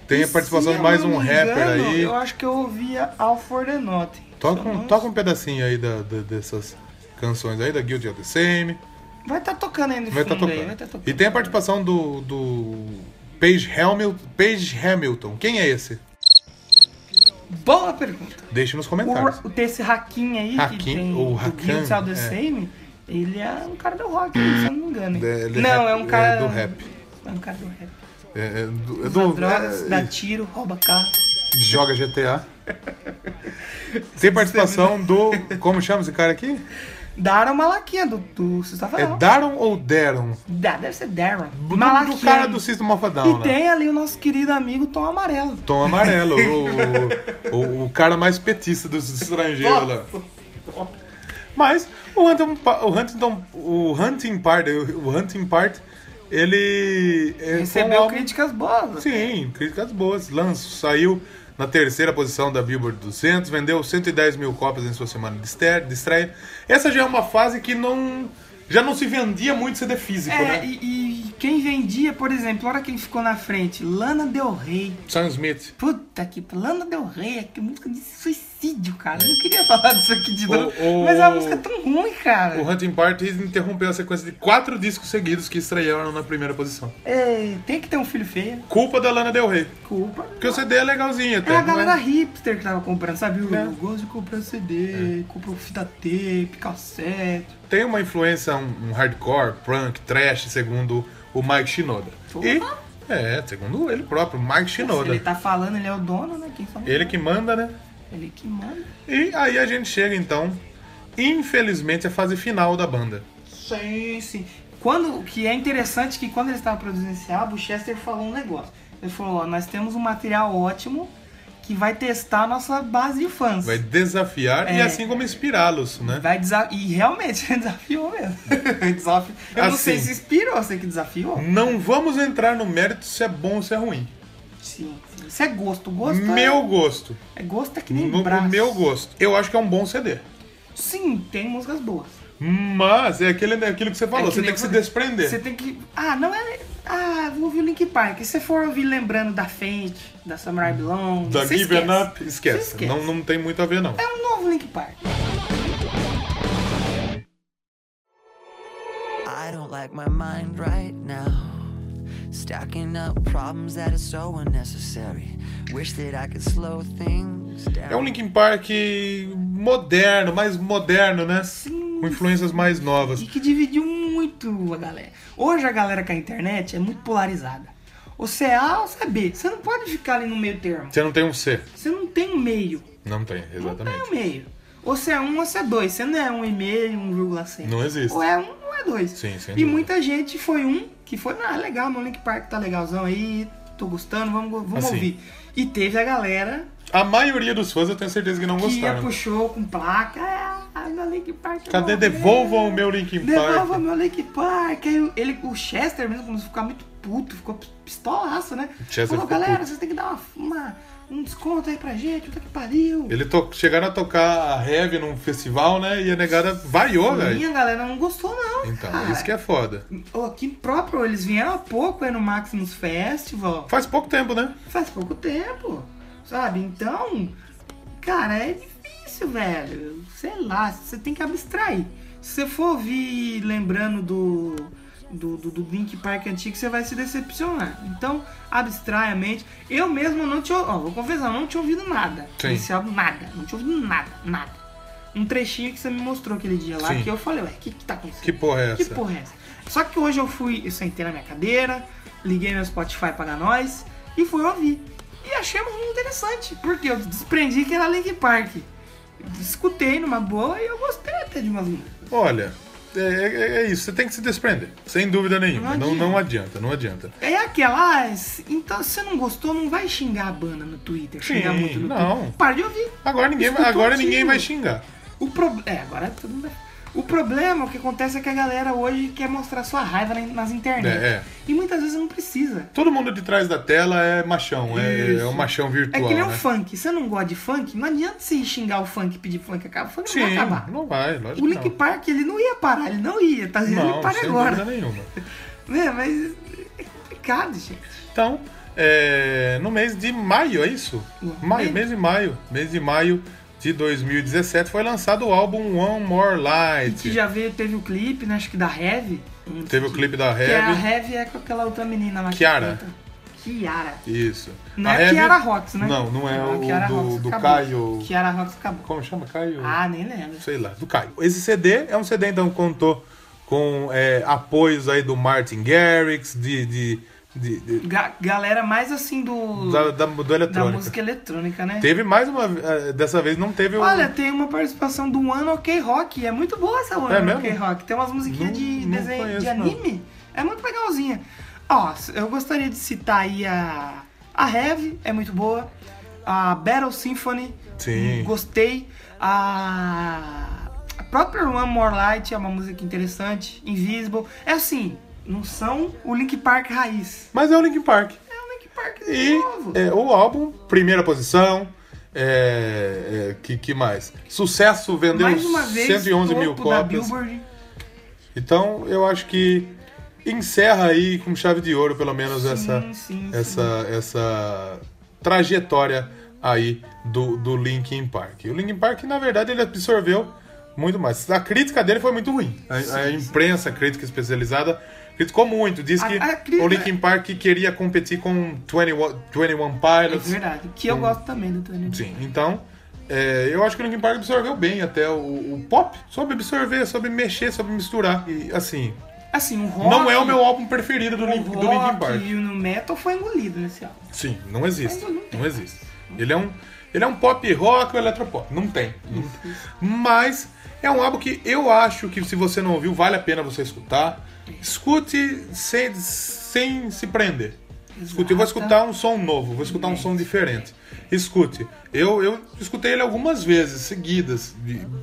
Speaker 2: Tem a
Speaker 1: se
Speaker 2: participação de
Speaker 1: eu
Speaker 2: mais
Speaker 1: não
Speaker 2: um
Speaker 1: me
Speaker 2: rapper
Speaker 1: engano,
Speaker 2: aí.
Speaker 1: Eu acho que eu ouvia All for the Nothing.
Speaker 2: Toca
Speaker 1: Se eu
Speaker 2: um,
Speaker 1: não-
Speaker 2: toca um pedacinho aí da, da- dessas canções aí, da Guilty All The Same.
Speaker 1: Vai estar tocando ainda
Speaker 2: Vai estar
Speaker 1: fundo
Speaker 2: tocando.
Speaker 1: aí, vai tá tocando.
Speaker 2: E tem a participação do, do Page, Hamil- Page Hamilton. Quem é esse?
Speaker 1: Boa pergunta.
Speaker 2: Deixe nos comentários.
Speaker 1: O, o tem esse Hakim aí, que
Speaker 2: Hakim,
Speaker 1: tem
Speaker 2: ou
Speaker 1: do
Speaker 2: Hakan,
Speaker 1: Guilty All The
Speaker 2: é.
Speaker 1: Same, ele é um cara do rock, se eu não me engano. hein?
Speaker 2: É, ele é
Speaker 1: não,
Speaker 2: rap-
Speaker 1: é um cara...
Speaker 2: é do rap.
Speaker 1: É um cara do rap.
Speaker 2: É, é do, é
Speaker 1: Usa
Speaker 2: do-
Speaker 1: drogas,
Speaker 2: é-
Speaker 1: dá tiro, rouba carro.
Speaker 2: joga GTA. Tem participação do. Como chama esse cara aqui?
Speaker 1: Daron Malaquinha, do, do
Speaker 2: É
Speaker 1: Sexta-feira.
Speaker 2: Daron ou Daron?
Speaker 1: Dá- Deve ser Darren.
Speaker 2: O nome do cara do System of a Down,
Speaker 1: E
Speaker 2: né?
Speaker 1: tem ali o nosso querido amigo Tom Amarelo.
Speaker 2: Tom Amarelo, o, o, o cara mais petista dos estrangeiros lá. Mas o Huntington, Pa- o Huntington, o Hunting Part, o Hunting Part, ele é, foi um
Speaker 1: Recebeu
Speaker 2: álbum-
Speaker 1: críticas né? boas.
Speaker 2: Sim, críticas boas. Lanço saiu na terceira posição da Billboard 200, vendeu 110 mil cópias em sua semana de estre- de estreia. Essa já é uma fase que não já não se vendia muito CD físico,
Speaker 1: É,
Speaker 2: né?
Speaker 1: e, e Quem vendia, por exemplo, olha quem ficou na frente. Lana Del Rey.
Speaker 2: Sam Smith.
Speaker 1: Puta que Lana Del Rey, é que música de suicídio, cara. Eu não queria falar disso aqui de novo.
Speaker 2: o-
Speaker 1: Mas é uma música tão ruim, cara.
Speaker 2: O Hunting Party interrompeu a sequência de quatro discos seguidos que estrearam na primeira posição.
Speaker 1: É, tem que ter um filho feio.
Speaker 2: Culpa da Lana Del Rey.
Speaker 1: Culpa.
Speaker 2: Porque o CD é legalzinho até.
Speaker 1: É a
Speaker 2: não
Speaker 1: galera hipster que tava comprando, sabe?
Speaker 2: É.
Speaker 1: Eu, eu gosto de comprar CD, compro fita tape, cassete.
Speaker 2: Tem uma influência, um, um hardcore, punk, trash, segundo o Mike Shinoda. E, é, segundo ele próprio, Mike
Speaker 1: Se
Speaker 2: Shinoda.
Speaker 1: ele
Speaker 2: Ele,
Speaker 1: tá falando, ele é o dono, né? Quem sabe?
Speaker 2: né? que manda, né?
Speaker 1: Ele que manda.
Speaker 2: E aí a gente chega, então, infelizmente, à fase final da banda.
Speaker 1: Sim, sim. Quando, o que é interessante que quando eles estavam produzindo esse álbum, o Chester falou um negócio. Ele falou, ó, nós temos um material ótimo que vai testar a nossa base de fãs.
Speaker 2: Vai desafiar e
Speaker 1: É.
Speaker 2: assim como inspirá-los, né?
Speaker 1: Vai desa- E realmente, desafiou mesmo. Desafi- Eu não sei
Speaker 2: Assim. Hum.
Speaker 1: se inspirou, eu sei que desafiou.
Speaker 2: Não vamos entrar no mérito se é bom ou se é ruim.
Speaker 1: Sim, sim. Isso é gosto. Gosto é-
Speaker 2: Meu gosto.
Speaker 1: é... gosto é que nem
Speaker 2: No,
Speaker 1: braço.
Speaker 2: no meu gosto. Eu acho que é um bom CD.
Speaker 1: Sim, tem músicas boas.
Speaker 2: Mas é aquele, é aquilo que você falou,
Speaker 1: É que
Speaker 2: você
Speaker 1: nem
Speaker 2: tem que se
Speaker 1: eu-
Speaker 2: desprender.
Speaker 1: Você tem que. Ah, não é. Ah, vou ouvir o Link Park. Se você for ouvir lembrando da Fate, da Samurai Blonde,
Speaker 2: Da
Speaker 1: você
Speaker 2: Given
Speaker 1: esquece.
Speaker 2: Up, esquece.
Speaker 1: Você esquece.
Speaker 2: Não, não tem muito a ver, não.
Speaker 1: É um novo Link Park.
Speaker 6: I don't like my mind right now. Stacking up problems that are so unnecessary. Wish that I could slow things down.
Speaker 2: É um Linkin Park moderno, mais moderno, né? Com influências mais novas.
Speaker 1: E que dividiu muito a galera. Hoje a galera com a internet é muito polarizada. Ou você é A ou você é B. Você não pode ficar ali no meio termo.
Speaker 2: Você não tem um C.
Speaker 1: Você não tem um meio.
Speaker 2: Não tem,
Speaker 1: Não tem um
Speaker 2: exatamente.
Speaker 1: meio. Ou você é um ou você é dois. Você não é um e meio, um vírgula cem.
Speaker 2: Não existe.
Speaker 1: Ou é um ou é dois.
Speaker 2: Sim, sem
Speaker 1: E
Speaker 2: dúvida.
Speaker 1: muita gente foi um que foi, ah, legal, meu Link Park tá legalzão aí, tô gostando, vamos, go- vamos
Speaker 2: Assim.
Speaker 1: ouvir. E teve a galera
Speaker 2: A maioria dos fãs eu tenho certeza que não
Speaker 1: que é ia
Speaker 2: gostaram.
Speaker 1: pro show com placa, ah, meu Link Park. eu
Speaker 2: Cadê?
Speaker 1: vou ver."
Speaker 2: Devolvam o meu Linkin
Speaker 1: Devolva
Speaker 2: Park.
Speaker 1: meu Link Park. Aí o- ele, o Chester mesmo começou a ficar muito puto, ficou pis- pistolaço, né?
Speaker 2: Chester
Speaker 1: Falou,
Speaker 2: ficou
Speaker 1: galera,
Speaker 2: puto.
Speaker 1: vocês têm que dar uma, uma- um desconto aí pra gente, puta que pariu.
Speaker 2: Ele to... chegaram a tocar a Heavy num festival, né? E a negada vaiou, velho.
Speaker 1: Minha galera não gostou, não.
Speaker 2: Então,
Speaker 1: cara.
Speaker 2: isso que é foda.
Speaker 1: Ô, Aqui próprio, eles vieram há pouco aí no Maximus Festival.
Speaker 2: Faz pouco tempo, né?
Speaker 1: Faz pouco tempo, sabe? Então, cara, é difícil, velho. Sei lá, você tem que abstrair. Se você for ouvir lembrando do. Do, do, do Link Park antigo, você vai se decepcionar. Então, abstrai a mente. Eu mesmo não tinha. Ó, vou confessar, eu não tinha ouvido nada.
Speaker 2: Sim.
Speaker 1: Esse álbum, nada. Não tinha ouvido nada, nada. Um trechinho que você me mostrou aquele dia lá,
Speaker 2: Sim.
Speaker 1: que eu falei, ué, o que, que tá acontecendo?
Speaker 2: Que porra é
Speaker 1: Que
Speaker 2: essa?
Speaker 1: porra é essa? Só que hoje eu fui, eu sentei na minha cadeira, liguei meu Spotify para nós e fui ouvir. E achei muito interessante, porque eu desprendi que era Link Park. Escutei numa boa e eu gostei até de umas músicas.
Speaker 2: Olha, é, é- é isso. Você tem que se desprender. Sem dúvida nenhuma.
Speaker 1: Não
Speaker 2: Não, não adianta, não adianta.
Speaker 1: É aquela, ah, se- então se você não gostou, não vai xingar a banda no Twitter, xingar
Speaker 2: Sim,
Speaker 1: muito no
Speaker 2: não.
Speaker 1: Twitter. Para de ouvir.
Speaker 2: Agora ninguém,
Speaker 1: Escutou
Speaker 2: agora
Speaker 1: aquilo.
Speaker 2: ninguém vai xingar.
Speaker 1: O pro... É, agora tudo bem. O problema, o que acontece é que a galera hoje quer mostrar sua raiva na- nas internet.
Speaker 2: É, é.
Speaker 1: E muitas vezes não precisa.
Speaker 2: Todo mundo de trás da tela é machão, é,
Speaker 1: Isso.
Speaker 2: é um machão
Speaker 1: É
Speaker 2: virtual.
Speaker 1: que nem o
Speaker 2: né?
Speaker 1: funk. Se você não gosta de funk, não adianta você xingar o funk e pedir pro funk acabar. O funk não
Speaker 2: Sim,
Speaker 1: vai acabar.
Speaker 2: não vai, lógico
Speaker 1: O
Speaker 2: que
Speaker 1: Link Park, ele não ia parar, ele não ia, tá? Ele
Speaker 2: não.
Speaker 1: não,
Speaker 2: Não,
Speaker 1: para
Speaker 2: sem
Speaker 1: agora.
Speaker 2: dúvida nenhuma.
Speaker 1: Né? Mas é complicado, gente.
Speaker 2: Então, é, no mês de maio, é isso?
Speaker 1: Ué,
Speaker 2: Maio,
Speaker 1: é.
Speaker 2: mês de maio. Mês de maio de 2017 foi lançado o álbum One More
Speaker 1: E que
Speaker 2: Light.
Speaker 1: já veio, teve o clipe, né? Acho que da Heavy. Um-
Speaker 2: Teve o clipe da
Speaker 1: Que a
Speaker 2: Heavy.
Speaker 1: Heavy é com aquela outra menina lá. que
Speaker 2: Kiara.
Speaker 1: canta. Kiara.
Speaker 2: Isso.
Speaker 1: Não
Speaker 2: A
Speaker 1: é
Speaker 2: Heavy-
Speaker 1: Kiara Rocks, né?
Speaker 2: Não, não é
Speaker 1: a
Speaker 2: o
Speaker 1: Kiara
Speaker 2: do-
Speaker 1: Rocks
Speaker 2: do
Speaker 1: acabou.
Speaker 2: Caio.
Speaker 1: Kiara Rocks acabou.
Speaker 2: Como chama, Caio?
Speaker 1: Ah, nem lembro.
Speaker 2: sei lá, do Caio. Esse CD é um CD, então, que contou com é, apoios aí do Martin Garrix, de, de, de- de-
Speaker 1: Ga- galera mais assim do.
Speaker 2: da, da, do
Speaker 1: da
Speaker 2: eletrônica.
Speaker 1: música eletrônica, né?
Speaker 2: Teve mais uma... eh, Dessa vez não teve o...
Speaker 1: Olha, tem uma participação do One Ok Rock. É muito boa essa One
Speaker 2: É
Speaker 1: Ok
Speaker 2: mesmo?
Speaker 1: Rock. Tem umas musiquinhas
Speaker 2: Não-
Speaker 1: de
Speaker 2: não
Speaker 1: desenho de
Speaker 2: conheço, não.
Speaker 1: anime. É muito legalzinha. Ó, eu gostaria de citar aí a. A Heavy é muito boa. A Battle Symphony.
Speaker 2: Sim.
Speaker 1: Gostei. A. A própria One More Light é uma música interessante. Invisible. É assim, não são o Link Park raiz.
Speaker 2: Mas é o Linkin Park.
Speaker 1: É o Link Park
Speaker 2: E
Speaker 1: novo.
Speaker 2: é, o álbum, primeira posição... É, é, que, que mais? Sucesso vendeu
Speaker 1: Mais uma vez,
Speaker 2: 111
Speaker 1: topo
Speaker 2: mil
Speaker 1: da
Speaker 2: cópias.
Speaker 1: Billboard.
Speaker 2: Então eu acho que encerra aí com chave de ouro, pelo menos, essa,
Speaker 1: sim, sim.
Speaker 2: essa, essa trajetória aí do, do Linkin Park. O Linkin Park, na verdade, ele absorveu muito mais. A crítica dele foi muito ruim. A, a imprensa, a crítica especializada, criticou muito. Diz
Speaker 1: A-
Speaker 2: que
Speaker 1: a crítica-
Speaker 2: o Linkin Park queria competir com 21, 21
Speaker 1: É
Speaker 2: Pilots.
Speaker 1: verdade. Que eu gosto também do Tony.
Speaker 2: Sim, então é, eu acho que o Linkin Park absorveu bem até o, o pop. Soube absorver, soube mexer, soube misturar. E assim,
Speaker 1: Assim, o rock.
Speaker 2: não é o meu álbum preferido do,
Speaker 1: o
Speaker 2: Link, do
Speaker 1: rock
Speaker 2: Linkin Park.
Speaker 1: E o nu metal foi engolido nesse álbum.
Speaker 2: Sim, não existe.
Speaker 1: Mas não tem.
Speaker 2: Não existe. Ele é um, ele é um pop rock ou eletropop. Não tem. Não tem. Mas é um álbum que eu acho que se você não ouviu, vale a pena você escutar. Escute sem, sem se prender. Escute, eu vou escutar um som novo, vou escutar um som diferente. Escute, eu, eu escutei ele algumas vezes seguidas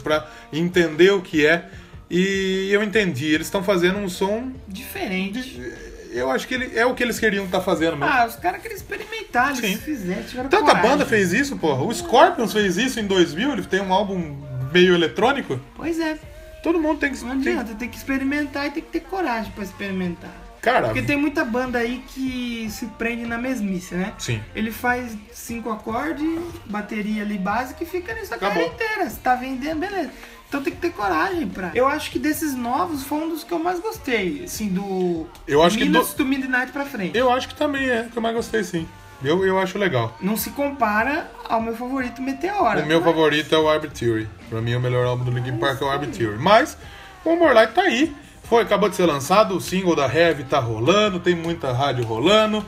Speaker 2: para entender o que é e eu entendi. Eles estão fazendo um som,
Speaker 1: Diferente.
Speaker 2: eu acho que ele, é o que eles queriam estar fazendo mesmo.
Speaker 1: Ah, os caras queriam experimentar, eles
Speaker 2: Sim.
Speaker 1: fizeram, tiveram
Speaker 2: Tanta
Speaker 1: coragem.
Speaker 2: banda fez isso, porra. O Scorpions fez isso em 2000, ele tem um álbum meio eletrônico.
Speaker 1: Pois é,
Speaker 2: Todo mundo tem que...
Speaker 1: não
Speaker 2: tem-
Speaker 1: adianta, tem que experimentar e tem que ter coragem pra experimentar.
Speaker 2: Cara,
Speaker 1: Porque tem muita banda aí que se prende na mesmice, né?
Speaker 2: Sim.
Speaker 1: Ele faz cinco acordes, bateria ali básica e fica nisso a carreira
Speaker 2: Acabou.
Speaker 1: inteira. Se tá vendendo, beleza. Então tem que ter coragem pra. Eu acho que desses novos foi um dos que eu mais gostei. Assim, do.
Speaker 2: Eu acho que
Speaker 1: Minutes
Speaker 2: do-
Speaker 1: to Midnight pra frente.
Speaker 2: eu acho que também é, que eu mais gostei, sim. Eu, eu acho legal.
Speaker 1: Não se compara ao meu favorito Meteora.
Speaker 2: O meu
Speaker 1: Mas-
Speaker 2: favorito é o Arbitrary. Pra mim, o melhor álbum do Linkin Park é o Arbitrary. Mas o Morlight tá aí. Foi, acabou de ser lançado, o single da Heavy tá rolando, tem muita rádio rolando.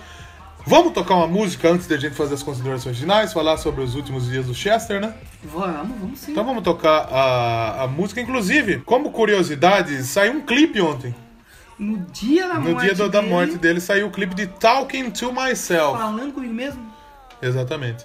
Speaker 2: Vamos tocar uma música antes da gente fazer as considerações finais, falar sobre os últimos dias do Chester, né?
Speaker 1: Vamos, vamos sim.
Speaker 2: Então vamos tocar a, a música. Inclusive, como curiosidade, saiu um clipe ontem.
Speaker 1: No dia da
Speaker 2: No
Speaker 1: morte.
Speaker 2: dia do- da
Speaker 1: dele,
Speaker 2: morte dele saiu o clipe de Talking to Myself.
Speaker 1: Falando comigo mesmo.
Speaker 2: Exatamente.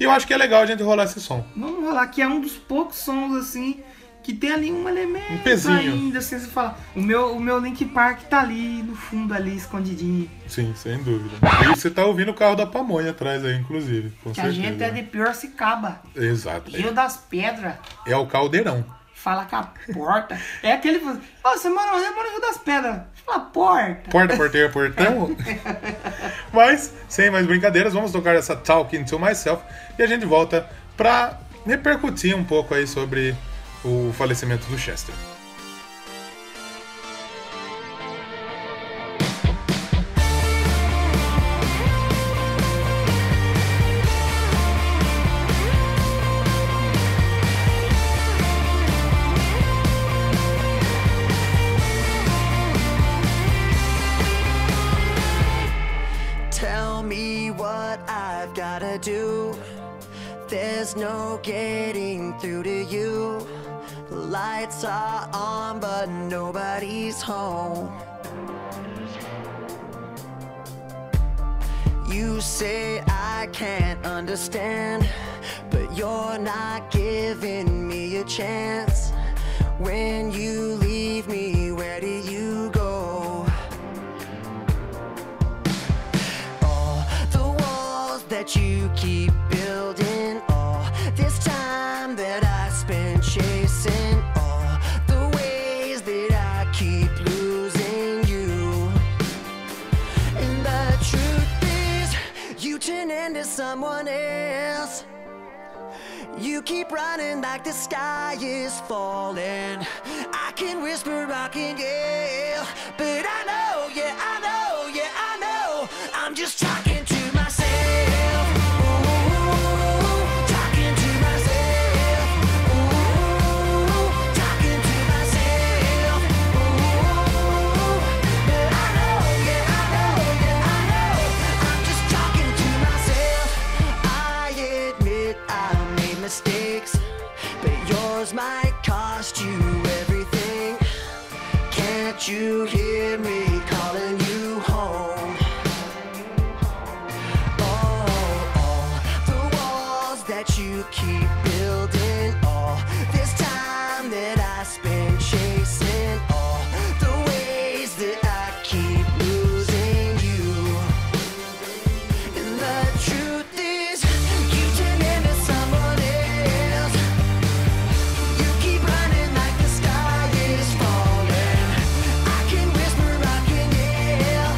Speaker 2: E eu acho que é legal a gente rolar esse som.
Speaker 1: Vamos rolar, que é um dos poucos sons assim que tem ali um elemento
Speaker 2: Um pezinho.
Speaker 1: ainda, assim, você fala. O meu, o meu Link Park tá ali no fundo ali, escondidinho.
Speaker 2: Sim, sem dúvida. E você tá ouvindo o carro da pamonha atrás aí, inclusive. Com
Speaker 1: que
Speaker 2: certeza. É.
Speaker 1: a gente é de Piracicaba.
Speaker 2: Exato.
Speaker 1: Rio das Pedras.
Speaker 2: É o caldeirão.
Speaker 1: Fala com a porta. é aquele. que fala, Ô, você mora, você mora no Rio das Pedras. Fala porta.
Speaker 2: Porta, porteira, portão. Mas, sem mais brincadeiras, vamos tocar essa Talking to Myself e a gente volta pra repercutir um pouco aí sobre o falecimento do Chester.
Speaker 6: Tell me what I've gotta do. There's no getting through to you. Lights are on, but nobody's home. You say I can't understand, but you're not giving me a chance. When you leave me, where do you go? all the walls that you keep building, all this time that I spent chasing, all the ways that I keep losing you. And the truth is, you turn into someone else. You keep running like the sky is falling. I can whisper, I can yell, but I know, yeah, I know, yeah, I know. I'm just talking to myself. Ooh, talking to myself. Ooh, talking to myself. Ooh, but I know, yeah, I know, yeah, I know. I'm just talking to myself. I admit I made mistakes, but yours might cost you everything. Can't you hear me calling you home? Oh, all the walls that you keep building, all this time that I spend chasing, all the ways that I keep losing you. And the truth is, you turn into someone else. You keep running like the sky is falling. I can whisper, I can yell.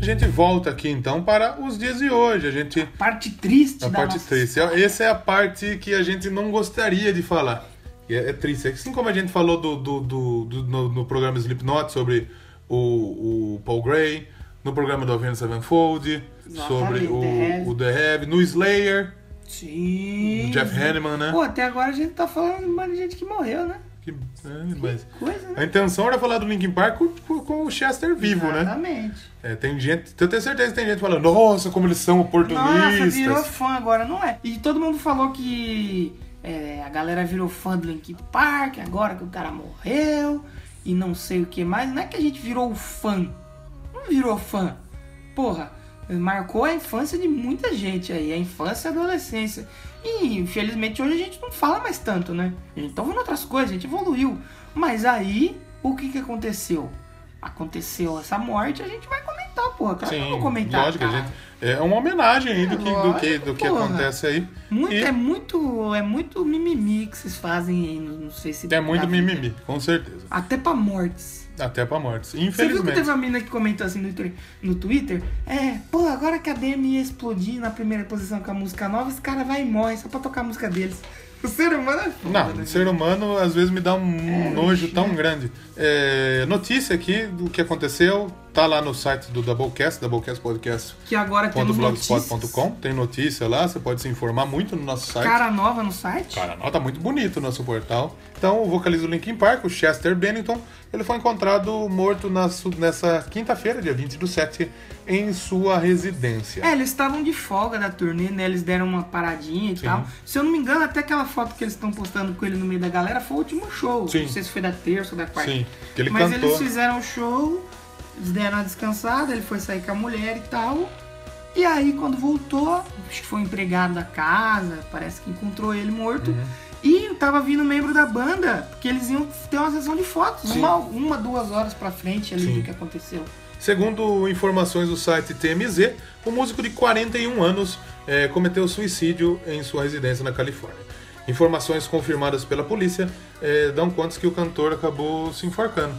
Speaker 2: gente volta aqui então para os dias de hoje. A gente.
Speaker 1: Parte triste
Speaker 2: A
Speaker 1: da
Speaker 2: parte
Speaker 1: nossa
Speaker 2: triste. Essa é a parte que a gente não gostaria de falar. E é, é triste. Assim como a gente falou do, do- do- do- no, no programa Slipknot sobre o, o Paul Gray, no programa do Avenged Sevenfold, sobre o
Speaker 1: The Have.
Speaker 2: o The Have, no Slayer,
Speaker 1: Sim.
Speaker 2: o Jeff Hanneman, né?
Speaker 1: Pô, até agora a gente tá falando de um monte de gente que morreu, né?
Speaker 2: Que- é, mas-
Speaker 1: Coisa, né?
Speaker 2: A intenção era falar do Linkin Park com- com, com o Chester vivo, né?
Speaker 1: Exatamente.
Speaker 2: É, tem gente, eu tenho certeza que tem gente falando, nossa, como eles são
Speaker 1: Nossa,
Speaker 2: oportunistas.
Speaker 1: virou fã agora, não é? E todo mundo falou que é, a galera virou fã do Linkin Park agora que o cara morreu e não sei o que mais. Não é que a gente virou fã. Não virou fã. Porra, marcou a infância de muita gente aí, a infância e a adolescência. E infelizmente hoje a gente não fala mais tanto, né? A gente tá ouvindo outras coisas, a gente evoluiu. Mas aí, o que que aconteceu? Aconteceu essa morte, a gente vai comentar, porra. Claro é que eu vou comentar. tá?
Speaker 2: lógico, a
Speaker 1: cara.
Speaker 2: gente- é uma homenagem aí do que, do que,
Speaker 1: lógico,
Speaker 2: do que
Speaker 1: porra.
Speaker 2: acontece aí.
Speaker 1: Muito,
Speaker 2: e
Speaker 1: É muito é muito mimimi que vocês fazem aí, não, não sei se...
Speaker 2: é muito mimimi, com certeza.
Speaker 1: Até pra mortes.
Speaker 2: Até pra mortes.
Speaker 1: Você viu que
Speaker 2: Infelizmente.
Speaker 1: teve uma mina que comentou assim no Twitter, no Twitter? É, pô, agora que a DM ia explodir na primeira posição com a música nova, esse cara vai e morre só pra tocar a música deles. O ser humano é foda,
Speaker 2: Não,
Speaker 1: né?
Speaker 2: o ser humano às vezes me dá um
Speaker 1: É,
Speaker 2: nojo tão grande. É, notícia aqui do que aconteceu, tá lá no site do Doublecast, Doublecast Podcast.
Speaker 1: Que agora temos
Speaker 2: .blogspot.com, tem notícia lá, você pode se informar muito no nosso site.
Speaker 1: Cara nova no site?
Speaker 2: Cara, não, tá muito bonito o nosso portal. Então, o vocalista do Linkin Park, o Chester Bennington, ele foi encontrado morto na su- nessa quinta-feira, dia 20 do 7, em sua residência.
Speaker 1: É, eles estavam de folga da turnê, né? Eles deram uma paradinha e tal. Se eu não me engano, até aquela foto que eles estão postando com ele no meio da galera foi o último show.
Speaker 2: Sim.
Speaker 1: Não sei se foi da terça ou da quarta.
Speaker 2: Sim, que ele
Speaker 1: Mas
Speaker 2: cantou.
Speaker 1: eles fizeram o show, eles deram uma descansada, ele foi sair com a mulher e tal. E aí, quando voltou, acho que foi o empregado da casa, parece que encontrou ele morto.
Speaker 2: Uhum.
Speaker 1: E tava vindo membro da banda, porque eles iam ter uma sessão de fotos, uma, uma, duas horas pra frente ali
Speaker 2: Sim.
Speaker 1: do que aconteceu.
Speaker 2: Segundo informações do site TMZ, o músico de 41 anos eh, cometeu suicídio em sua residência na Califórnia. Informações confirmadas pela polícia eh, dão contas que o cantor acabou se enforcando.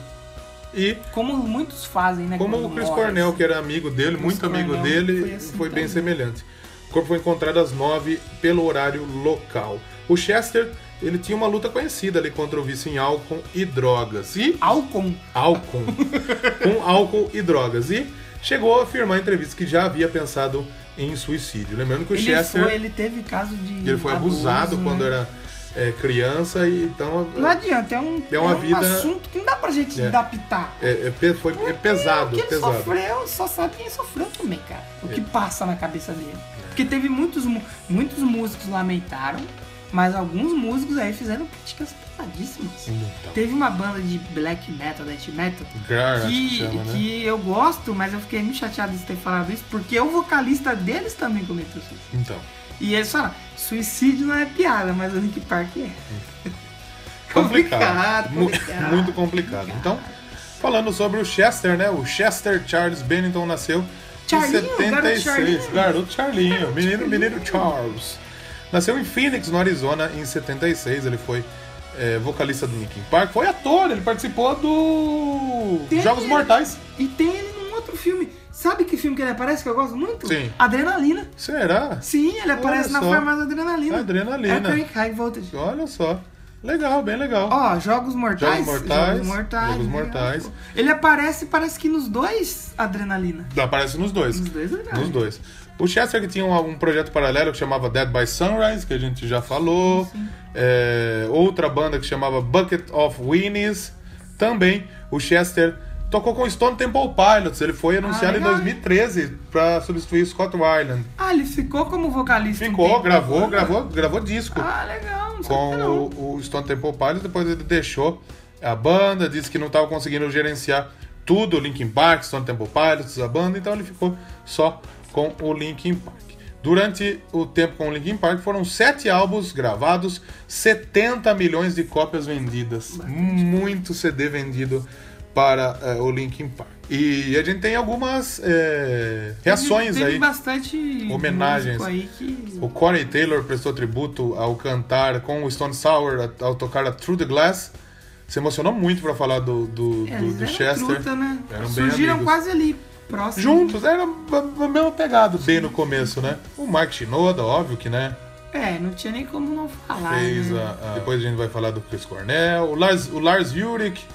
Speaker 2: E
Speaker 1: Como muitos fazem, né?
Speaker 2: Como
Speaker 1: quando
Speaker 2: o Chris
Speaker 1: morre,
Speaker 2: Cornell,
Speaker 1: assim.
Speaker 2: que era amigo dele, muito amigo
Speaker 1: Cornell
Speaker 2: dele, foi,
Speaker 1: foi assim
Speaker 2: bem
Speaker 1: também.
Speaker 2: semelhante. O corpo foi encontrado às 9 pelo horário local. O Chester, ele tinha uma luta conhecida ali contra o vício em álcool e drogas. E
Speaker 1: Alcon.
Speaker 2: álcool. com álcool e drogas. E chegou a afirmar em entrevista que já havia pensado em suicídio. Lembrando que o
Speaker 1: Ele,
Speaker 2: Chester,
Speaker 1: foi, ele teve caso de.
Speaker 2: ele foi abusado
Speaker 1: abuso,
Speaker 2: quando
Speaker 1: né?
Speaker 2: era é, criança e então
Speaker 1: Não adianta, é um,
Speaker 2: É uma
Speaker 1: é um
Speaker 2: vida-
Speaker 1: assunto que não dá pra gente
Speaker 2: É.
Speaker 1: adaptar.
Speaker 2: é, é pe- foi é pesado,
Speaker 1: o que ele
Speaker 2: pesado. É.
Speaker 1: sofreu, só sabe quem sofreu também, cara. O que passa na cabeça dele. Porque teve muitos, mu- muitos músicos lamentaram, mas alguns músicos aí fizeram críticas pesadíssimas.
Speaker 2: Então,
Speaker 1: Teve uma banda de black metal, death metal,
Speaker 2: Gar, acho que
Speaker 1: que,
Speaker 2: chama, né?
Speaker 1: que eu gosto, mas eu fiquei muito chateado de ter falado isso, porque o vocalista deles também cometeu suicídio.
Speaker 2: Então.
Speaker 1: E eles falaram, suicídio não é piada, mas o Link Park é.
Speaker 2: complicado.
Speaker 1: Complicado,
Speaker 2: Mu-
Speaker 1: complicado.
Speaker 2: Muito complicado. Então, falando sobre o Chester, né? O Chester Charles Bennington nasceu
Speaker 1: Charlinho,
Speaker 2: em
Speaker 1: garoto
Speaker 2: 76.
Speaker 1: Charlinho.
Speaker 2: Garoto Charlinho, menino, menino Charles. Nasceu em Phoenix, no Arizona, em 76. Ele foi é, vocalista do Linkin Park. Foi ator, ele participou do
Speaker 1: Tem-
Speaker 2: Jogos Mortais.
Speaker 1: E tem ele num outro filme. Sabe que filme que ele aparece que eu gosto muito?
Speaker 2: Sim.
Speaker 1: Adrenalina.
Speaker 2: Será?
Speaker 1: Sim, ele aparece na
Speaker 2: só.
Speaker 1: farmácia Adrenalina.
Speaker 2: Adrenalina.
Speaker 1: É Crank High Voltage.
Speaker 2: Olha só. Legal, bem legal.
Speaker 1: Ó, Jogos Mortais.
Speaker 2: Jogos Mortais,
Speaker 1: Jogos Mortais.
Speaker 2: Jogos
Speaker 1: legal.
Speaker 2: Mortais.
Speaker 1: Ele aparece, parece que nos dois Adrenalina.
Speaker 2: Aparece nos dois.
Speaker 1: Nos dois, é verdade.
Speaker 2: Nos dois. O Chester que tinha um, um projeto paralelo que chamava Dead by Sunrise, que a gente já falou. É, outra banda que chamava Bucket of Winnies. Também o Chester tocou com o Stone Temple Pilots. Ele foi anunciado em
Speaker 1: Ah, legal.
Speaker 2: 2013 para substituir Scott Weiland.
Speaker 1: Ah, ele ficou como vocalista. um
Speaker 2: Ficou,
Speaker 1: tempo.
Speaker 2: gravou, gravou, gravou disco
Speaker 1: Ah, legal. Não
Speaker 2: com
Speaker 1: sabia não.
Speaker 2: o, o Stone Temple Pilots, depois ele deixou a banda, disse que não estava conseguindo gerenciar tudo, o Linkin Park, Stone Temple Pilots, a banda, então ele ficou só com o Linkin Park. Durante o tempo com o Linkin Park foram sete álbuns gravados, 70 milhões de cópias vendidas, muito CD vendido para eh, o Linkin Park. E a gente tem algumas eh, reações
Speaker 1: teve, teve
Speaker 2: aí.
Speaker 1: bastante
Speaker 2: homenagens.
Speaker 1: músico aí que...
Speaker 2: O Corey Taylor prestou tributo ao cantar com o Stone Sour, a- ao tocar a Through the Glass. Se emocionou muito pra falar do, do,
Speaker 1: É,
Speaker 2: do-
Speaker 1: eles
Speaker 2: do
Speaker 1: eram
Speaker 2: Chester.
Speaker 1: truta, né?
Speaker 2: Eram bem
Speaker 1: Surgiram
Speaker 2: amigos.
Speaker 1: quase ali, próximo.
Speaker 2: Juntos, era a a mesma pegada bem no começo, né? O Mike Shinoda, óbvio que, né?
Speaker 1: É, não tinha nem como não falar.
Speaker 2: Fez
Speaker 1: né?
Speaker 2: a, a- Depois a gente vai falar do Chris Cornell. O Lars, o Lars Ulrich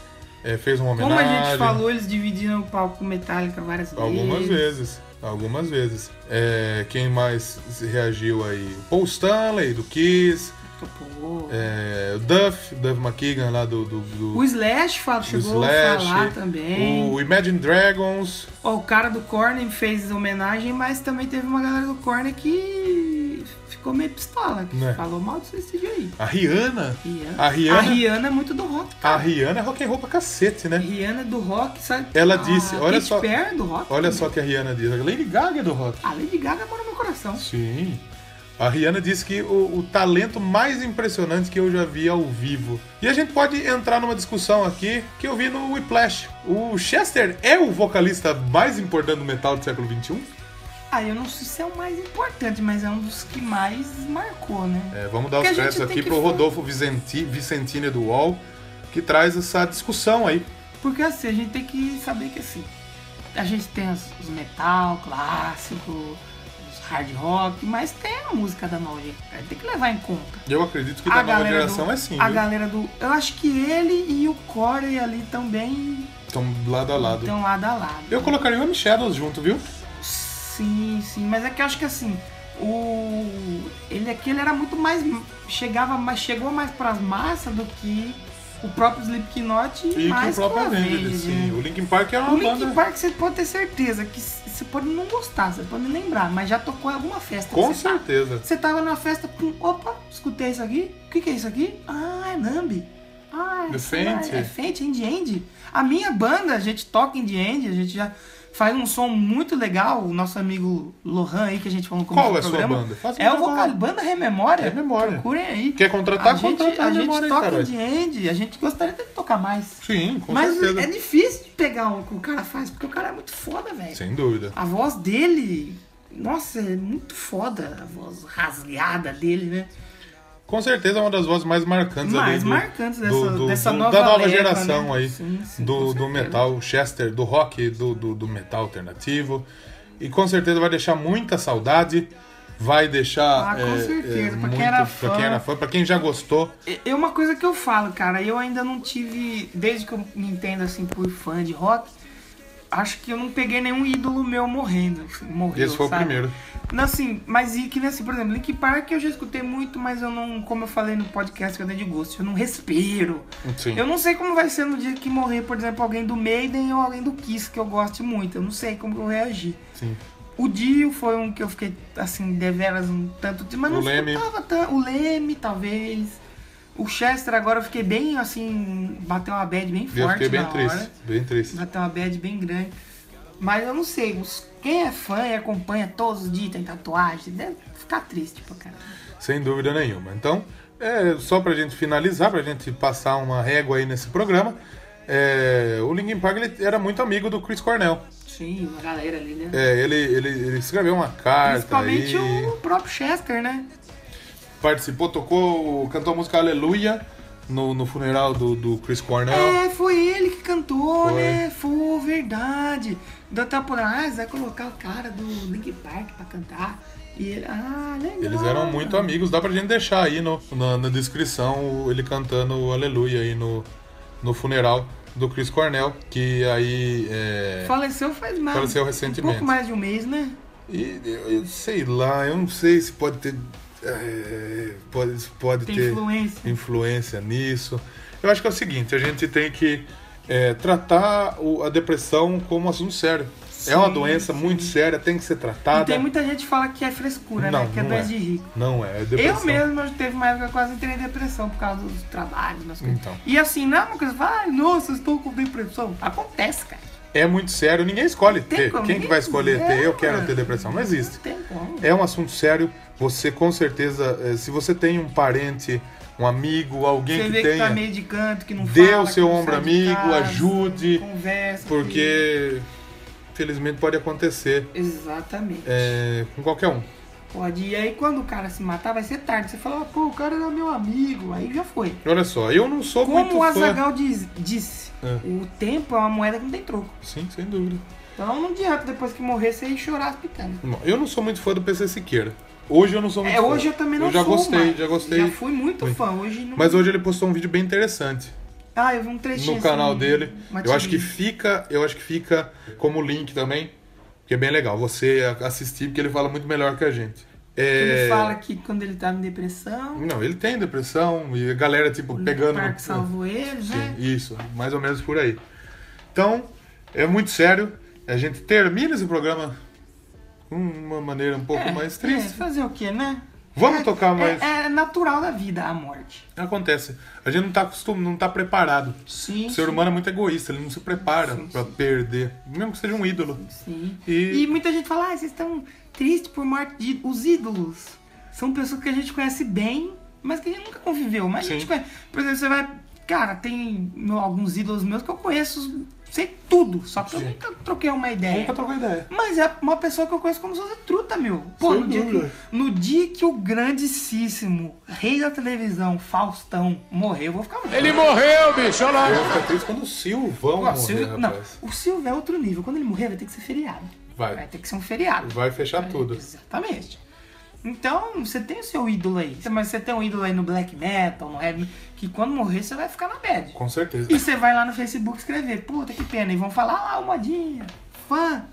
Speaker 2: eh, fez uma
Speaker 1: Como
Speaker 2: homenagem.
Speaker 1: a gente falou, eles dividiram o palco com Metallica várias vezes.
Speaker 2: Algumas vezes. Algumas vezes. Eh, quem mais se reagiu aí? O Paul Stanley, do Kiss.
Speaker 1: Topou.
Speaker 2: eh, o Duff, Duff McKagan lá do. do, do-
Speaker 1: O Slash fala,
Speaker 2: do
Speaker 1: chegou a falar também.
Speaker 2: o Imagine Dragons,
Speaker 1: Ó, o cara do Korn fez homenagem, mas também teve uma galera do Korn que ficou meio pistola, que
Speaker 2: Né.
Speaker 1: falou mal do Suicide aí.
Speaker 2: a Rihanna.
Speaker 1: Rihanna.
Speaker 2: A Rihanna-
Speaker 1: A Rihanna é muito do rock,
Speaker 2: A
Speaker 1: cara.
Speaker 2: Rihanna é rock and roll pra cacete,
Speaker 1: A
Speaker 2: né?
Speaker 1: Rihanna é do rock, sabe?
Speaker 2: Ela
Speaker 1: A
Speaker 2: disse, olha
Speaker 1: Katy
Speaker 2: só-
Speaker 1: Perry é do rock.
Speaker 2: Olha só o que a Rihanna diz. A Lady Gaga é do rock.
Speaker 1: A Lady Gaga mora no meu coração.
Speaker 2: Sim. A Rihanna disse que o, o talento mais impressionante que eu já vi ao vivo. E a gente pode entrar numa discussão aqui que eu vi no Whiplash. O Chester é o vocalista mais importante do metal do século um? XXI?
Speaker 1: Ah, eu não sei se é o mais importante, mas é um dos que mais marcou, né?
Speaker 2: É, vamos dar
Speaker 1: Porque
Speaker 2: os
Speaker 1: a gente
Speaker 2: créditos
Speaker 1: tem
Speaker 2: aqui
Speaker 1: que
Speaker 2: pro
Speaker 1: falar.
Speaker 2: Rodolfo Vicenti, Vicentini do UOL, que traz essa discussão aí.
Speaker 1: Porque assim, a gente tem que saber que assim, a gente tem os, os metal clássico, os hard rock, mas tem a música da nova geração, tem que levar em conta.
Speaker 2: E Eu acredito que da nova geração
Speaker 1: do,
Speaker 2: é sim,
Speaker 1: a
Speaker 2: viu?
Speaker 1: galera do. Eu acho que ele e o Corey ali também
Speaker 2: Estão lado a lado.
Speaker 1: estão lado a lado.
Speaker 2: Eu colocaria o Amy Shadows junto, viu?
Speaker 1: Sim, sim, mas é que eu acho que assim, o. Ele aqui ele era muito mais. Chegava, mais chegou mais pras massas do que o próprio Slipknot
Speaker 2: E que o
Speaker 1: mais com
Speaker 2: próprio
Speaker 1: a
Speaker 2: Avenged,
Speaker 1: Avenged, né?
Speaker 2: sim. O Linkin Park é uma
Speaker 1: O
Speaker 2: banda...
Speaker 1: Linkin Park você pode ter certeza que c- você pode não gostar, você pode lembrar, mas já tocou em alguma festa. que
Speaker 2: Com
Speaker 1: você tá.
Speaker 2: certeza.
Speaker 1: Você tava numa festa, pum, opa, escutei isso aqui. O que, que é isso aqui? Ah, é Nambi. Ah,
Speaker 2: The
Speaker 1: é sei lá,
Speaker 2: Faint.
Speaker 1: É Fenty, Indie End. A minha banda, a gente toca Indie End, a gente já faz um som muito legal. O nosso amigo Lohan aí, que a gente falou no começo
Speaker 2: Qual
Speaker 1: do
Speaker 2: é a sua
Speaker 1: programa,
Speaker 2: banda? Faça um
Speaker 1: É o
Speaker 2: trabalho.
Speaker 1: vocal, banda Rememória.
Speaker 2: Rememória.
Speaker 1: Procurem aí.
Speaker 2: Quer contratar?
Speaker 1: A gente,
Speaker 2: Contrata a
Speaker 1: a gente
Speaker 2: Rememória aí,
Speaker 1: toca
Speaker 2: caralho.
Speaker 1: Indie End, a gente gostaria de tocar mais.
Speaker 2: Sim, com
Speaker 1: Mas
Speaker 2: certeza.
Speaker 1: é difícil de pegar o que o cara faz, porque o cara é muito foda, velho.
Speaker 2: Sem dúvida.
Speaker 1: A voz dele, nossa, é muito foda a voz rasgada dele, né?
Speaker 2: Com certeza é uma das vozes mais marcantes
Speaker 1: Mais
Speaker 2: ali do-
Speaker 1: marcantes dessa-
Speaker 2: do- do-
Speaker 1: dessa
Speaker 2: do-
Speaker 1: nova
Speaker 2: da nova
Speaker 1: leva,
Speaker 2: geração
Speaker 1: né?
Speaker 2: aí
Speaker 1: Sim, sim, com
Speaker 2: do, do
Speaker 1: certeza.
Speaker 2: metal Chester, do rock, do, do, do metal alternativo. E com certeza vai deixar muita saudade. Vai deixar. é,
Speaker 1: Ah, com certeza, pra quem era fã.
Speaker 2: pra quem era fã, pra quem já gostou.
Speaker 1: É- É uma coisa que eu falo, cara, eu ainda não tive, desde que eu me entendo assim por fã de rock, acho que eu não peguei nenhum ídolo meu morrendo. assim, morreu,
Speaker 2: Esse foi o
Speaker 1: sabe?
Speaker 2: primeiro.
Speaker 1: Não, assim, mas e que nem assim, por exemplo, Link Park eu já escutei muito, mas eu não, como eu falei no podcast que eu dei de gosto, eu não respiro.
Speaker 2: Sim.
Speaker 1: Eu não sei como vai ser no dia que morrer, por exemplo, alguém do Maiden ou alguém do Kiss que eu goste muito. Eu não sei como eu vou reagir.
Speaker 2: Sim.
Speaker 1: O Dio foi um que eu fiquei, assim, deveras um tanto... Mas
Speaker 2: O
Speaker 1: não
Speaker 2: Leme.
Speaker 1: escutava tanto. O Leme, talvez. O Chester agora eu fiquei bem, assim... Bateu uma bad bem
Speaker 2: E eu
Speaker 1: forte
Speaker 2: fiquei bem
Speaker 1: na
Speaker 2: triste.
Speaker 1: hora.
Speaker 2: Bem triste.
Speaker 1: Bateu uma bad bem grande. Mas eu não sei, os- quem é fã e acompanha todos os dias, tem tatuagem, deve ficar triste, pô, cara.
Speaker 2: Sem dúvida nenhuma. Então, é, só pra gente finalizar, pra gente passar uma régua aí nesse programa, é, o Linkin Park ele era muito amigo do Chris Cornell.
Speaker 1: Sim, uma galera ali, né?
Speaker 2: É, tá ele, ele, ele escreveu uma carta.
Speaker 1: Principalmente
Speaker 2: e
Speaker 1: o próprio Chester, né?
Speaker 2: Participou, tocou, cantou a música Aleluia no, no funeral do, do Chris Cornell.
Speaker 1: É, foi ele que cantou,
Speaker 2: Foi.
Speaker 1: né? Foi verdade. Da temporada, vai colocar o cara do Link Park pra cantar. E ele, ah, legal.
Speaker 2: Eles eram muito amigos, dá pra gente deixar aí no, na, na descrição o- ele cantando o Aleluia aí no, no funeral do Chris Cornell, que aí é,
Speaker 1: Faleceu faz mais.
Speaker 2: Faleceu
Speaker 1: Um
Speaker 2: recentemente.
Speaker 1: pouco mais de um mês, né?
Speaker 2: E eu, eu sei lá, eu não sei se pode ter. é, pode pode
Speaker 1: Tem
Speaker 2: ter
Speaker 1: influência.
Speaker 2: influência nisso. Eu acho que é o seguinte: a gente tem que é, tratar o- a depressão como um assunto sério. é uma doença muito séria, tem que ser
Speaker 1: E
Speaker 2: tratada.
Speaker 1: tem muita gente que fala que é frescura,
Speaker 2: não,
Speaker 1: né? Que é
Speaker 2: não
Speaker 1: doença de rico.
Speaker 2: Não é, é depressão.
Speaker 1: Eu mesmo eu teve uma época que eu quase entrei em depressão por causa dos trabalhos, nas coisas.
Speaker 2: Então.
Speaker 1: E assim, não é uma coisa, vai, nossa, eu estou com depressão. Acontece, cara.
Speaker 2: É muito sério, ninguém escolhe
Speaker 1: Tem
Speaker 2: ter.
Speaker 1: como,
Speaker 2: Quem que vai
Speaker 1: ninguém-
Speaker 2: escolher ter? Eu
Speaker 1: É,
Speaker 2: quero
Speaker 1: mano.
Speaker 2: ter depressão. Não existe.
Speaker 1: Não tem como.
Speaker 2: É um assunto sério. Você com certeza, eh, se você tem um parente, um amigo, alguém
Speaker 1: Você
Speaker 2: que
Speaker 1: vê que
Speaker 2: tenha.
Speaker 1: tá meio de canto, que não
Speaker 2: Dê
Speaker 1: fala,
Speaker 2: o seu
Speaker 1: que não
Speaker 2: ombro
Speaker 1: sai de
Speaker 2: amigo,
Speaker 1: casa,
Speaker 2: ajude,
Speaker 1: Conversa.
Speaker 2: Porque, felizmente, pode acontecer
Speaker 1: que- Exatamente.
Speaker 2: é, com qualquer um.
Speaker 1: Pode. E aí quando o cara se matar, vai ser tarde. Você fala, "Ah, pô, o cara era meu amigo. Aí já foi.
Speaker 2: Olha só, eu não sou
Speaker 1: Como
Speaker 2: muito
Speaker 1: o
Speaker 2: fã...
Speaker 1: Azagal diz, disse,
Speaker 2: É.
Speaker 1: o tempo é uma moeda que não tem troco.
Speaker 2: Sim, sem dúvida.
Speaker 1: Então não adianta depois que morrer você ir chorar as pitanas.
Speaker 2: Bom, Eu não sou muito fã do PC Siqueira. Hoje eu não sou muito
Speaker 1: É,
Speaker 2: fã.
Speaker 1: hoje eu também não
Speaker 2: já
Speaker 1: sou,
Speaker 2: gostei,
Speaker 1: mas
Speaker 2: já gostei.
Speaker 1: Já fui muito
Speaker 2: Muito.
Speaker 1: fã, hoje não.
Speaker 2: Mas hoje ele postou um vídeo bem interessante
Speaker 1: Ah, eu vi um trechinho.
Speaker 2: no canal
Speaker 1: assim,
Speaker 2: dele.
Speaker 1: uma
Speaker 2: Eu acho que
Speaker 1: tirinha.
Speaker 2: fica, eu acho que fica como link também, que é bem legal você a- assistir porque ele fala muito melhor que a gente. É,
Speaker 1: Ele fala que quando ele tava em depressão,
Speaker 2: Não, ele tem depressão e a galera tipo
Speaker 1: o
Speaker 2: pegando
Speaker 1: Parque salvou ele,
Speaker 2: Sim,
Speaker 1: né?
Speaker 2: isso, mais ou menos por aí. Então, é muito sério. A gente termina esse programa com uma maneira um pouco
Speaker 1: É,
Speaker 2: mais
Speaker 1: é,
Speaker 2: triste.
Speaker 1: fazer o quê, né?
Speaker 2: Vamos
Speaker 1: É-
Speaker 2: tocar
Speaker 1: é-
Speaker 2: mais.
Speaker 1: É, natural da vida a morte.
Speaker 2: Acontece. A gente não tá acostumado, não tá preparado.
Speaker 1: Sim.
Speaker 2: O ser humano é muito egoísta, ele não se prepara
Speaker 1: Sim,
Speaker 2: pra
Speaker 1: sim.
Speaker 2: perder, mesmo que seja um ídolo.
Speaker 1: Sim.
Speaker 2: E-
Speaker 1: E... muita gente fala, ah, vocês estão tristes por morte de os ídolos. São pessoas que a gente conhece bem, mas que a gente nunca conviveu. Mas a
Speaker 2: Sim.
Speaker 1: gente conhece. Por exemplo, você vai. Cara, tem meu- alguns ídolos meus que eu conheço, sei tudo, só que eu nunca troquei uma ideia.
Speaker 2: Nunca trocou ideia.
Speaker 1: Mas é uma pessoa que eu conheço como se fosse truta, meu. Pô,
Speaker 2: Sem
Speaker 1: no dia,
Speaker 2: dúvida.
Speaker 1: que, no dia que o grandíssimo rei da televisão, Faustão, morreu, eu vou ficar muito. Ele
Speaker 2: Eu ia ficar triste quando o Silvão morrer,
Speaker 1: Ah, não,
Speaker 2: rapaz.
Speaker 1: o Silvio é outro nível. Quando ele morrer, vai ter que ser feriado.
Speaker 2: Vai.
Speaker 1: Vai ter que ser um feriado.
Speaker 2: Vai
Speaker 1: É,
Speaker 2: fechar tudo.
Speaker 1: Exatamente. Então, você tem o seu ídolo aí. Mas você tem um ídolo aí no black metal, no heavy, que quando morrer, você vai ficar na bad.
Speaker 2: Com certeza.
Speaker 1: E você vai lá no Facebook escrever, puta que pena, e vão falar, ah, o modinha, fã.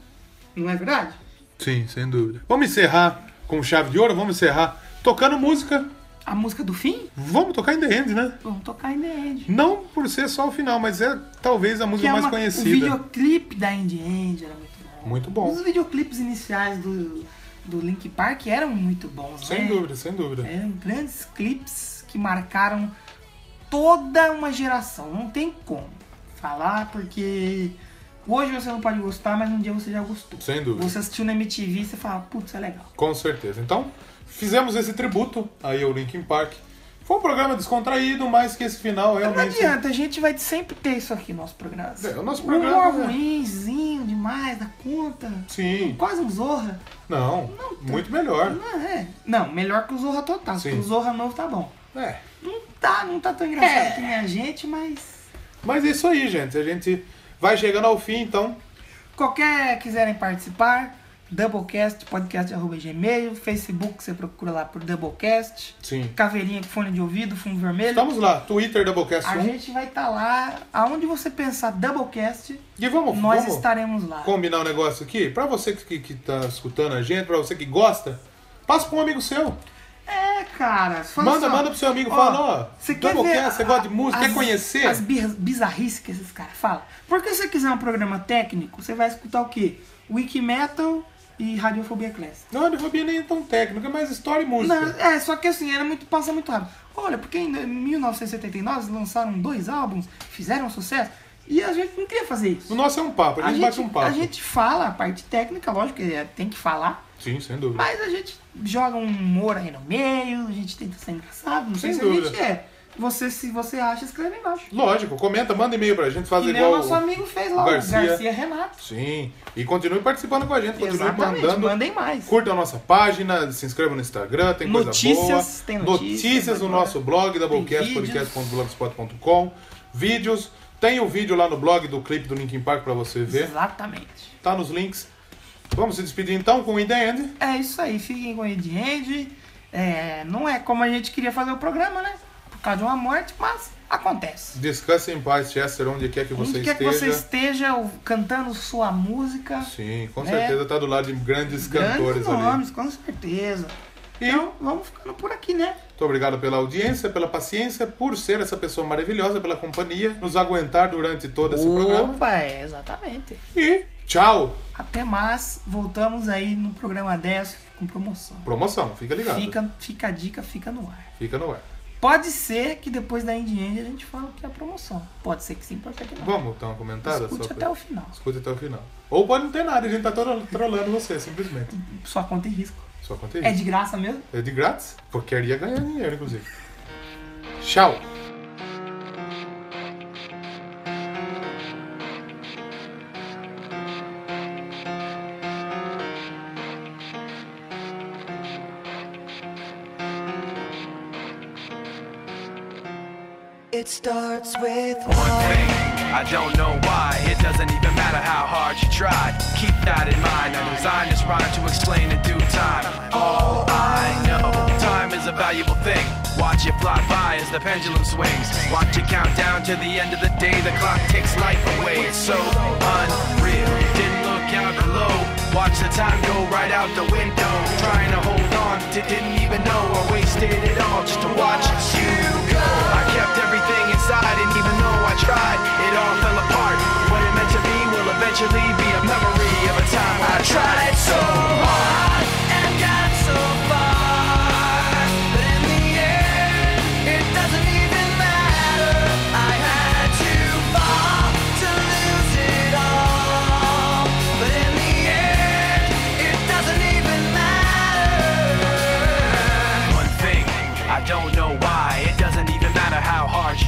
Speaker 1: Não é verdade?
Speaker 2: Sim, sem dúvida. Vamos encerrar com chave de ouro, vamos encerrar tocando música.
Speaker 1: A música do fim?
Speaker 2: Vamos tocar em The End, né?
Speaker 1: Vamos tocar em The End.
Speaker 2: Não por ser só o final, mas é talvez a música
Speaker 1: é
Speaker 2: mais
Speaker 1: uma-
Speaker 2: conhecida.
Speaker 1: O videoclipe da Indie End era muito bom.
Speaker 2: Muito bom.
Speaker 1: Os videoclipes iniciais do, do Link Park eram muito bons,
Speaker 2: Sem
Speaker 1: né?
Speaker 2: dúvida, sem dúvida.
Speaker 1: Eram grandes clipes que marcaram toda uma geração. Não tem como falar, porque hoje você não pode gostar, mas um dia você já gostou.
Speaker 2: Sem dúvida.
Speaker 1: Você assistiu na MTV e você fala, putz, é legal.
Speaker 2: Com certeza. Então, fizemos esse tributo aí ao Linkin Park. Foi um programa descontraído, mas que esse final
Speaker 1: Não
Speaker 2: realmente.
Speaker 1: adianta, a gente vai sempre ter isso aqui no nosso programa.
Speaker 2: É, o nosso
Speaker 1: Humor
Speaker 2: programa, né?
Speaker 1: ruimzinho demais, da conta.
Speaker 2: Sim.
Speaker 1: Quase um Zorra.
Speaker 2: Não. Muito melhor.
Speaker 1: Não, é. Não, melhor que o Zorra Total.
Speaker 2: Sim.
Speaker 1: porque O Zorra novo tá bom.
Speaker 2: É.
Speaker 1: Não tá, não tá tão engraçado que nem a gente, mas.
Speaker 2: Mas é isso aí, gente. A gente vai chegando ao fim, então.
Speaker 1: Qualquer quiserem participar, Doublecast, podcast.gmail, Facebook, você procura lá por Doublecast.
Speaker 2: Sim.
Speaker 1: Caveirinha com fone de ouvido, fundo vermelho.
Speaker 2: Estamos lá, Twitter Doublecast
Speaker 1: a
Speaker 2: 1.
Speaker 1: gente vai estar lá. Aonde você pensar Doublecast,
Speaker 2: E vamos,
Speaker 1: nós
Speaker 2: vamos
Speaker 1: estaremos lá.
Speaker 2: combinar um negócio aqui. Pra você que, que tá escutando a gente, pra você que gosta, passa pra um amigo seu.
Speaker 1: É, cara. fala
Speaker 2: Manda,
Speaker 1: só.
Speaker 2: manda pro seu amigo, fala, ó,
Speaker 1: você quer ver
Speaker 2: Doublecast, você
Speaker 1: a-
Speaker 2: gosta de música,
Speaker 1: as-
Speaker 2: quer conhecer?
Speaker 1: As bi- bizarrices que esses caras falam. Porque se você quiser um programa técnico, você vai escutar o quê? Wikimetal e Radiofobia Classic.
Speaker 2: Não, a fobia nem é tão técnica, mas história e música.
Speaker 1: Não, é, só que assim, era muito, passa muito rápido. Olha, porque em 1979 eles lançaram dois álbuns, fizeram sucesso, e a gente não queria fazer
Speaker 2: O
Speaker 1: isso.
Speaker 2: nosso é um papo, a gente, bate um papo.
Speaker 1: a gente fala a parte técnica, lógico que é, tem que falar,
Speaker 2: Sim, sem dúvida.
Speaker 1: mas a gente joga um humor aí no meio, a gente tenta ser engraçado, não sei
Speaker 2: Sem
Speaker 1: se
Speaker 2: dúvida.
Speaker 1: a gente é. Você, se você acha, escreve aí embaixo.
Speaker 2: Lógico, comenta, manda e-mail pra gente, faz
Speaker 1: Que nem
Speaker 2: igual.
Speaker 1: é o nosso amigo fez lá,
Speaker 2: Garcia.
Speaker 1: o Garcia Renato.
Speaker 2: Sim, e continue participando com a gente, continue
Speaker 1: Exatamente,
Speaker 2: mandando.
Speaker 1: mandem mais.
Speaker 2: Curta a nossa página, se inscreva no Instagram, tem
Speaker 1: Notícias,
Speaker 2: coisa boa.
Speaker 1: tem notícias
Speaker 2: no
Speaker 1: agora.
Speaker 2: nosso
Speaker 1: Tem
Speaker 2: blog,
Speaker 1: vídeos.
Speaker 2: doublecastpodcast.blogspot.com. Vídeos, tem o vídeo lá no blog do clipe do Linkin Park pra você ver.
Speaker 1: Exatamente.
Speaker 2: Tá nos links. Vamos se despedir então com o In The End.
Speaker 1: É isso aí, fiquem com o Ed End. É, não é como a gente queria fazer o programa, né? Por causa de uma morte, mas acontece.
Speaker 2: Descanse em paz, Chester, onde quer que você
Speaker 1: Onde quer que
Speaker 2: esteja.
Speaker 1: você esteja ou- cantando sua música,
Speaker 2: Sim, com
Speaker 1: Né?
Speaker 2: certeza tá do lado de grandes
Speaker 1: grandes
Speaker 2: cantores ali.
Speaker 1: nomes, com certeza.
Speaker 2: E
Speaker 1: Então, vamos ficando por aqui, né?
Speaker 2: muito obrigado pela audiência, pela paciência, por ser essa pessoa maravilhosa, pela companhia, nos aguentar durante todo esse programa.
Speaker 1: Opa, é, exatamente.
Speaker 2: E tchau!
Speaker 1: Até mais, voltamos aí no programa 10 com promoção.
Speaker 2: Promoção, fica ligado.
Speaker 1: Fica, fica a dica, fica no ar.
Speaker 2: Fica no ar.
Speaker 1: Pode ser que depois da Indie End a gente fale o que é promoção. Pode ser que sim, pode ser que não.
Speaker 2: Vamos dar uma comentada?
Speaker 1: Escute
Speaker 2: só
Speaker 1: até o final.
Speaker 2: Escute até o final. Ou pode não ter nada, a gente tá todo trolando você, simplesmente.
Speaker 1: Sua conta em risco.
Speaker 2: Só acontece.
Speaker 1: É de graça mesmo?
Speaker 2: É de grátis? Porque ia ganhar dinheiro, inclusive. Tchau!
Speaker 6: It starts with
Speaker 5: I don't know why it doesn't doesn't even matter how hard you tried. Keep that in mind. I designed this rhyme to explain in due time. All I know, time is a valuable thing. Watch it fly by as the pendulum swings. Watch it count down to the end of the day. The clock takes life away. It's so unreal. Didn't look out below. Watch the time go right out the window. Trying to hold on to didn't even know I wasted it all just to watch you go. I kept everything inside, and even though I tried, it all fell apart. What it meant to be will eventually be a memory of a time I tried so hard and got so far. But in the end, it doesn't even matter. I had to fall to lose it all. But in the end, it doesn't even matter. One thing, I don't know why. It doesn't even matter how hard you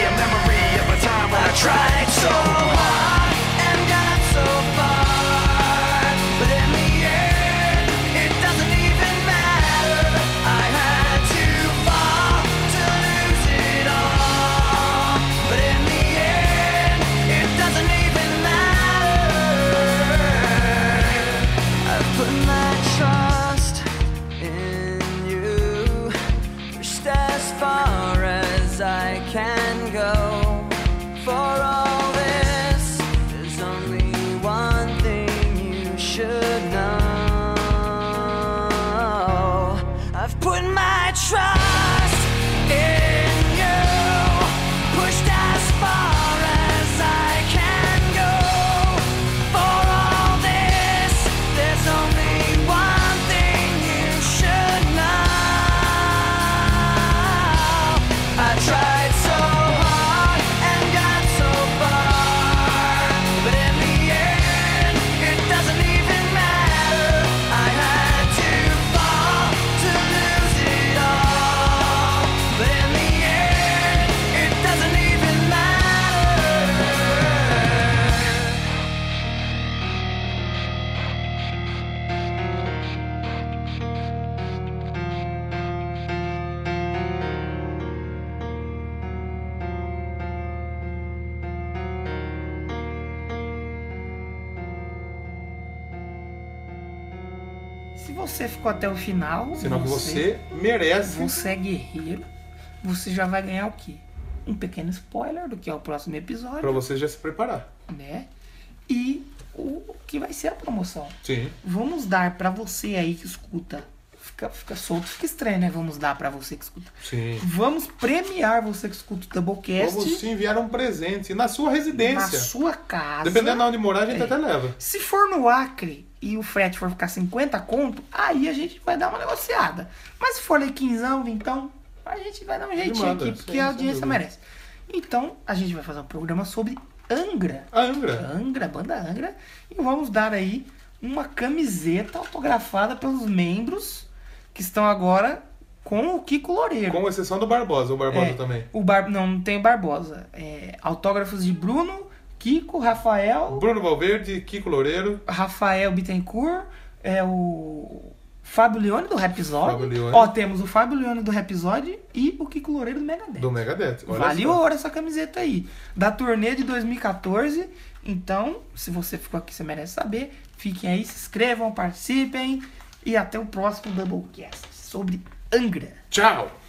Speaker 5: a memory of a time when I tried so hard and got so far. But in the end, it doesn't even matter. I had to fall to lose it all. But in the end, it doesn't even matter. I put my trust in you, pushed as far as I can go. For all this, there's only one thing you should know. I've put my trust in you, pushed as far as I can go. For all this, there's only one thing you should know. I tried so hard and got so far, but in the end, it doesn't even matter. I had to fall to lose it all, but in the end, it doesn't even matter.
Speaker 1: Se você ficou até o final,
Speaker 2: Senão que você merece.
Speaker 1: você é guerreiro, você já vai ganhar o quê? Um pequeno spoiler do que é o próximo episódio,
Speaker 2: Pra você já se preparar.
Speaker 1: né? E o que vai ser a promoção.
Speaker 2: Sim.
Speaker 1: Vamos dar pra você aí que escuta. Fica, fica solto, fica estranho, né? Vamos dar pra você que escuta.
Speaker 2: Sim.
Speaker 1: Vamos premiar você que escuta o Doublecast
Speaker 2: Vamos te enviar um presente na sua
Speaker 1: na
Speaker 2: residência.
Speaker 1: sua casa.
Speaker 2: Dependendo de onde morar, a gente
Speaker 1: É.
Speaker 2: até leva.
Speaker 1: Se for no Acre e o frete for ficar 50 conto, aí a gente vai dar uma negociada. Mas se for ali 15, então a gente vai dar um jeitinho
Speaker 2: manda,
Speaker 1: aqui, porque
Speaker 2: sim,
Speaker 1: a
Speaker 2: sem
Speaker 1: audiência
Speaker 2: dúvida.
Speaker 1: merece. Então a gente vai fazer um programa sobre Angra.
Speaker 2: A Angra.
Speaker 1: Angra, banda Angra. E vamos dar aí uma camiseta autografada pelos membros que estão agora com o Kiko Loureiro.
Speaker 2: Com exceção do Barbosa, o Barbosa
Speaker 1: Ah. É,
Speaker 2: também.
Speaker 1: O Bar... Não, não tem o Barbosa. É, autógrafos de Bruno, Kiko, Rafael,
Speaker 2: Bruno Valverde, Kiko Loureiro.
Speaker 1: Rafael Bittencourt, é o Fábio Leone do Rapsódio.
Speaker 2: Fábio Leone.
Speaker 1: Ó, temos o Fábio Leone do Rapsódio e o Kiko Loureiro do Megadeth.
Speaker 2: Do Megadeth. Olha
Speaker 1: Vale
Speaker 2: só.
Speaker 1: ouro essa camiseta aí. Da turnê de 2014. Então, se você ficou aqui, você merece saber. Fiquem aí, se inscrevam, participem. E até o próximo Doublecast sobre Angra.
Speaker 2: Tchau!